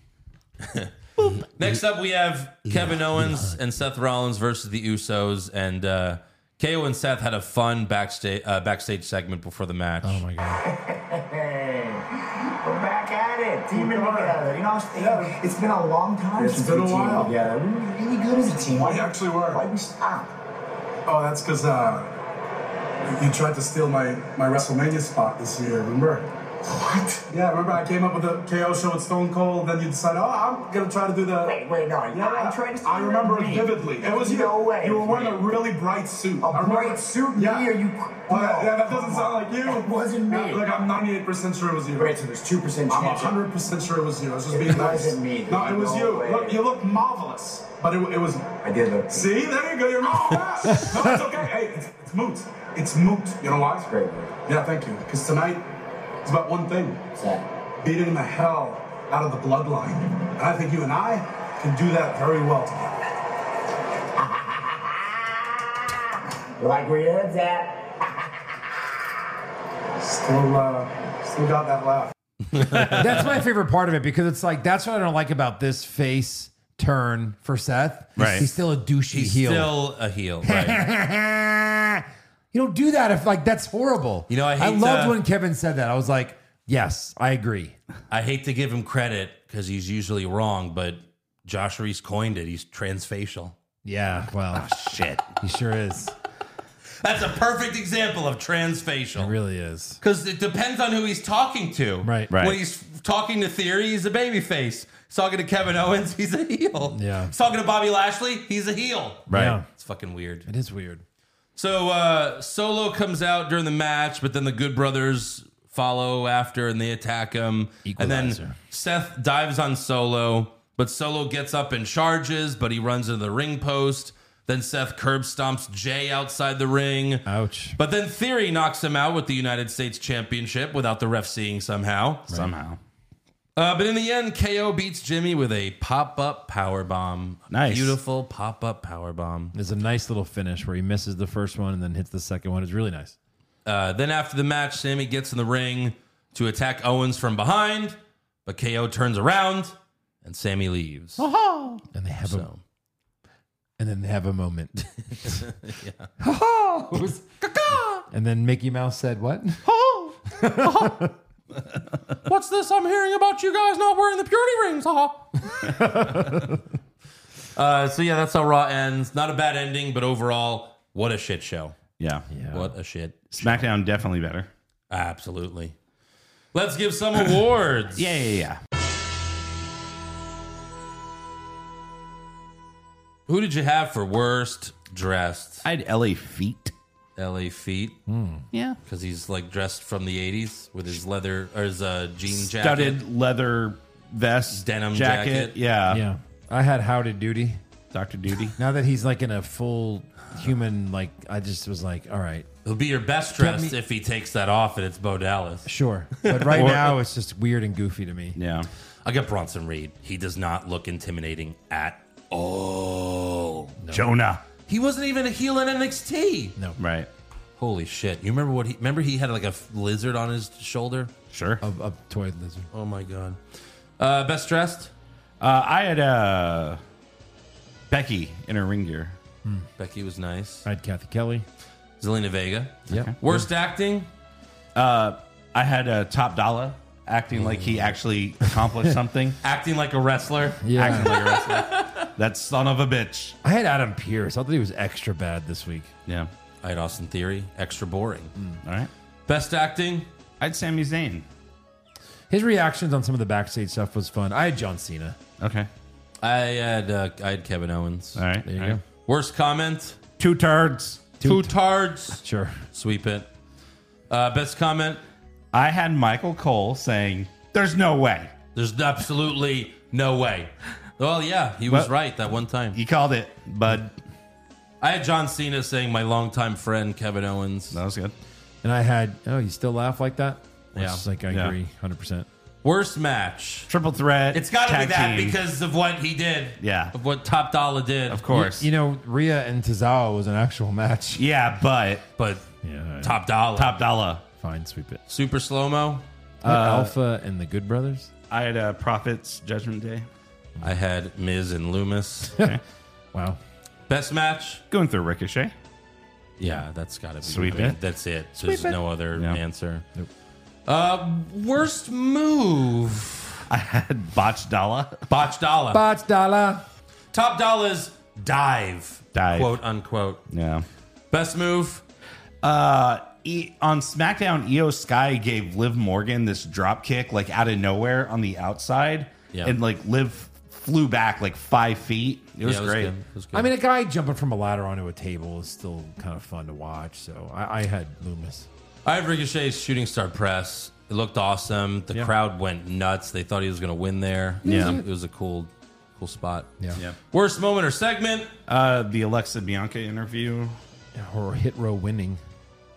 Speaker 2: Next up, we have Kevin Owens and Seth Rollins versus the Usos, and uh, KO and Seth had a fun backstage uh, backstage segment before the match.
Speaker 3: Oh my god.
Speaker 10: We're back at it, teaming together. You know,
Speaker 9: Yeah, it's been a long time
Speaker 10: It's
Speaker 9: since
Speaker 10: been
Speaker 9: we
Speaker 10: a
Speaker 9: teamed
Speaker 10: while.
Speaker 9: together. We were really good as a team.
Speaker 10: I actually were.
Speaker 9: Why'd we stop?
Speaker 10: Oh, that's because uh, you tried to steal my, my WrestleMania spot this year, remember?
Speaker 9: What?
Speaker 10: Yeah, remember I came up with the KO show at Stone Cold, then you decided, oh, I'm gonna try to do the.
Speaker 9: Wait, wait, no.
Speaker 10: Yeah,
Speaker 9: I tried to steal
Speaker 10: I
Speaker 9: your
Speaker 10: remember it
Speaker 9: name.
Speaker 10: vividly. It was you.
Speaker 9: No way.
Speaker 10: You were wearing a really bright suit.
Speaker 9: A
Speaker 10: I remember-
Speaker 9: bright suit? Me or you-
Speaker 10: Well,
Speaker 9: No.
Speaker 10: that- yeah, that doesn't sound like you.
Speaker 9: That wasn't me.
Speaker 10: Look, I'm 98% sure it was you.
Speaker 9: Wait, so there's two percent
Speaker 10: I'm
Speaker 9: chance.
Speaker 10: 100% sure it was you. I was just
Speaker 9: It
Speaker 10: being nice.
Speaker 9: wasn't me.
Speaker 10: No, it was
Speaker 9: No
Speaker 10: you.
Speaker 9: way.
Speaker 10: Look, you look marvelous, but it, it was.
Speaker 9: I did look.
Speaker 10: See, there you go. You're wrong. no, it's okay. Hey, it's, it's moot. It's moot. You know why? It's
Speaker 9: great.
Speaker 10: Yeah, thank you. Because tonight, it's about one thing:
Speaker 9: Sad.
Speaker 10: beating the hell out of the bloodline. And I think you and I can do that very well together.
Speaker 9: Like where your head's at.
Speaker 10: Still, uh, still got that laugh.
Speaker 3: That's my favorite part of it because it's like that's what I don't like about this face turn for Seth.
Speaker 4: Right.
Speaker 3: He's still a douchey
Speaker 2: He's
Speaker 3: heel.
Speaker 2: still a heel, right?
Speaker 3: you don't do that if like that's horrible.
Speaker 2: You know, I hate uh,
Speaker 3: loved
Speaker 2: to-
Speaker 3: when Kevin said that. I was like, yes, I agree.
Speaker 2: I hate to give him credit because he's usually wrong, but Josh Reese coined it. He's transfacial.
Speaker 3: Yeah. Well,
Speaker 4: Shit.
Speaker 3: he sure is.
Speaker 2: That's a perfect example of
Speaker 3: It
Speaker 2: transfacial.
Speaker 3: really is.
Speaker 2: Because it depends on who he's talking to.
Speaker 3: Right.
Speaker 4: Right.
Speaker 2: When he's talking to Theory, he's a babyface. He's talking to Kevin Owens, he's a heel.
Speaker 3: Yeah.
Speaker 2: He's talking to Bobby Lashley, he's a heel.
Speaker 4: Right.
Speaker 3: Yeah.
Speaker 2: It's fucking weird.
Speaker 3: It is weird.
Speaker 2: So uh, Solo comes out during the match, but then the Good Brothers follow after and they attack him. And then
Speaker 11: Equalizer.
Speaker 2: Seth dives on Solo, but Solo gets up and charges, but he runs into the ring post. Then Seth curb stomps Jay outside the ring.
Speaker 3: Ouch.
Speaker 2: But then Theory knocks him out with the United States Championship without the ref seeing somehow.
Speaker 4: Somehow.
Speaker 2: Uh, but in the end, KO beats Jimmy with a pop up power bomb.
Speaker 3: Nice.
Speaker 2: beautiful pop up power bomb.
Speaker 3: There's a nice little finish where he misses the first one and then hits the second one. It's really nice.
Speaker 2: Uh, then after the match, Sammy gets in the ring to attack Owens from behind, but KO turns around and Sammy leaves.
Speaker 3: Oh. And they have
Speaker 2: So.
Speaker 3: a and then they have a moment. Oh,
Speaker 2: yeah.
Speaker 3: It was- and then Mickey Mouse said, "What?
Speaker 2: What's this I'm hearing about you guys not wearing the purity rings? uh, so yeah, that's how Raw ends. Not a bad ending, but overall, what a shit show.
Speaker 4: Yeah.
Speaker 2: What a shit.
Speaker 4: SmackDown definitely better.
Speaker 2: Absolutely. Let's give some awards.
Speaker 4: Yeah, yeah, yeah.
Speaker 2: Who did you have for worst dressed?
Speaker 4: I had LA Feet.
Speaker 2: LA Feet.
Speaker 4: Yeah.
Speaker 2: Because he's like dressed from the 80s with his leather or his uh, jean jacket.
Speaker 4: Studded leather vest,
Speaker 2: Denim jacket.
Speaker 4: Yeah.
Speaker 3: yeah. I had How to Duty.
Speaker 4: Dr. Duty.
Speaker 3: Now that he's like in a full human, like I just was like, all right,
Speaker 2: He'll be your best
Speaker 3: Get
Speaker 2: dressed if he takes that off and it's Bo Dallas.
Speaker 3: sure. But right
Speaker 2: Or-
Speaker 3: now it's just weird and goofy to me.
Speaker 4: Yeah.
Speaker 2: I got Bronson Reed. He does not look intimidating at all.
Speaker 4: Jonah.
Speaker 2: He wasn't even a heel in NXT.
Speaker 3: No.
Speaker 4: Right.
Speaker 2: Holy shit. You remember what he remember he had like a f- lizard on his shoulder?
Speaker 4: Sure.
Speaker 3: A, a toy lizard.
Speaker 2: Oh my god. Uh, best dressed?
Speaker 4: Uh, I had uh, Becky in her ring gear.
Speaker 2: Becky was nice.
Speaker 3: I had Kathy Kelly.
Speaker 2: Zelina Vega.
Speaker 3: Yeah.
Speaker 2: Worst acting?
Speaker 4: Uh, I had uh, Top Dollar acting like he
Speaker 3: Mm.
Speaker 4: actually accomplished something.
Speaker 2: Acting like a wrestler.
Speaker 3: Yeah.
Speaker 4: Acting like a wrestler. that son of a bitch.
Speaker 3: I had Adam Pierce. I thought he was extra bad this week.
Speaker 4: Yeah.
Speaker 2: I had Austin Theory. Extra boring.
Speaker 4: All right.
Speaker 2: Best acting?
Speaker 4: I had Sami Zayn.
Speaker 3: His reactions on some of the backstage stuff was fun. I had John Cena.
Speaker 4: Okay.
Speaker 2: I had uh, I had Kevin Owens.
Speaker 4: All right.
Speaker 3: There you
Speaker 4: All right.
Speaker 3: go.
Speaker 2: Worst comment?
Speaker 4: Two turds.
Speaker 2: Two tards.
Speaker 3: Sure.
Speaker 2: Sweep it. Uh, best comment?
Speaker 4: I had Michael Cole saying, "There's no way."
Speaker 2: There's absolutely no way. Well, yeah, he was
Speaker 4: Well-
Speaker 2: right that one time.
Speaker 4: You called it, bud.
Speaker 2: I had John Cena saying my longtime friend Kevin Owens.
Speaker 4: That was good.
Speaker 3: And I had, oh, you still laugh like that? I was
Speaker 2: Yeah.
Speaker 3: just like, I
Speaker 4: Yeah.
Speaker 3: agree 100%.
Speaker 2: Worst match.
Speaker 4: Triple threat.
Speaker 2: It's got to be
Speaker 4: tag
Speaker 2: that
Speaker 4: team.
Speaker 2: because of what he did.
Speaker 4: Yeah.
Speaker 2: Of what Top Dollar did.
Speaker 4: of course.
Speaker 3: You know, Rhea and Tozawa was an actual match.
Speaker 4: yeah, but
Speaker 2: But
Speaker 3: Yeah.
Speaker 2: Top Dollar.
Speaker 4: Top Dollar.
Speaker 3: Fine, sweep it.
Speaker 2: Super slow mo.
Speaker 3: Alpha and the Good Brothers.
Speaker 4: I had uh, Profits Judgment Day.
Speaker 2: I had Miz and Loomis.
Speaker 3: Wow.
Speaker 2: Best match?
Speaker 4: Going through Ricochet.
Speaker 2: Yeah, that's got to be
Speaker 4: Sweep
Speaker 2: I mean,
Speaker 4: it.
Speaker 2: That's it. There's no other
Speaker 4: Yeah.
Speaker 2: answer. Nope. Uh, worst move?
Speaker 4: I had Botch Dollar.
Speaker 2: Botch Dollar.
Speaker 3: Bots Dala.
Speaker 2: Top Dollar's dive.
Speaker 4: Dive.
Speaker 2: Quote unquote.
Speaker 4: Yeah.
Speaker 2: Best move?
Speaker 4: Uh, e- on SmackDown, Io Sky gave Liv Morgan this drop kick like out of nowhere on the outside,
Speaker 2: Yeah.
Speaker 4: and like Liv flew back like five feet. It was
Speaker 2: Yeah,
Speaker 4: great.
Speaker 2: good. It was good.
Speaker 3: I mean, a guy jumping from a ladder onto a table is still kind of fun to watch. So I, I had Loomis.
Speaker 2: I have Ricochet's shooting star press. It looked awesome. The crowd went nuts. They thought he was going to win there.
Speaker 4: Yeah.
Speaker 2: it was, a- it was a cool, cool spot.
Speaker 3: Yeah.
Speaker 2: Worst moment or segment?
Speaker 4: Uh, the Alexa Bianca interview.
Speaker 3: Or hit row winning.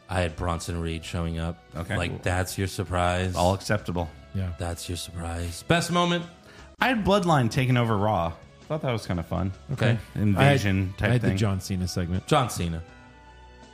Speaker 2: I had Bronson Reed showing up.
Speaker 4: Okay.
Speaker 2: like that's your surprise.
Speaker 4: All acceptable.
Speaker 3: Yeah.
Speaker 2: that's your surprise. Best moment?
Speaker 4: I had Bloodline taking over Raw. Thought that was kind of fun.
Speaker 2: Okay,
Speaker 4: Invasion
Speaker 3: I
Speaker 4: type
Speaker 3: had
Speaker 4: thing.
Speaker 3: the John Cena segment.
Speaker 2: John Cena.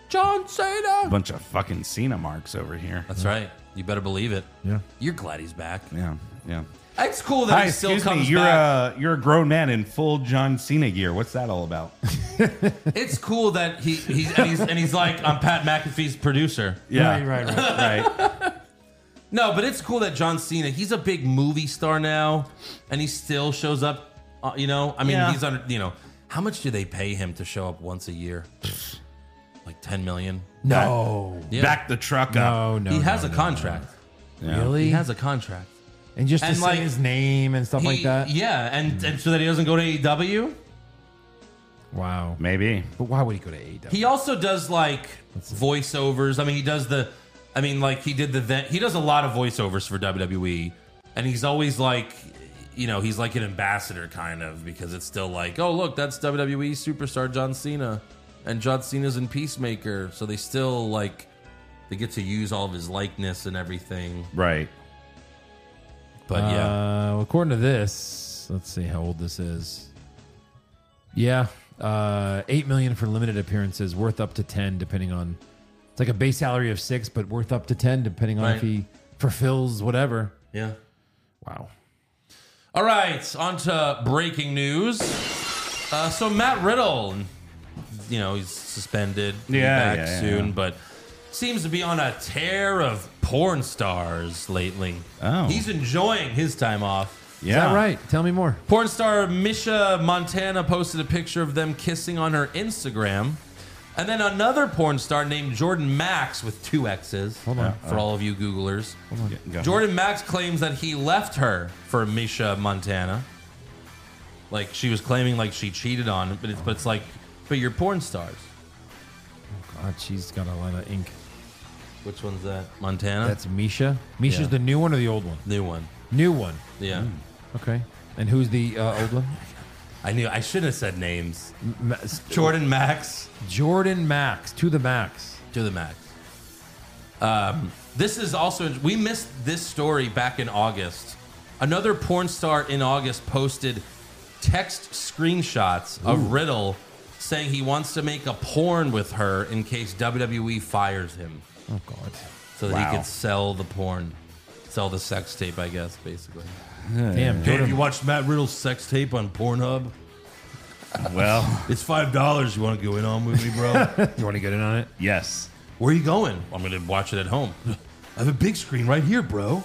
Speaker 2: John Cena.
Speaker 4: Bunch of fucking Cena marks over here.
Speaker 2: That's right. You better believe it.
Speaker 3: Yeah.
Speaker 2: You're glad he's back.
Speaker 4: Yeah, yeah.
Speaker 2: It's cool that
Speaker 4: Hi,
Speaker 2: he still
Speaker 4: excuse me.
Speaker 2: comes
Speaker 4: You're
Speaker 2: back.
Speaker 4: a you're a grown man in full John Cena gear. What's that all about? uh,
Speaker 2: It's cool that he he's and, he's and he's like I'm Pat McAfee's producer.
Speaker 4: Yeah,
Speaker 3: Right, right, right.
Speaker 4: right.
Speaker 2: No, but it's cool that John Cena, he's a big movie star now, and he still shows up. Uh, you know, I mean,
Speaker 4: Yeah.
Speaker 2: he's under. You know, how much do they pay him to show up once a year? like ten million.
Speaker 3: No.
Speaker 2: Yeah.
Speaker 4: Back the truck up.
Speaker 3: Oh, No, no.
Speaker 2: he has
Speaker 3: no,
Speaker 2: a
Speaker 3: no.
Speaker 2: contract.
Speaker 3: Really?
Speaker 2: He has a contract.
Speaker 3: and just to
Speaker 2: and,
Speaker 3: say
Speaker 2: like,
Speaker 3: his name and stuff
Speaker 2: He-
Speaker 3: like that.
Speaker 2: E Yeah, and, and so that he doesn't go to AEW.
Speaker 3: Wow.
Speaker 4: Maybe.
Speaker 3: But why would he go to AEW?
Speaker 2: He also does like voiceovers. I mean, he does the. I mean, like he did the. Ven- He does a lot of voiceovers for WWE, and he's always like, you know, he's like an ambassador kind of because it's still like, oh look, that's WWE superstar John Cena, and John Cena's in Peacemaker, so they still like, they get to use all of his likeness and everything.
Speaker 4: Right.
Speaker 2: But yeah,
Speaker 3: Uh, according to this, let's see how old this is. Yeah, uh, eight million for limited appearances, worth up to ten depending on. It's like a base salary of six, but worth up to ten depending on if
Speaker 2: Right.
Speaker 3: he fulfills whatever.
Speaker 2: yeah.
Speaker 3: Wow.
Speaker 2: All right, on to breaking news. Uh, so Matt Riddle, you know, he's suspended. He'll be
Speaker 4: Yeah,
Speaker 2: back
Speaker 4: yeah, yeah,
Speaker 2: soon,
Speaker 4: yeah.
Speaker 2: but seems to be on a tear of porn stars lately.
Speaker 4: Oh.
Speaker 2: he's enjoying his time off.
Speaker 4: Yeah.
Speaker 3: Is that right? Tell me more.
Speaker 2: Porn star Misha Montana posted a picture of them kissing on her Instagram. And then another porn star named Jordan Max with two X's
Speaker 3: Hold on.
Speaker 2: for all of you Googlers.
Speaker 4: Yeah, go.
Speaker 2: Jordan Max claims that he left her for Misha Montana. Like she was claiming like she cheated on him, but it's but it's like but you're porn stars.
Speaker 3: God, she's got a lot of ink.
Speaker 2: Which one's that? Montana?
Speaker 3: That's Misha. Misha's
Speaker 2: Yeah.
Speaker 3: the new one or the old one?
Speaker 2: new one.
Speaker 3: New one.
Speaker 2: Yeah.
Speaker 3: Okay. And who's the uh, old one?
Speaker 2: I knew I shouldn't have said names.
Speaker 3: Ma-
Speaker 2: Jordan Max.
Speaker 3: Jordan Max to the max.
Speaker 2: to the max. Um, this is also we missed this story back in August. Another porn star in August posted text screenshots of Riddle saying he wants to make a porn with her in case WWE fires him,
Speaker 3: Oh God.
Speaker 2: so that
Speaker 4: Wow.
Speaker 2: he could sell the porn, sell the sex tape, I guess, basically.
Speaker 3: Damn.
Speaker 2: Hey, have you
Speaker 3: Jordan.
Speaker 2: watched Matt Riddle's sex tape on Pornhub?
Speaker 4: Well,
Speaker 2: It's five dollars. You want to go in on with me, bro?
Speaker 3: You want to get in on it?
Speaker 4: yes.
Speaker 2: Where are you going? I'm going to watch it at home. I have a big screen right here, bro.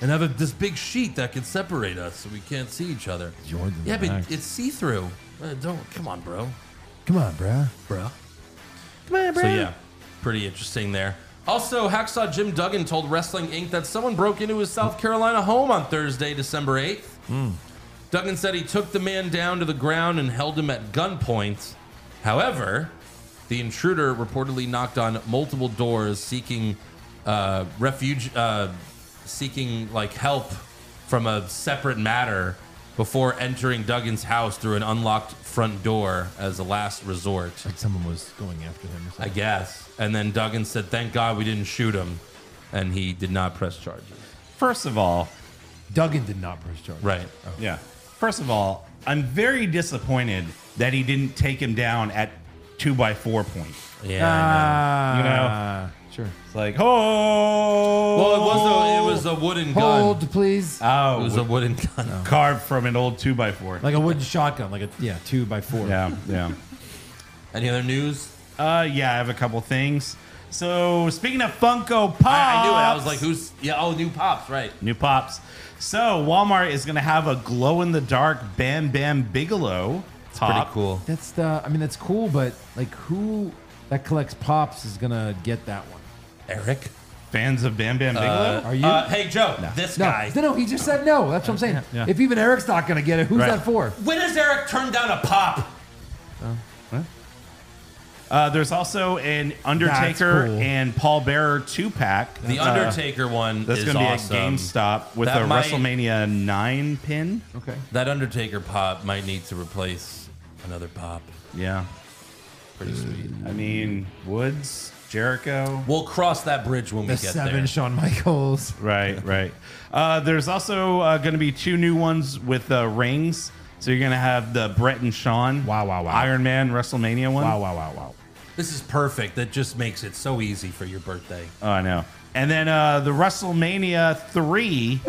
Speaker 2: And I have a, this big sheet that can separate us so we can't see each other.
Speaker 3: Jordan
Speaker 2: yeah,
Speaker 3: Max.
Speaker 2: but it's see through. don't. Come on, bro.
Speaker 3: Come on, bruh.
Speaker 2: Bro. Come on, bro. So, yeah, pretty interesting there. Also, Hacksaw Jim Duggan told Wrestling Inc. that someone broke into his South Carolina home on Thursday, December 8th. Duggan said he took the man down to the ground and held him at gunpoint. However, the intruder reportedly knocked on multiple doors seeking uh, refuge, uh, seeking like help from a separate matter before entering Duggan's house through an unlocked front door as a last resort,
Speaker 3: Like someone was going after him or something.
Speaker 2: I guess. And then Duggan said, "Thank God we didn't shoot him," and he did not press charges.
Speaker 4: First of all,
Speaker 3: Duggan did not press charges.
Speaker 2: Right.
Speaker 4: yeah. First of all, I'm very disappointed that he didn't take him down at two by four point.
Speaker 2: Yeah. I know.
Speaker 3: Ah,
Speaker 4: You know.
Speaker 3: Sure.
Speaker 4: It's like, oh,
Speaker 2: Well, it was a, it was a wooden gun.
Speaker 3: Hold, please.
Speaker 4: oh,
Speaker 2: It was a wooden gun.
Speaker 4: carved from an old two by four.
Speaker 3: like a wooden shotgun, like a yeah, two by four.
Speaker 4: yeah, yeah.
Speaker 2: Any other news?
Speaker 4: Uh, yeah, I have a couple things. So speaking of Funko Pops,
Speaker 2: I, I knew it. I was like, who's? Yeah, oh, new pops, right?
Speaker 4: new pops. So Walmart is gonna have a glow in the dark Bam Bam Bigelow.
Speaker 2: Pretty
Speaker 4: pop.
Speaker 2: cool.
Speaker 3: That's the. I mean, that's cool, but like, who that collects pops is gonna get that one?
Speaker 2: Eric,
Speaker 4: Fans of Bam Bam Bigelow.
Speaker 3: Are you?
Speaker 2: Uh, hey Joe, this
Speaker 3: no,
Speaker 2: guy.
Speaker 3: no, no. He just said no. That's what I'm saying.
Speaker 4: yeah.
Speaker 3: If even Eric's not gonna get it, who's
Speaker 4: Right.
Speaker 3: that for?
Speaker 2: When has Eric turned down a pop?
Speaker 4: Uh, there's also an Undertaker
Speaker 3: cool.
Speaker 4: and Paul Bearer two pack.
Speaker 2: The Undertaker one
Speaker 4: Uh, That's
Speaker 2: is
Speaker 4: going to be
Speaker 2: awesome.
Speaker 4: at GameStop with
Speaker 2: That
Speaker 4: a
Speaker 2: might-
Speaker 4: WrestleMania nine pin.
Speaker 3: Okay.
Speaker 2: That Undertaker pop might need to replace another pop.
Speaker 4: Yeah,
Speaker 2: Pretty
Speaker 4: Mm.
Speaker 2: sweet.
Speaker 4: I mean Woods, Jericho.
Speaker 2: We'll cross that bridge when we
Speaker 3: The
Speaker 2: get
Speaker 3: seven
Speaker 2: there.
Speaker 3: Shawn Michaels.
Speaker 4: Right, right. Uh, there's also uh, going to be two new ones with uh, rings. So you're going to have the Brett and Sean.
Speaker 3: Wow, wow, wow.
Speaker 4: Iron Man WrestleMania one.
Speaker 3: Wow, wow, wow, wow.
Speaker 2: this is perfect. That just makes it so easy for your birthday.
Speaker 4: Oh, I know. And then uh, the WrestleMania three,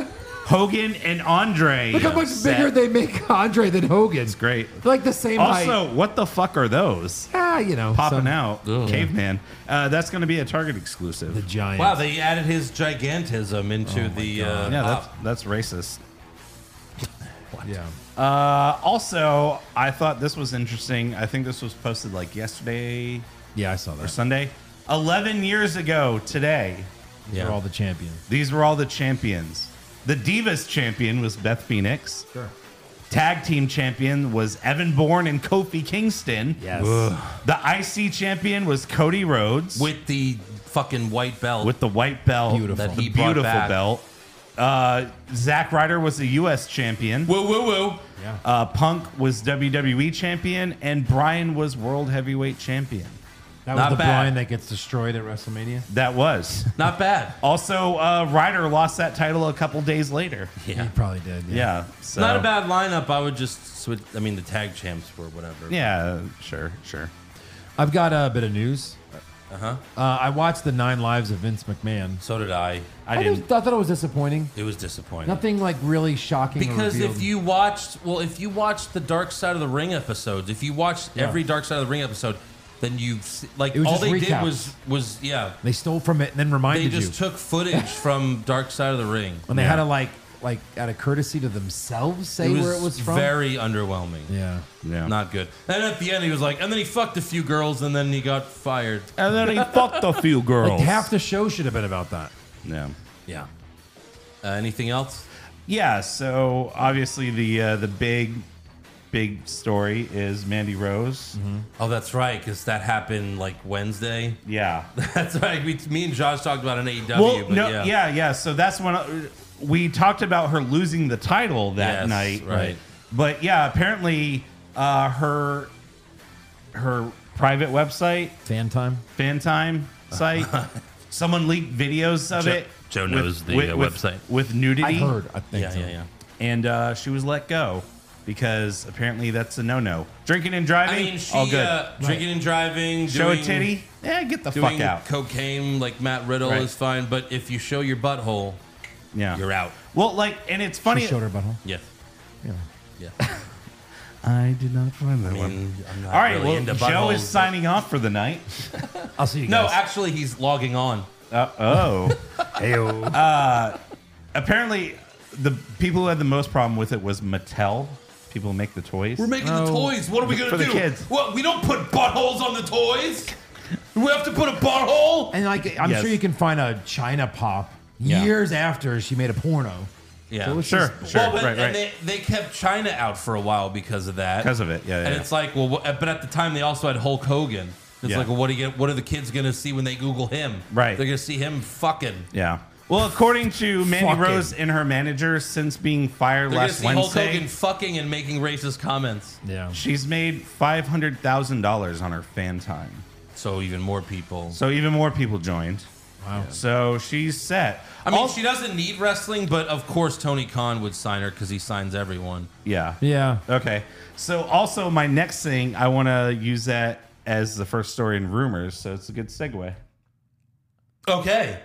Speaker 4: Hogan and Andre.
Speaker 3: Look how much bigger they make Andre than Hogan. It's
Speaker 4: Great.
Speaker 3: Like the same height.
Speaker 4: Also, what the fuck are those?
Speaker 3: Ah, you know,
Speaker 4: Popping
Speaker 3: some-
Speaker 4: out,
Speaker 2: Ugh.
Speaker 4: caveman. Uh, that's going to be a Target
Speaker 3: The
Speaker 4: exclusive.
Speaker 3: giant.
Speaker 2: Wow, they added his gigantism into the. Uh,
Speaker 4: Oh Yeah,
Speaker 2: pop.
Speaker 4: that's that's racist.
Speaker 3: Yeah.
Speaker 4: Uh, also, I thought this was interesting. I think this was posted like yesterday.
Speaker 3: Yeah, I saw
Speaker 4: or
Speaker 3: that.
Speaker 4: Sunday. 11 years ago today,
Speaker 2: yeah.
Speaker 3: For all the champions.
Speaker 4: these were all the champions. The Divas champion was Beth Phoenix.
Speaker 3: Sure.
Speaker 4: Tag team champion was Evan Bourne and Kofi Kingston.
Speaker 2: Yes.
Speaker 4: Ugh. The IC champion was Cody Rhodes
Speaker 2: with the fucking white belt.
Speaker 4: With the white belt
Speaker 2: Beautiful. That he
Speaker 4: the
Speaker 2: brought
Speaker 4: beautiful
Speaker 2: back.
Speaker 4: belt. Uh, Zack Ryder was the U.S. champion.
Speaker 2: Woo woo woo.
Speaker 4: Yeah. Uh, Punk was WWE champion, and Brian was World Heavyweight champion.
Speaker 3: That was the Brian that gets destroyed at WrestleMania.
Speaker 4: That was
Speaker 2: not bad.
Speaker 4: Also, uh, Ryder lost that title a couple days later.
Speaker 2: Yeah, he
Speaker 3: probably did.
Speaker 4: Yeah,
Speaker 2: It's
Speaker 4: so-
Speaker 2: Not a bad lineup. I would just switch. I mean, the tag champs were whatever.
Speaker 4: Yeah, sure, sure.
Speaker 3: I've got a bit of news.
Speaker 2: Uh-huh.
Speaker 3: Uh, I watched the Nine Lives of Vince McMahon.
Speaker 2: So did I. I
Speaker 3: thought it was-
Speaker 2: didn't.
Speaker 3: I thought it was disappointing.
Speaker 2: It was disappointing.
Speaker 3: Nothing like really shocking. or
Speaker 2: Because if
Speaker 3: revealed.
Speaker 2: you watched, well, if you watched the Dark Side of the Ring episodes, if you watched
Speaker 3: Yeah.
Speaker 2: every Dark Side of the Ring episode, then you like
Speaker 3: It was
Speaker 2: all
Speaker 3: just
Speaker 2: they did
Speaker 3: recaps.
Speaker 2: was was yeah.
Speaker 3: they stole from it and then
Speaker 2: They
Speaker 3: reminded
Speaker 2: just
Speaker 3: you,
Speaker 2: took footage from Dark Side of the Ring,
Speaker 3: and they had to like like out of courtesy to themselves say where it was from.
Speaker 2: Very underwhelming.
Speaker 3: Yeah.
Speaker 4: Yeah.
Speaker 2: Not good. And at the end, he was like, and then he fucked a few girls, and then he got fired.
Speaker 4: And then he fucked a few girls.
Speaker 3: Like half the show should have been about that.
Speaker 4: Yeah.
Speaker 2: Yeah. Uh, anything else?
Speaker 4: Yeah. So obviously the uh, the big big story is Mandy Rose.
Speaker 2: Oh, that's right, because that happened like Wednesday.
Speaker 4: Yeah.
Speaker 2: That's right. We, me and Josh talked about an AEW.
Speaker 4: well,
Speaker 2: but
Speaker 4: no,
Speaker 2: yeah.
Speaker 4: yeah. yeah, So that's when uh, we talked about her losing the title
Speaker 2: Yes,
Speaker 4: that night,
Speaker 2: right.
Speaker 4: But yeah, apparently uh, her her private website,
Speaker 3: Fan time,
Speaker 4: fan time site, someone leaked videos of
Speaker 2: Joe-
Speaker 4: it.
Speaker 2: Joe
Speaker 4: with-
Speaker 2: knows the,
Speaker 4: with-
Speaker 2: uh,
Speaker 4: with-
Speaker 2: website.
Speaker 4: with nudity.
Speaker 3: I heard, I think
Speaker 2: Yeah,
Speaker 3: so.
Speaker 2: yeah, yeah.
Speaker 4: and uh, she was let go because apparently that's a no-no. Drinking and driving,
Speaker 2: I mean, she
Speaker 4: all good.
Speaker 2: uh, drinking and driving.
Speaker 4: Show a
Speaker 2: doing-
Speaker 4: titty? Yeah, get the
Speaker 2: doing
Speaker 4: fuck out.
Speaker 2: Cocaine like Matt Riddle
Speaker 4: Right.
Speaker 2: is fine, but if you show your butthole,
Speaker 4: Yeah.
Speaker 2: you're out.
Speaker 4: Well, like, and it's funny.
Speaker 3: She showed her butthole.
Speaker 2: Yeah,
Speaker 3: Yeah.
Speaker 2: yeah.
Speaker 4: I did not find that
Speaker 2: I mean, I'm not
Speaker 4: All right,
Speaker 2: really into
Speaker 4: well, Joe
Speaker 2: buttholes,
Speaker 4: is signing off for the night.
Speaker 3: I'll see you
Speaker 2: but- No,
Speaker 3: guys.
Speaker 2: actually, he's logging on.
Speaker 4: Uh, oh. Uh, apparently, the people who had the most problem with it was Mattel. People who make the toys.
Speaker 2: We're making the toys. What are we gonna
Speaker 4: For the
Speaker 2: do?
Speaker 4: kids.
Speaker 2: What? We don't put buttholes on the toys. We have to put a butthole.
Speaker 3: And like I'm
Speaker 4: Yes.
Speaker 3: sure you can find a China pop
Speaker 2: Yeah.
Speaker 3: years after she made a porno.
Speaker 2: Yeah,
Speaker 3: So it's
Speaker 4: Sure,
Speaker 3: just-
Speaker 4: sure,
Speaker 2: Well, but,
Speaker 4: right,
Speaker 2: and
Speaker 4: right.
Speaker 2: they, they kept China out for a while because of that.
Speaker 4: Because of it, yeah, yeah,
Speaker 2: and
Speaker 4: yeah.
Speaker 2: it's like, well, what, but at the time they also had Hulk Hogan. It's
Speaker 4: Yeah.
Speaker 2: like, well, what are you, what are the kids gonna see when they Google him?
Speaker 4: Right.
Speaker 2: they're gonna see him fucking.
Speaker 4: yeah. Well, according to Mandy
Speaker 3: Fucking.
Speaker 4: Rose and her manager, since being fired
Speaker 2: They're gonna
Speaker 4: last
Speaker 2: see Hulk
Speaker 4: Wednesday,
Speaker 2: Hogan fucking and making racist comments.
Speaker 3: Yeah.
Speaker 4: she's made five hundred thousand dollars on her fan time.
Speaker 2: So even more people.
Speaker 4: So even more people joined.
Speaker 3: Wow.
Speaker 4: So she's set.
Speaker 2: I mean,
Speaker 4: Al-
Speaker 2: she doesn't need wrestling, but of course Tony Khan would sign her because he signs everyone.
Speaker 4: yeah.
Speaker 3: Yeah.
Speaker 4: Okay. So also my next thing, I want to use that as the first story in rumors. So it's a good segue.
Speaker 2: Okay.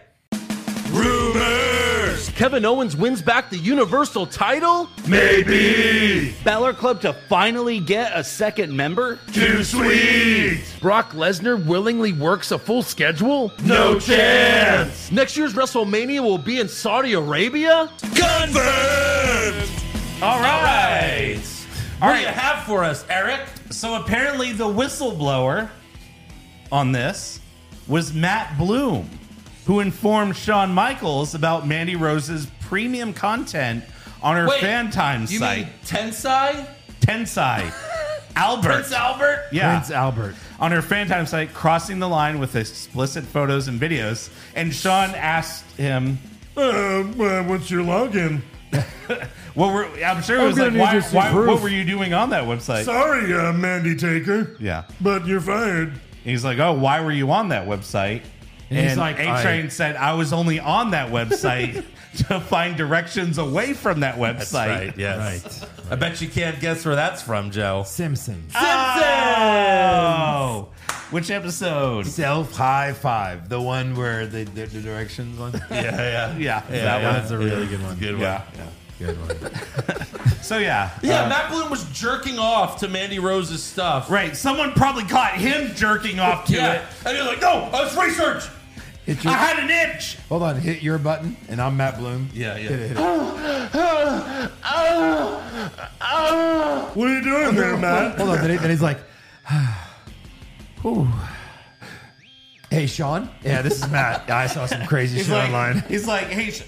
Speaker 2: Rumors. Kevin Owens wins back the Universal title.
Speaker 6: Maybe.
Speaker 11: Balor Club to finally get a second member?
Speaker 6: Too sweet.
Speaker 11: Brock Lesnar willingly works a full schedule?
Speaker 6: No chance.
Speaker 11: Next year's WrestleMania will be in Saudi Arabia?
Speaker 6: Confirmed.
Speaker 4: All
Speaker 2: right.
Speaker 4: All
Speaker 2: What do you
Speaker 4: right.
Speaker 2: have for us, Eric?
Speaker 4: So apparently the whistleblower on this was Matt Bloom, who informed Shawn Michaels about Mandy Rose's premium content on her
Speaker 2: Wait,
Speaker 4: fan time
Speaker 2: you
Speaker 4: site,
Speaker 2: mean Tensai?
Speaker 4: Tensai. Albert.
Speaker 2: Prince Albert?
Speaker 4: Yeah.
Speaker 3: Prince Albert.
Speaker 4: on her fan time site crossing the line with explicit photos and videos. And Sean asked him, uh, uh, "What's your login?" what were I'm sure it was like,
Speaker 3: gonna need
Speaker 4: why,
Speaker 3: you some
Speaker 4: why,
Speaker 3: proof."
Speaker 4: "What were you doing on that website?"
Speaker 6: Sorry, uh, Mandy Taker,
Speaker 4: Yeah,
Speaker 6: but you're fired.
Speaker 4: And he's like, "Oh, why were you on that website?"
Speaker 3: And he's like,
Speaker 4: A Train said, "I was only on that website to find directions away from that website."
Speaker 2: yes. Right. I bet you can't guess where that's from, Joe.
Speaker 3: Simpsons.
Speaker 4: Oh, which episode?
Speaker 3: Self high five. The one where the, the, the directions on.
Speaker 4: Yeah, yeah, yeah. that
Speaker 3: yeah,
Speaker 4: one.
Speaker 3: that's a really good one.
Speaker 2: Good one.
Speaker 4: Yeah,
Speaker 3: Good one.
Speaker 4: So yeah,
Speaker 2: Yeah, Matt Bloom was jerking off to Mandy Rose's stuff.
Speaker 4: Right. Someone probably caught him jerking off to
Speaker 2: Yeah.
Speaker 4: it.
Speaker 2: And you're like, no, I was research.
Speaker 3: Hit
Speaker 4: I
Speaker 3: your,
Speaker 4: had an itch.
Speaker 3: hold on. Hit your button, and I'm Matt Bloom.
Speaker 2: Yeah, yeah.
Speaker 3: Hit it, hit it.
Speaker 6: What are you doing there, Matt?
Speaker 3: Hold on. Then, he- then he's like, Whew. Hey, Sean. Yeah, this is Matt. I saw some crazy
Speaker 4: He's
Speaker 3: shit
Speaker 4: like,
Speaker 3: online.
Speaker 4: he's like, hey, Sh-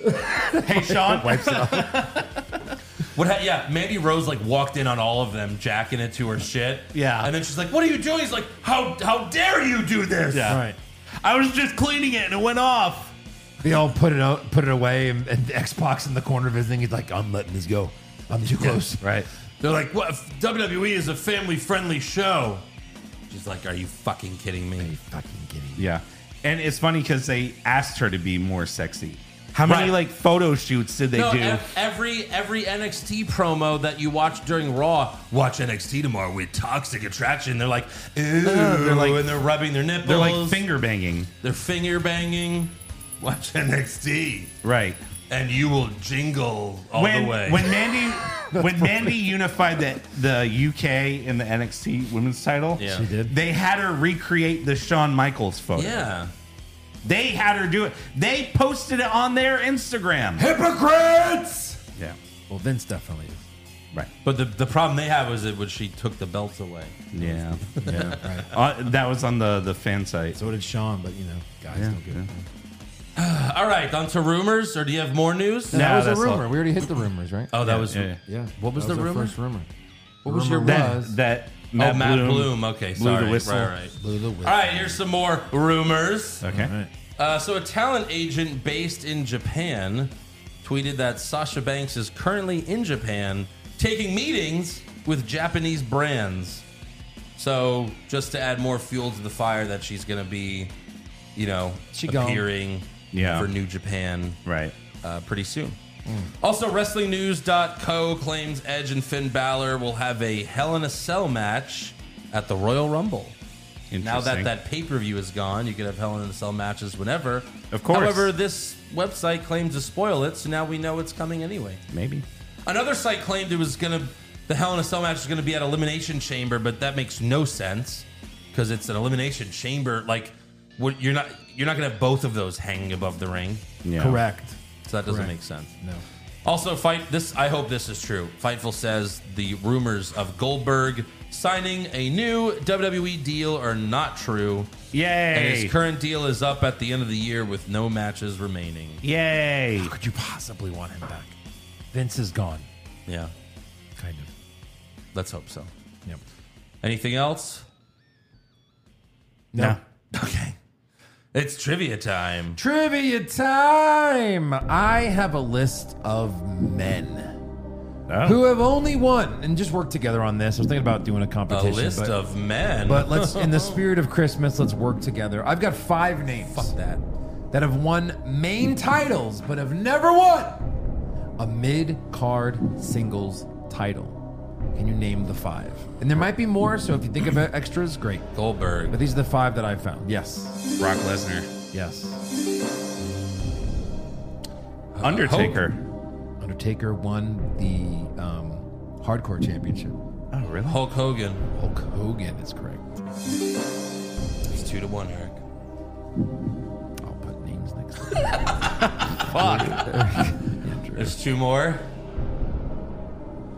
Speaker 4: hey, Sean.
Speaker 2: What? Ha- yeah, Mandy Rose like walked in on all of them, jacking it to her shit. Yeah, and then she's like, "What are you doing?" He's like, "How how dare you do this?"
Speaker 4: Yeah. Right. I was just cleaning it and it went off.
Speaker 3: They all put it out, put it away, and, and Xbox in the corner visiting. He's like, I'm letting this go. I'm too close.
Speaker 4: right.
Speaker 2: They're like, "What? WWE E is a family friendly show." She's like, "Are you fucking kidding me?"
Speaker 3: fucking kidding me?
Speaker 4: Yeah. And it's funny because they asked her to be more sexy. How many
Speaker 2: Right.
Speaker 4: like photo shoots did they
Speaker 2: no,
Speaker 4: do?
Speaker 2: ev- every every NXT promo that you watch during Raw, watch NXT tomorrow with Toxic Attraction. They're like, ooh,
Speaker 4: they're like-
Speaker 2: and they're rubbing their nipples.
Speaker 4: They're like finger banging.
Speaker 2: They're finger banging. Watch NXT,
Speaker 4: Right.
Speaker 2: and you will jingle all
Speaker 4: when,
Speaker 2: the way.
Speaker 4: When Mandy when Mandy unified the, the UK in the NXT women's title,
Speaker 2: Yeah. She did.
Speaker 4: they had her recreate the Shawn Michaels photo.
Speaker 2: yeah,
Speaker 4: They had her do it. They posted it on their Instagram.
Speaker 2: hypocrites.
Speaker 4: Yeah.
Speaker 3: Well, Vince definitely is.
Speaker 4: Right.
Speaker 2: But the, the problem they have was that when she took the belts away.
Speaker 4: Yeah.
Speaker 3: Yeah, right.
Speaker 4: Uh, that was on the, the fan site.
Speaker 3: So did Sean, but you know, guys
Speaker 4: Yeah,
Speaker 3: don't get it.
Speaker 2: All right, on to rumors, or do you have more news?
Speaker 3: That was a
Speaker 4: that's
Speaker 3: rumor.
Speaker 4: all.
Speaker 3: We already hit the rumors, right?
Speaker 2: Oh, that was
Speaker 4: yeah.
Speaker 3: Yeah.
Speaker 2: What was
Speaker 3: that
Speaker 2: the
Speaker 3: our
Speaker 2: rumor?
Speaker 3: First rumor. What was your
Speaker 2: Rumor
Speaker 4: That,
Speaker 3: was?
Speaker 4: that
Speaker 2: oh, Matt Bloom. Okay,
Speaker 4: blew the
Speaker 2: sorry.
Speaker 4: whistle.
Speaker 2: Right, right.
Speaker 3: Blew the whistle.
Speaker 2: All right, here's some more rumors.
Speaker 4: Okay.
Speaker 2: Uh, so, a talent agent based in Japan tweeted that Sasha Banks is currently in Japan taking meetings with Japanese brands. So, just to add more fuel to the fire, that she's going to be, you know,
Speaker 3: She gone.
Speaker 2: appearing
Speaker 4: Yeah.
Speaker 2: for New Japan
Speaker 4: Right.
Speaker 2: uh, pretty soon.
Speaker 4: Hmm.
Speaker 2: Also, WrestlingNews.co claims Edge and Finn Balor will have a Hell in a Cell match at the Royal Rumble. Now that
Speaker 4: Interesting.
Speaker 2: that pay per view is gone, you could have Hell in a Cell matches whenever.
Speaker 4: Of course.
Speaker 2: However, this website claims to spoil it, so now we know it's coming anyway.
Speaker 4: Maybe.
Speaker 2: Another site claimed it was gonna the Hell in a Cell match is gonna be at Elimination Chamber, but that makes no sense because it's an Elimination Chamber. Like, what, you're not you're not gonna have both of those hanging above the ring,
Speaker 4: Yeah.
Speaker 3: Correct.
Speaker 2: so that doesn't
Speaker 3: Correct.
Speaker 2: make sense.
Speaker 3: No.
Speaker 2: Also, fight this. I hope this is true. Fightful says the rumors of Goldberg signing a new WWE deal are not true, and
Speaker 4: Yay.
Speaker 2: his current deal is up at the end of the year with no matches remaining.
Speaker 4: Yay.
Speaker 3: Could you possibly want him back? Vince is gone.
Speaker 2: Yeah,
Speaker 3: Kind of.
Speaker 2: let's hope so.
Speaker 3: Yep.
Speaker 2: Anything else?
Speaker 3: No.
Speaker 2: Okay, it's trivia time.
Speaker 3: Trivia time. I have a list of men
Speaker 4: Oh.
Speaker 3: who have only won and just worked together on this. I was thinking about doing a
Speaker 2: A
Speaker 3: competition.
Speaker 2: list
Speaker 3: but,
Speaker 2: of men.
Speaker 3: But let's, in the spirit of Christmas, let's work together. I've got five names. Fuck that. That have won main titles, but have never won a mid card singles title. Can you name the five? And there might be more, so if you think of e-, extras, great. But
Speaker 2: Goldberg,
Speaker 3: these are the five that I found. Yes.
Speaker 4: Brock Lesnar.
Speaker 3: Yes.
Speaker 4: Undertaker.
Speaker 3: Undertaker won the um, hardcore championship.
Speaker 4: Oh, really?
Speaker 2: Hulk Hogan.
Speaker 3: Hulk Hogan is correct.
Speaker 2: It's two to one, Eric.
Speaker 3: I'll put names next time.
Speaker 2: There's two more.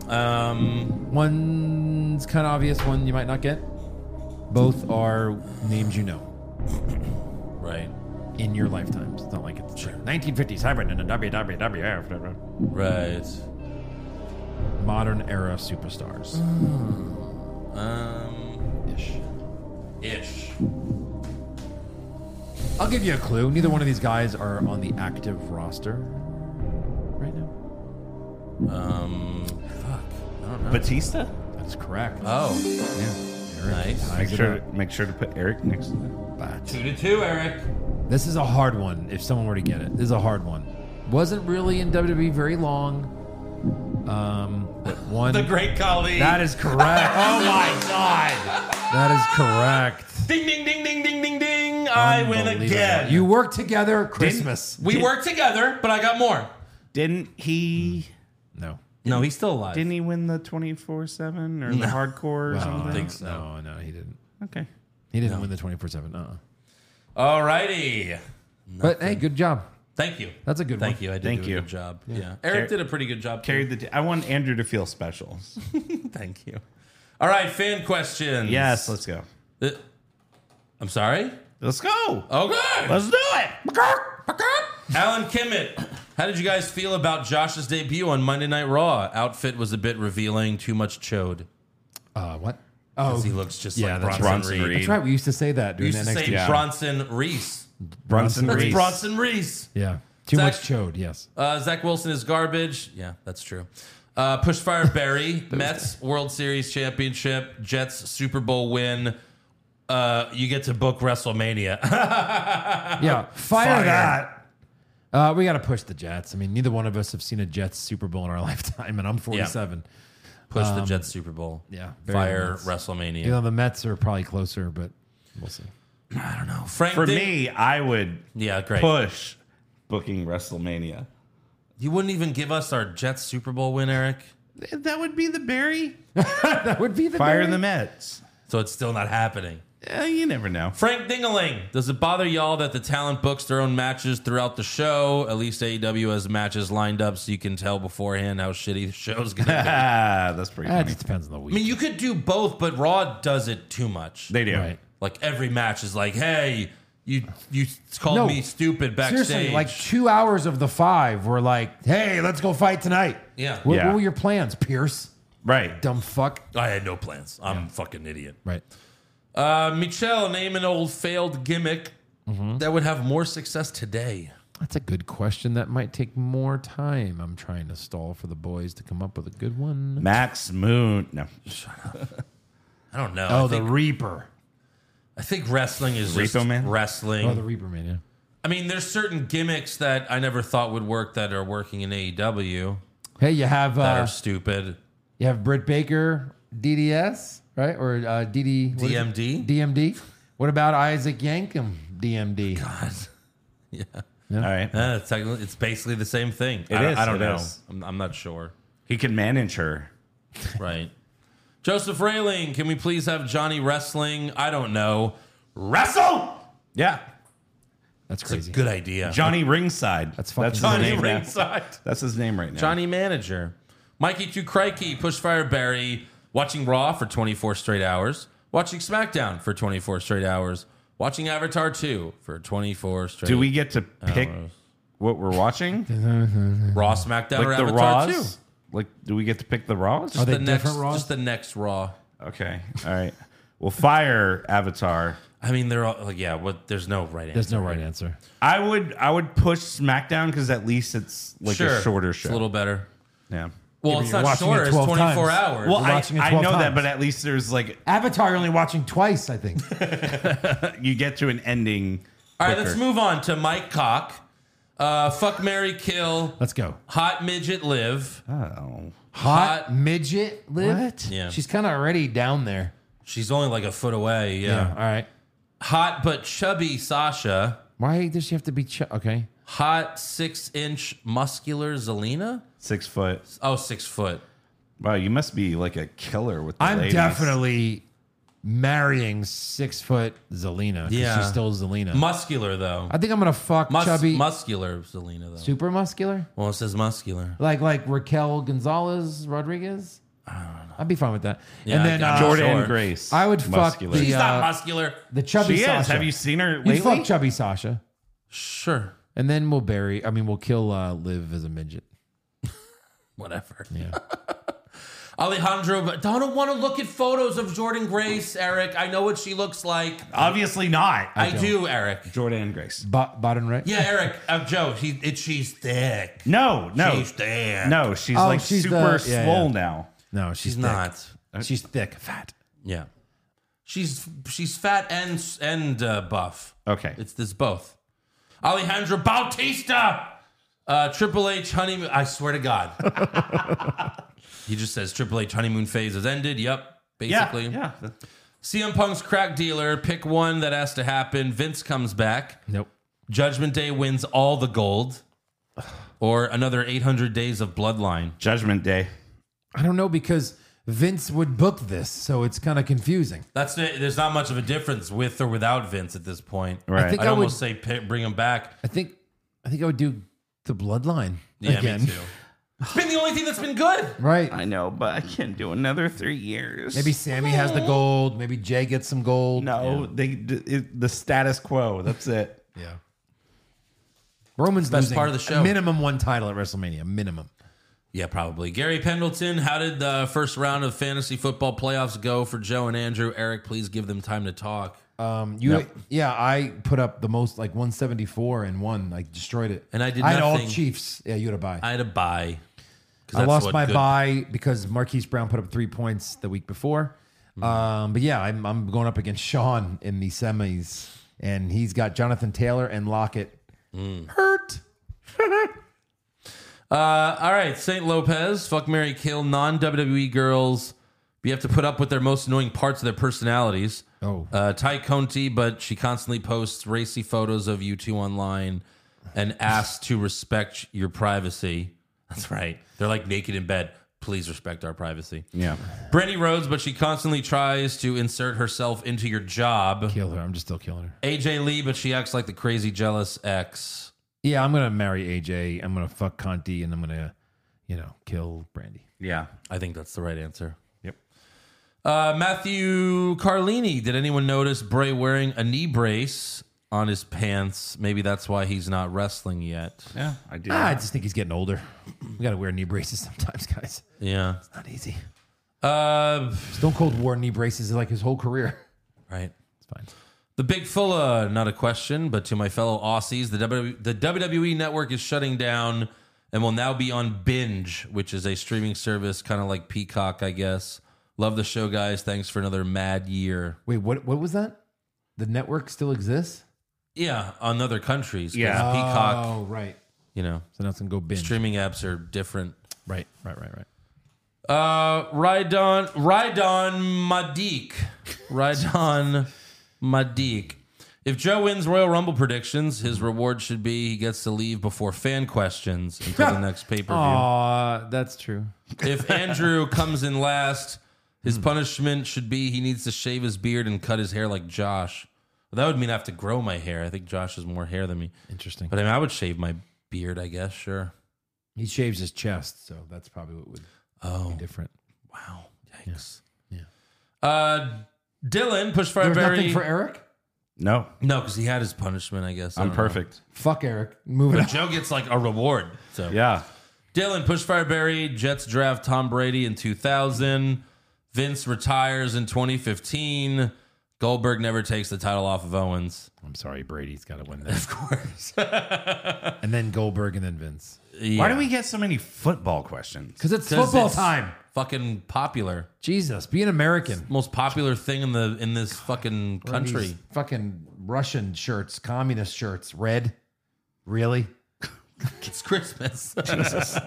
Speaker 2: Um,
Speaker 3: One's kind of obvious, one you might not get. Both are names you know
Speaker 2: right,
Speaker 3: in your lifetimes. It's not like it's sure. 1950s hybrid and a WWF.
Speaker 2: right.
Speaker 3: Modern era superstars.
Speaker 2: Um,
Speaker 3: Ish.
Speaker 2: ish.
Speaker 3: I'll give you a clue. Neither one of these guys are on the active roster right now.
Speaker 2: Um, fuck. I don't know.
Speaker 4: Batista?
Speaker 3: That's correct.
Speaker 2: oh,
Speaker 3: yeah.
Speaker 2: nice.
Speaker 4: Make sure, make sure to put Eric next to that.
Speaker 2: Two to two, Eric.
Speaker 3: This is a hard one. If someone were to get it, this is a hard one. Wasn't really in WWE very long. Um, but one.
Speaker 2: The great colleague.
Speaker 3: that is correct. oh my god. That is correct.
Speaker 2: ding, ding, ding, ding, ding, ding, ding. I win
Speaker 3: Unbelievable.
Speaker 2: again.
Speaker 3: You work together. Christmas.
Speaker 2: we work together, but I got more.
Speaker 4: Didn't he?
Speaker 3: No.
Speaker 2: No, he's still alive.
Speaker 4: Didn't he win the twenty four seven or the hardcore or something?
Speaker 2: think so.
Speaker 3: No, no, he didn't.
Speaker 4: Okay.
Speaker 3: He didn't win the twenty four seven. Uh.
Speaker 2: All righty.
Speaker 3: But hey, good job.
Speaker 2: Thank you.
Speaker 3: That's a good
Speaker 2: Thank
Speaker 3: one.
Speaker 2: you. I did
Speaker 4: Thank
Speaker 2: do a
Speaker 4: you.
Speaker 2: good job. Yeah. Eric did a pretty good job. too.
Speaker 4: Carried the. T- I want Andrew to feel special.
Speaker 2: Thank you. All right, fan questions.
Speaker 4: Yes, let's go.
Speaker 2: Uh, I'm sorry. Oh,
Speaker 4: Let's go.
Speaker 2: Okay.
Speaker 4: Let's do it.
Speaker 2: Alan Kimmett How did you guys feel about Josh's debut on Monday Night Raw? Outfit was a bit revealing, too much chode.
Speaker 3: Uh, what?
Speaker 2: 'Cause he looks just like
Speaker 3: that's
Speaker 2: Bronson
Speaker 3: right.
Speaker 2: Reed.
Speaker 3: That's right. We used to say that
Speaker 2: We
Speaker 3: during
Speaker 2: used to
Speaker 3: NXT.
Speaker 2: say Bronson Reese.
Speaker 3: Bronson
Speaker 2: That's
Speaker 3: Reese.
Speaker 2: Bronson Reese.
Speaker 3: Yeah. Too
Speaker 2: Zach-
Speaker 3: much chode, yes.
Speaker 2: Uh, Zach Wilson is garbage. Yeah, that's true. Uh, Pushfire Barry, Mets World Series Championship, Jets Super Bowl win. Uh, you get to book WrestleMania.
Speaker 3: Yeah. Fire, that. Uh, we got to push the Jets. I mean, neither one of us have seen a Jets Super Bowl in our lifetime, and I'm 47.
Speaker 2: Push the
Speaker 3: Um,
Speaker 2: Jets Super Bowl.
Speaker 3: Yeah. very
Speaker 2: Fire
Speaker 3: nice.
Speaker 2: WrestleMania.
Speaker 3: You know, the Mets are probably closer, but we'll see. I don't know.
Speaker 2: Frank,
Speaker 4: For
Speaker 2: did-
Speaker 4: me, I would
Speaker 2: yeah, great.
Speaker 4: push booking WrestleMania.
Speaker 2: You wouldn't even give us our Jets Super Bowl win, Eric.
Speaker 4: That would be the Barry.
Speaker 3: that would be the
Speaker 4: Fire
Speaker 3: Barry.
Speaker 4: the Mets.
Speaker 2: So it's still not happening.
Speaker 4: Eh, you never know.
Speaker 2: Frank Dingaling, does it bother y'all that the talent books their own matches throughout the show? At least AEW has matches lined up so you can tell beforehand how shitty the show's going to
Speaker 4: That's pretty
Speaker 3: It
Speaker 4: funny.
Speaker 3: just depends on the
Speaker 2: be.
Speaker 3: week.
Speaker 2: I mean, you could do both, but Raw does it too much.
Speaker 4: They do.
Speaker 3: Right.
Speaker 2: Like every match is like, hey, you you called
Speaker 3: No.
Speaker 2: me stupid backstage.
Speaker 3: Seriously, like two hours of the five were like, hey, let's go fight tonight.
Speaker 2: Yeah.
Speaker 3: What,
Speaker 4: Yeah.
Speaker 3: what were your plans, Pierce?
Speaker 4: Right.
Speaker 3: Dumb fuck.
Speaker 2: I had no plans. I'm a fucking idiot.
Speaker 3: Right.
Speaker 2: Uh, Michelle, name an old failed gimmick
Speaker 3: Mm-hmm.
Speaker 2: that would have more success today.
Speaker 3: That's a good question. That might take more time. I'm trying to stall for the boys to come up with a good one.
Speaker 4: Max Moon. No.
Speaker 2: I don't know.
Speaker 3: oh,
Speaker 2: I,
Speaker 3: the
Speaker 2: think,
Speaker 3: Reaper.
Speaker 2: I think wrestling is just
Speaker 4: Repo Man?
Speaker 2: wrestling.
Speaker 3: Oh, the Reaper man. Yeah.
Speaker 2: I mean, there's certain gimmicks that I never thought would work that are working in AEW
Speaker 3: Hey, you have
Speaker 2: that
Speaker 3: uh,
Speaker 2: are stupid.
Speaker 3: you have Britt Baker, DDS, right, or uh, DD what is it?
Speaker 2: DMD?
Speaker 3: DMD. What about Isaac Yankum, DMD?
Speaker 2: Yeah.
Speaker 4: All right.
Speaker 2: Uh, it's, technically- it's basically the same thing.
Speaker 4: It
Speaker 2: I, don't-
Speaker 4: is,
Speaker 2: I don't
Speaker 4: it
Speaker 2: know.
Speaker 4: is.
Speaker 2: I'm, I'm not sure.
Speaker 4: He can manage her.
Speaker 2: Right. Joseph Rayling, can we please have Johnny wrestling? I don't know. Wrestle?
Speaker 4: Yeah.
Speaker 3: That's
Speaker 2: It's a
Speaker 3: crazy.
Speaker 2: good idea.
Speaker 4: Johnny Ringside.
Speaker 3: That's fucking
Speaker 4: That's his
Speaker 3: Johnny
Speaker 4: name now.
Speaker 2: ringside.
Speaker 4: That's his name right now.
Speaker 2: Johnny Manager. Mikey Two Crikey, Pushfire Barry, watching Raw for 24 straight hours, watching SmackDown for 24 straight hours, watching Avatar 2 for 24 straight
Speaker 4: Do we get to pick
Speaker 2: Hours.
Speaker 4: what we're watching?
Speaker 2: Raw SmackDown or
Speaker 4: like the
Speaker 2: Avatar
Speaker 4: Raws?
Speaker 2: 2?
Speaker 4: Like, do we get to pick the Raws?
Speaker 3: Are they
Speaker 2: the next,
Speaker 3: different Raws?
Speaker 2: Just the next Raw.
Speaker 4: Okay. All right. Well, fire Avatar.
Speaker 2: I mean, they're all like, yeah. What? There's no right answer.
Speaker 3: There's no right answer.
Speaker 4: I would I would push SmackDown because at least it's like
Speaker 2: Sure.
Speaker 4: a shorter
Speaker 2: It's a
Speaker 4: show.
Speaker 2: little better.
Speaker 4: yeah.
Speaker 2: Well,
Speaker 3: but
Speaker 2: it's
Speaker 3: you're
Speaker 2: not
Speaker 3: watching it
Speaker 2: short. It's
Speaker 3: 12
Speaker 2: 24
Speaker 3: times.
Speaker 2: hours.
Speaker 4: Well, I,
Speaker 3: watching it
Speaker 4: I
Speaker 3: 12
Speaker 4: know that,
Speaker 3: times.
Speaker 4: but at least there's like
Speaker 3: Avatar, you're only watching twice, I think.
Speaker 4: you get to an ending.
Speaker 2: all right,
Speaker 4: quicker.
Speaker 2: let's move on to Mike Cock. Uh, fuck Mary Kill.
Speaker 3: Let's go.
Speaker 2: Hot midget live.
Speaker 4: Oh,
Speaker 3: Hot,
Speaker 2: Hot-
Speaker 3: midget. Liv?
Speaker 4: What?
Speaker 2: Yeah.
Speaker 3: She's kind of already down there.
Speaker 2: She's only like a foot away. yeah.
Speaker 3: All right.
Speaker 2: Hot but chubby Sasha.
Speaker 3: Why does she have to be? Ch- okay.
Speaker 2: Hot six inch muscular Zelina.
Speaker 4: six foot.
Speaker 2: Oh, six foot.
Speaker 4: Wow, you must be like a killer with. The
Speaker 3: I'm
Speaker 4: ladies.
Speaker 3: definitely marrying six foot Zelina. 'cause
Speaker 2: Yeah.
Speaker 3: She's still Zelina.
Speaker 2: Muscular though.
Speaker 3: I think I'm gonna fuck
Speaker 2: Mus-
Speaker 3: chubby,
Speaker 2: Muscular Zelina though.
Speaker 3: super muscular,
Speaker 2: Well, it says muscular.
Speaker 3: like like Raquel Gonzalez Rodriguez. I don't know. I'd be fine with that. and then
Speaker 2: I-
Speaker 3: uh,
Speaker 2: I'm
Speaker 4: Jordan
Speaker 2: Sure.
Speaker 4: Grace.
Speaker 3: I would fuck
Speaker 4: Muscular.
Speaker 3: the,
Speaker 2: She's not
Speaker 3: uh,
Speaker 2: muscular.
Speaker 3: the chubby
Speaker 4: she
Speaker 3: Sasha.
Speaker 4: is. Have you seen her
Speaker 3: You'd
Speaker 4: lately?
Speaker 3: fuck chubby Sasha,
Speaker 2: Sure.
Speaker 3: and then we'll bury. I mean, we'll kill uh, Liv as a midget.
Speaker 2: Whatever.
Speaker 3: Yeah.
Speaker 2: Alejandro, but I don't want to look at photos of Jordan Grace, Eric. I know what she looks like.
Speaker 4: Obviously not.
Speaker 2: I, do, Eric.
Speaker 4: Uh, Jordan Grace.
Speaker 3: Bo- bottom right.
Speaker 2: Yeah, Eric. I'm Joe. He, it, she's thick.
Speaker 4: No, no,
Speaker 2: She's thick.
Speaker 4: no. She's
Speaker 3: Oh,
Speaker 4: like
Speaker 3: she's the-
Speaker 4: super
Speaker 3: yeah, yeah.
Speaker 4: swole now.
Speaker 3: No, she's,
Speaker 2: she's
Speaker 3: thick.
Speaker 2: not.
Speaker 3: She's thick, fat.
Speaker 2: Yeah. She's she's fat and and uh, buff.
Speaker 4: Okay.
Speaker 2: It's this both. Alejandro Bautista. Uh, Triple H honeymoon. I swear to God. he just says Triple H honeymoon phase has ended. Yep.
Speaker 4: yeah,
Speaker 2: Basically.
Speaker 4: yeah.
Speaker 2: CM Punk's crack dealer. Pick one that has to happen. Vince comes back.
Speaker 3: Nope.
Speaker 2: Judgment Day wins all the gold. Or another 800 days of bloodline.
Speaker 4: Judgment Day.
Speaker 3: I don't know because Vince would book this, so it's kind of confusing.
Speaker 2: That's it. There's not much of a difference with or without Vince at this point.
Speaker 4: Right.
Speaker 3: think
Speaker 2: I'd
Speaker 3: I would-
Speaker 2: almost say pick, bring him back.
Speaker 3: I think I think I would do the bloodline
Speaker 2: Yeah,
Speaker 3: again.
Speaker 2: me too. It's been the only thing that's been good.
Speaker 3: Right.
Speaker 4: know, but I can't do another three years.
Speaker 3: Maybe Sammy has the gold. Maybe Jay gets some gold.
Speaker 4: No, they d- it, the status quo. That's it.
Speaker 3: Yeah. Roman's
Speaker 2: Best
Speaker 3: losing
Speaker 2: part of the show.
Speaker 3: Minimum one title at WrestleMania. Minimum.
Speaker 2: Yeah, probably. Gary Pendleton, how did the first round of fantasy football playoffs go for Joe and Andrew? Eric, please give them time to talk.
Speaker 3: Um, you,
Speaker 2: Yep.
Speaker 3: yeah, I put up the most like 174 and one, like destroyed it.
Speaker 2: And I did
Speaker 3: I had all
Speaker 2: nothing.
Speaker 3: Chiefs. Yeah, you had a buy.
Speaker 2: I had a buy. 'Cause
Speaker 3: I
Speaker 2: that's
Speaker 3: lost
Speaker 2: what
Speaker 3: my
Speaker 2: good-
Speaker 3: buy because Marquise Brown put up three points the week before. Um, but yeah, I'm, I'm going up against Sean in the semis, and he's got Jonathan Taylor and Lockett. Hurt.
Speaker 2: Uh, all right, Saint Lopez, fuck Mary Kill, non WWE girls. You have to put up with their most annoying parts of their personalities.
Speaker 3: Oh.
Speaker 2: uh, Ty Conti, but she constantly posts racy photos of you two online and asks to respect your privacy. That's right. They're like naked in bed. Please respect our privacy.
Speaker 4: Yeah.
Speaker 2: Brandy Rhodes, but she constantly tries to insert herself into your job.
Speaker 3: Kill her. I'm just still killing her.
Speaker 2: AJ Lee, but she acts like the crazy jealous ex.
Speaker 3: Yeah, I'm gonna marry AJ. I'm gonna fuck Conti, and I'm gonna, you know, kill Brandy.
Speaker 4: Yeah.
Speaker 2: I think that's the right answer.
Speaker 3: Yep.
Speaker 2: Uh, Matthew Carlini, did anyone notice Bray wearing a knee brace on his pants? Maybe that's why he's not wrestling yet.
Speaker 4: Yeah, I do.
Speaker 3: Ah, I just think he's getting older. We gotta wear knee braces sometimes, guys.
Speaker 2: Yeah.
Speaker 3: It's not easy.
Speaker 2: Uh,
Speaker 3: Stone Cold wore knee braces like his whole career.
Speaker 2: right.
Speaker 3: It's fine.
Speaker 2: The Big Fulla, not a question, but to my fellow Aussies, the, w- the WWE network is shutting down and will now be on Binge, which is a streaming service kind of like Peacock, I guess. Love the show, guys. Thanks for another mad year.
Speaker 3: Wait, what? What was that? The network still exists?
Speaker 2: Yeah, on other countries. 'cause
Speaker 4: Yeah.
Speaker 2: Peacock,
Speaker 3: Oh, right.
Speaker 2: you know,
Speaker 3: So now it's gonna go binge.
Speaker 2: streaming apps are different.
Speaker 3: Right, right, right, right.
Speaker 2: Uh, Rydon, Rydon Madik. Rydon Madik. If Joe wins Royal Rumble predictions, his reward should be he gets to leave before fan questions until the next pay per view.
Speaker 3: Aw, that's true.
Speaker 2: If Andrew comes in last,
Speaker 3: Hmm.
Speaker 2: his punishment should be he needs to shave his beard and cut his hair like Josh. That would mean I have to grow my hair. I think Josh has more hair than me.
Speaker 3: Interesting.
Speaker 2: But I mean, I would shave my beard, I guess, sure.
Speaker 3: He shaves his chest, so that's probably what would be different.
Speaker 2: Wow. Yikes. Yeah. Uh, Dylan, push for
Speaker 3: There's
Speaker 2: Barry.
Speaker 3: nothing for Eric.
Speaker 4: No,
Speaker 2: No, because he had his punishment, I guess. I
Speaker 4: I'm
Speaker 2: don't know.
Speaker 4: perfect.
Speaker 3: Fuck Eric. Moving on.
Speaker 2: But Joe gets like a reward. So
Speaker 4: Yeah.
Speaker 2: Dylan, push Fireberry, Jets draft Tom Brady in 2000. Vince retires in 2015. Goldberg never takes the title off of Owens.
Speaker 3: I'm sorry, Brady's got to win that. Of course. and then Goldberg, and then Vince.
Speaker 4: Why do we get so many football questions?
Speaker 3: Because it's
Speaker 2: 'Cause
Speaker 3: football
Speaker 2: it's
Speaker 3: time.
Speaker 2: Fucking popular.
Speaker 3: Jesus, be an American.
Speaker 2: Most popular thing in the in this fucking
Speaker 3: These
Speaker 2: country.
Speaker 3: Fucking Russian shirts, communist shirts, red. Really?
Speaker 2: It's Christmas. Jesus.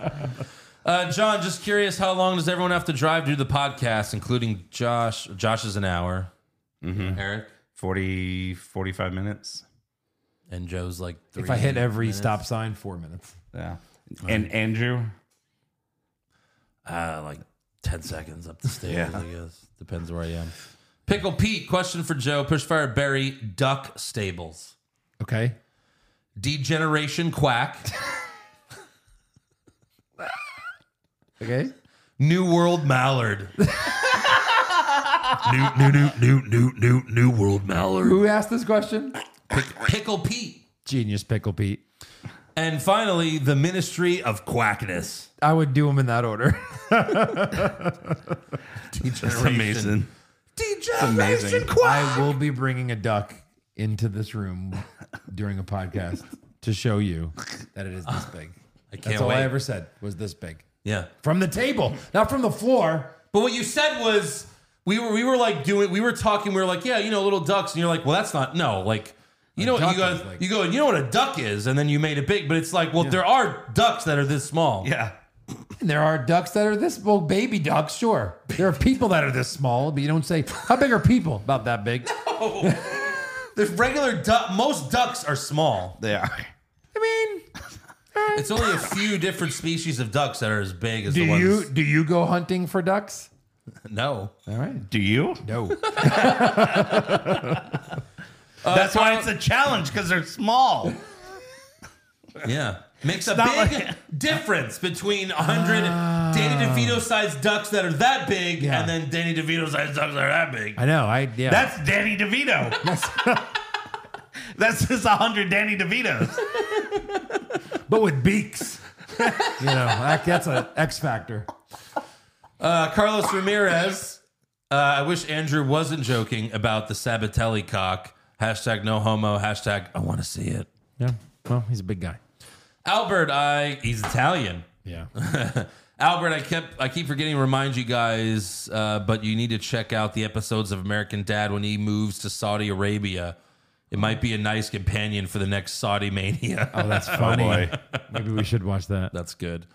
Speaker 2: Uh, John, just curious, how long does everyone have to drive to do the podcast, including Josh? Josh is an hour.
Speaker 3: Mm-hmm.
Speaker 2: Eric
Speaker 4: 40, 45 minutes.
Speaker 2: and Joe's like three.
Speaker 3: If I hit every
Speaker 2: minutes.
Speaker 3: stop sign, four minutes.
Speaker 4: Yeah. And Andrew,
Speaker 2: uh, like 10 seconds up the stairs,
Speaker 4: Yeah.
Speaker 2: I guess. Depends where I am. Pickle Pete, question for Joe. Pushfire Barry, Duck Stables.
Speaker 3: Okay.
Speaker 2: Degeneration Quack,
Speaker 3: Okay.
Speaker 2: New World Mallard.
Speaker 6: New, new, new, new, new, new, new world mallard.
Speaker 3: Who asked this question?
Speaker 2: Pick- Pickle Pete.
Speaker 3: Genius Pickle Pete.
Speaker 2: And finally, the Ministry of Quackness.
Speaker 3: I would do them in that order.
Speaker 4: it's amazing.
Speaker 2: Degeneration
Speaker 3: I will be bringing a duck into this room during a podcast to show you that it is this big.
Speaker 2: I can't
Speaker 3: That's all
Speaker 2: wait.
Speaker 3: I ever said was this big.
Speaker 2: yeah.
Speaker 3: From the table, not from the floor.
Speaker 2: But what you said was we were we were like doing we were talking we were like yeah you know little ducks and you're like well that's not no like you know what
Speaker 3: duck
Speaker 2: you go
Speaker 3: is like-
Speaker 2: you go you know what a duck is and then you made it big but it's like well there are ducks that are this small
Speaker 4: Yeah.
Speaker 3: And there are ducks that are this well, baby ducks, sure. There are people that are this small, but you don't say how big are people? About that big.
Speaker 2: there's regular duck most ducks are small
Speaker 4: They are.
Speaker 2: it's only a few different species of ducks that are as big as
Speaker 3: Do
Speaker 2: the ones
Speaker 3: you do you go hunting for ducks?
Speaker 2: no
Speaker 3: All right.
Speaker 4: Do you?
Speaker 3: No.
Speaker 4: That's why it's a challenge because they're small.
Speaker 2: yeah makes a
Speaker 4: not
Speaker 2: big difference between 100 Danny DeVito sized ducks that are that big
Speaker 3: Ah. Yeah.
Speaker 2: and then Danny DeVito sized ducks that are that big
Speaker 3: I know. I yeah.
Speaker 4: That's Danny DeVito. That's just 100 Danny DeVitos.
Speaker 3: but with beaks. you know, that, that's an X factor.
Speaker 2: Uh, Carlos Ramirez. Uh, I wish Andrew wasn't joking about the Sabatelli cock. Hashtag no homo. Hashtag I want to see it.
Speaker 3: Yeah. Well, he's a big guy.
Speaker 2: Albert, I he's Italian.
Speaker 3: Yeah.
Speaker 2: Albert, I kept I keep forgetting to remind you guys, uh, but you need to check out the episodes of American Dad when he moves to Saudi Arabia. It might be a nice companion for the next Saudi mania.
Speaker 3: Oh, that's funny. Maybe we should watch that.
Speaker 2: That's good.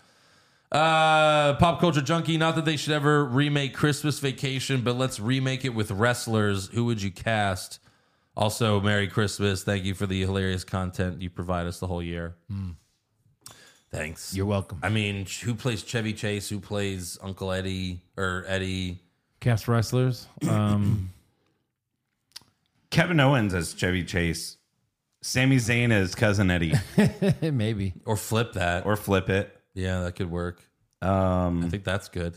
Speaker 2: Uh, pop culture junkie. Not that they should ever remake Christmas Vacation, but let's remake it with wrestlers. Who would you cast? Also, Merry Christmas. Thank you for the hilarious content you provide us the whole year.
Speaker 4: Hmm.
Speaker 2: Thanks.
Speaker 3: You're welcome.
Speaker 2: I mean, who plays Chevy Chase? Who plays Uncle Eddie or Eddie?
Speaker 3: Cast wrestlers. Um,
Speaker 4: Kevin Owens as Chevy Chase, Sami Zayn as Cousin Eddie,
Speaker 3: maybe.
Speaker 2: Or flip that.
Speaker 4: or flip it.
Speaker 2: Yeah, that could work.
Speaker 4: Um,
Speaker 2: I think that's good.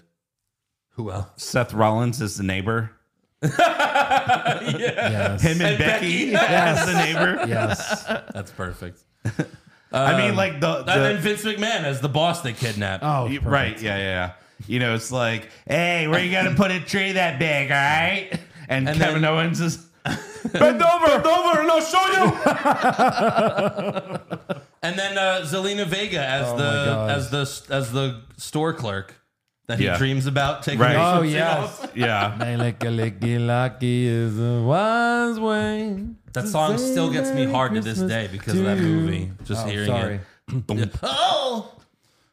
Speaker 2: Who else?
Speaker 4: Seth Rollins as the neighbor.
Speaker 3: Yes.
Speaker 4: Him and, Becky, as the neighbor.
Speaker 3: Yes.
Speaker 2: That's perfect.
Speaker 4: I mean, like the,
Speaker 2: and
Speaker 4: the
Speaker 2: then Vince McMahon as the boss they kidnapped.
Speaker 3: Oh,
Speaker 4: You-
Speaker 3: perfect.
Speaker 4: right. Yeah, yeah, yeah. You know, it's like, hey, where you going to put a tree that big, all right? And,
Speaker 2: And
Speaker 4: Kevin
Speaker 2: then-
Speaker 4: Owens is, bend over, bend over, and I'll show you.
Speaker 2: And then uh, Zelina Vega as the
Speaker 3: Oh God.
Speaker 2: as the as the store clerk that
Speaker 4: Yeah.
Speaker 2: he dreams about taking.
Speaker 4: Right.
Speaker 2: his
Speaker 3: Oh,
Speaker 2: shit
Speaker 3: yes.
Speaker 2: off.
Speaker 4: yeah.
Speaker 3: Licky-licky-licky is a wise way.
Speaker 2: That song still gets me hard to this day because of that movie. Just
Speaker 3: Oh,
Speaker 2: hearing
Speaker 3: sorry.
Speaker 2: it. Oh.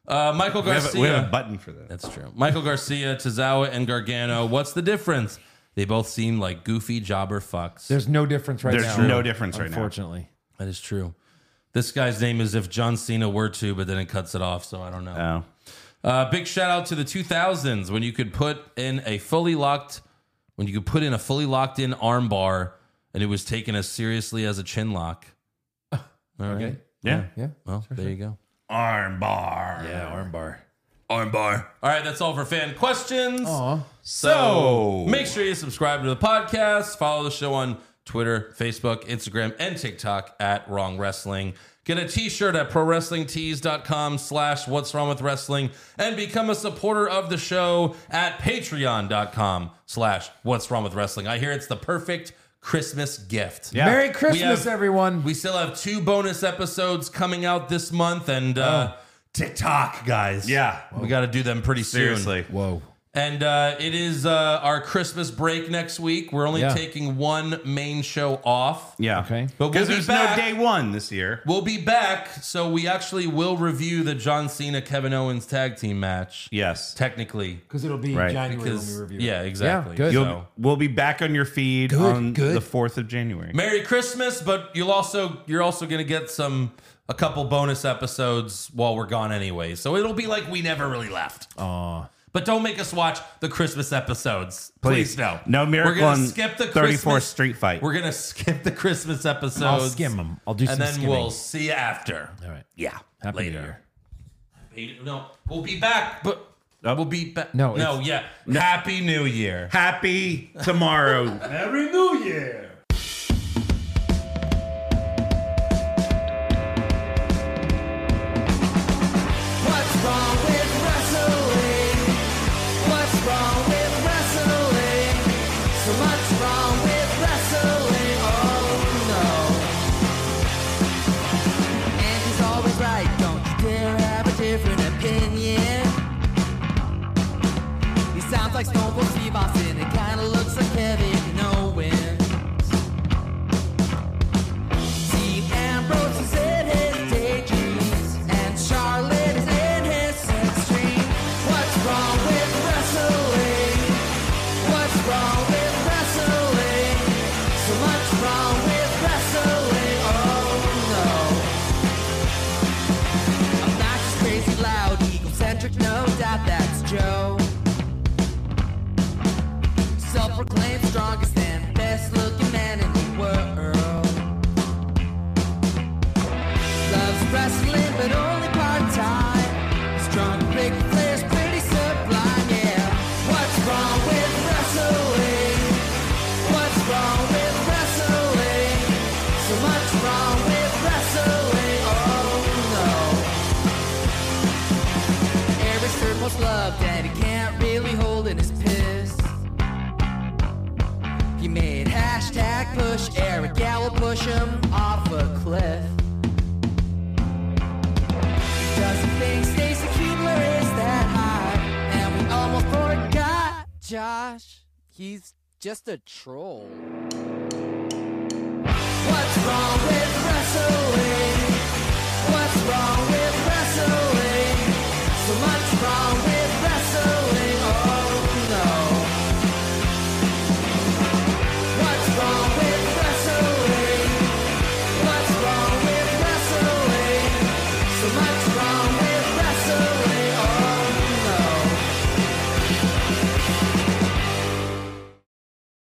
Speaker 2: Uh, Michael
Speaker 4: We have,
Speaker 2: Garcia.
Speaker 4: a, we have a button for that.
Speaker 2: That's true. Michael Garcia, Tozawa, and Gargano. What's the difference? They both seem like goofy jobber fucks.
Speaker 3: There's no difference right
Speaker 4: There's
Speaker 3: now.
Speaker 4: no difference right now.
Speaker 3: Unfortunately.
Speaker 2: that is true. This guy's name is if John Cena were to, but then it cuts it off, so I don't know.
Speaker 4: Oh.
Speaker 2: Uh, big shout out to the 2000s when you could put in a fully locked, when you could put in a fully locked in arm bar and it was taken as seriously as a chin lock. All right.
Speaker 4: Yeah.
Speaker 3: Yeah.
Speaker 2: Well, there you go.
Speaker 4: Arm bar.
Speaker 3: armbar.
Speaker 2: Arm bar. All right. That's all for fan questions.
Speaker 3: Aw.
Speaker 4: Oh.
Speaker 2: So make sure you subscribe to the podcast. Follow the show on Twitter, Facebook, Instagram, and TikTok at Wrong Wrestling. Get a t-shirt at prowrestlingtees.com slash what's wrong with wrestling and become a supporter of the show at patreon.com slash what's wrong with wrestling. I hear it's the perfect Christmas gift.
Speaker 4: Yeah.
Speaker 3: Merry Christmas,
Speaker 2: have-
Speaker 3: everyone.
Speaker 2: We still have two bonus episodes coming out this month and uh, TikTok, guys.
Speaker 4: Oh. Yeah.
Speaker 2: We got to do them pretty soon.
Speaker 4: Seriously.
Speaker 3: Whoa.
Speaker 2: And uh, it is uh, our Christmas break next week. We're only
Speaker 3: Yeah.
Speaker 2: taking one main show off,
Speaker 4: Yeah.
Speaker 3: Okay.
Speaker 2: but we'll
Speaker 4: Because
Speaker 2: be
Speaker 4: there's
Speaker 2: back.
Speaker 4: no day one this year.
Speaker 2: We'll be back, so we actually will review the John Cena Kevin Owens tag team match.
Speaker 4: Yes.
Speaker 2: Technically,
Speaker 3: Because it'll be
Speaker 4: Right.
Speaker 3: January
Speaker 2: because
Speaker 3: when we review.
Speaker 2: yeah, exactly.
Speaker 3: good.
Speaker 4: You'll,
Speaker 2: So,
Speaker 4: We'll be back on your feed on the 4th of January.
Speaker 2: Merry Christmas! But you'll also you're also gonna get some a couple bonus episodes while we're gone anyway. So it'll be like we never really left.
Speaker 3: Aw.
Speaker 2: But don't make us watch the Christmas episodes. Please,
Speaker 4: Please.
Speaker 2: no.
Speaker 4: No miracle
Speaker 2: We're gonna
Speaker 4: on
Speaker 2: skip the
Speaker 4: 34th
Speaker 2: Christmas-
Speaker 4: Street fight.
Speaker 2: We're gonna skip the Christmas episodes.
Speaker 3: I'll skim them. I'll do some
Speaker 2: and then
Speaker 3: skimming.
Speaker 2: we'll see you after.
Speaker 3: All right.
Speaker 2: Yeah.
Speaker 3: Happy New
Speaker 2: later.
Speaker 3: Year.
Speaker 2: No, we'll be back, but we'll be back.
Speaker 3: No,
Speaker 2: no, yeah. Happy New Year.
Speaker 4: Happy tomorrow.
Speaker 5: Merry New Year.
Speaker 1: What's wrong with wrestling? What's wrong with wrestling? So much wrong with wrestling. Oh no. And he's always right. Don't you dare have a different opinion. He sounds like Stone Cold Steve Austin. It kinda looks like Kevin Owens. Dean Ambrose is in his daydreams, and Charlotte is in his sex dream. What's wrong with wrestling? What's wrong with wrestling? So much wrong with wrestling. Oh no. I'm not just crazy loud, egocentric, no doubt that's Joe. Self-proclaimed strongest and best-looking man in the world. Loves wrestling, but only part-time. Strong big players, pretty sublime, yeah. What's wrong with wrestling? What's wrong with wrestling? So much wrong with wrestling, oh no. you made. Hashtag push Eric, yeah, we'll push him off a cliff. He doesn't think Stacy Kubler is that hot, and we almost forgot Josh. He's just a troll. What's wrong with wrestling? What's wrong with wrestling? So much wrong with wrestling. Oh no. What's wrong with wrestling? What's wrong with wrestling? So much wrong with wrestling. Oh no.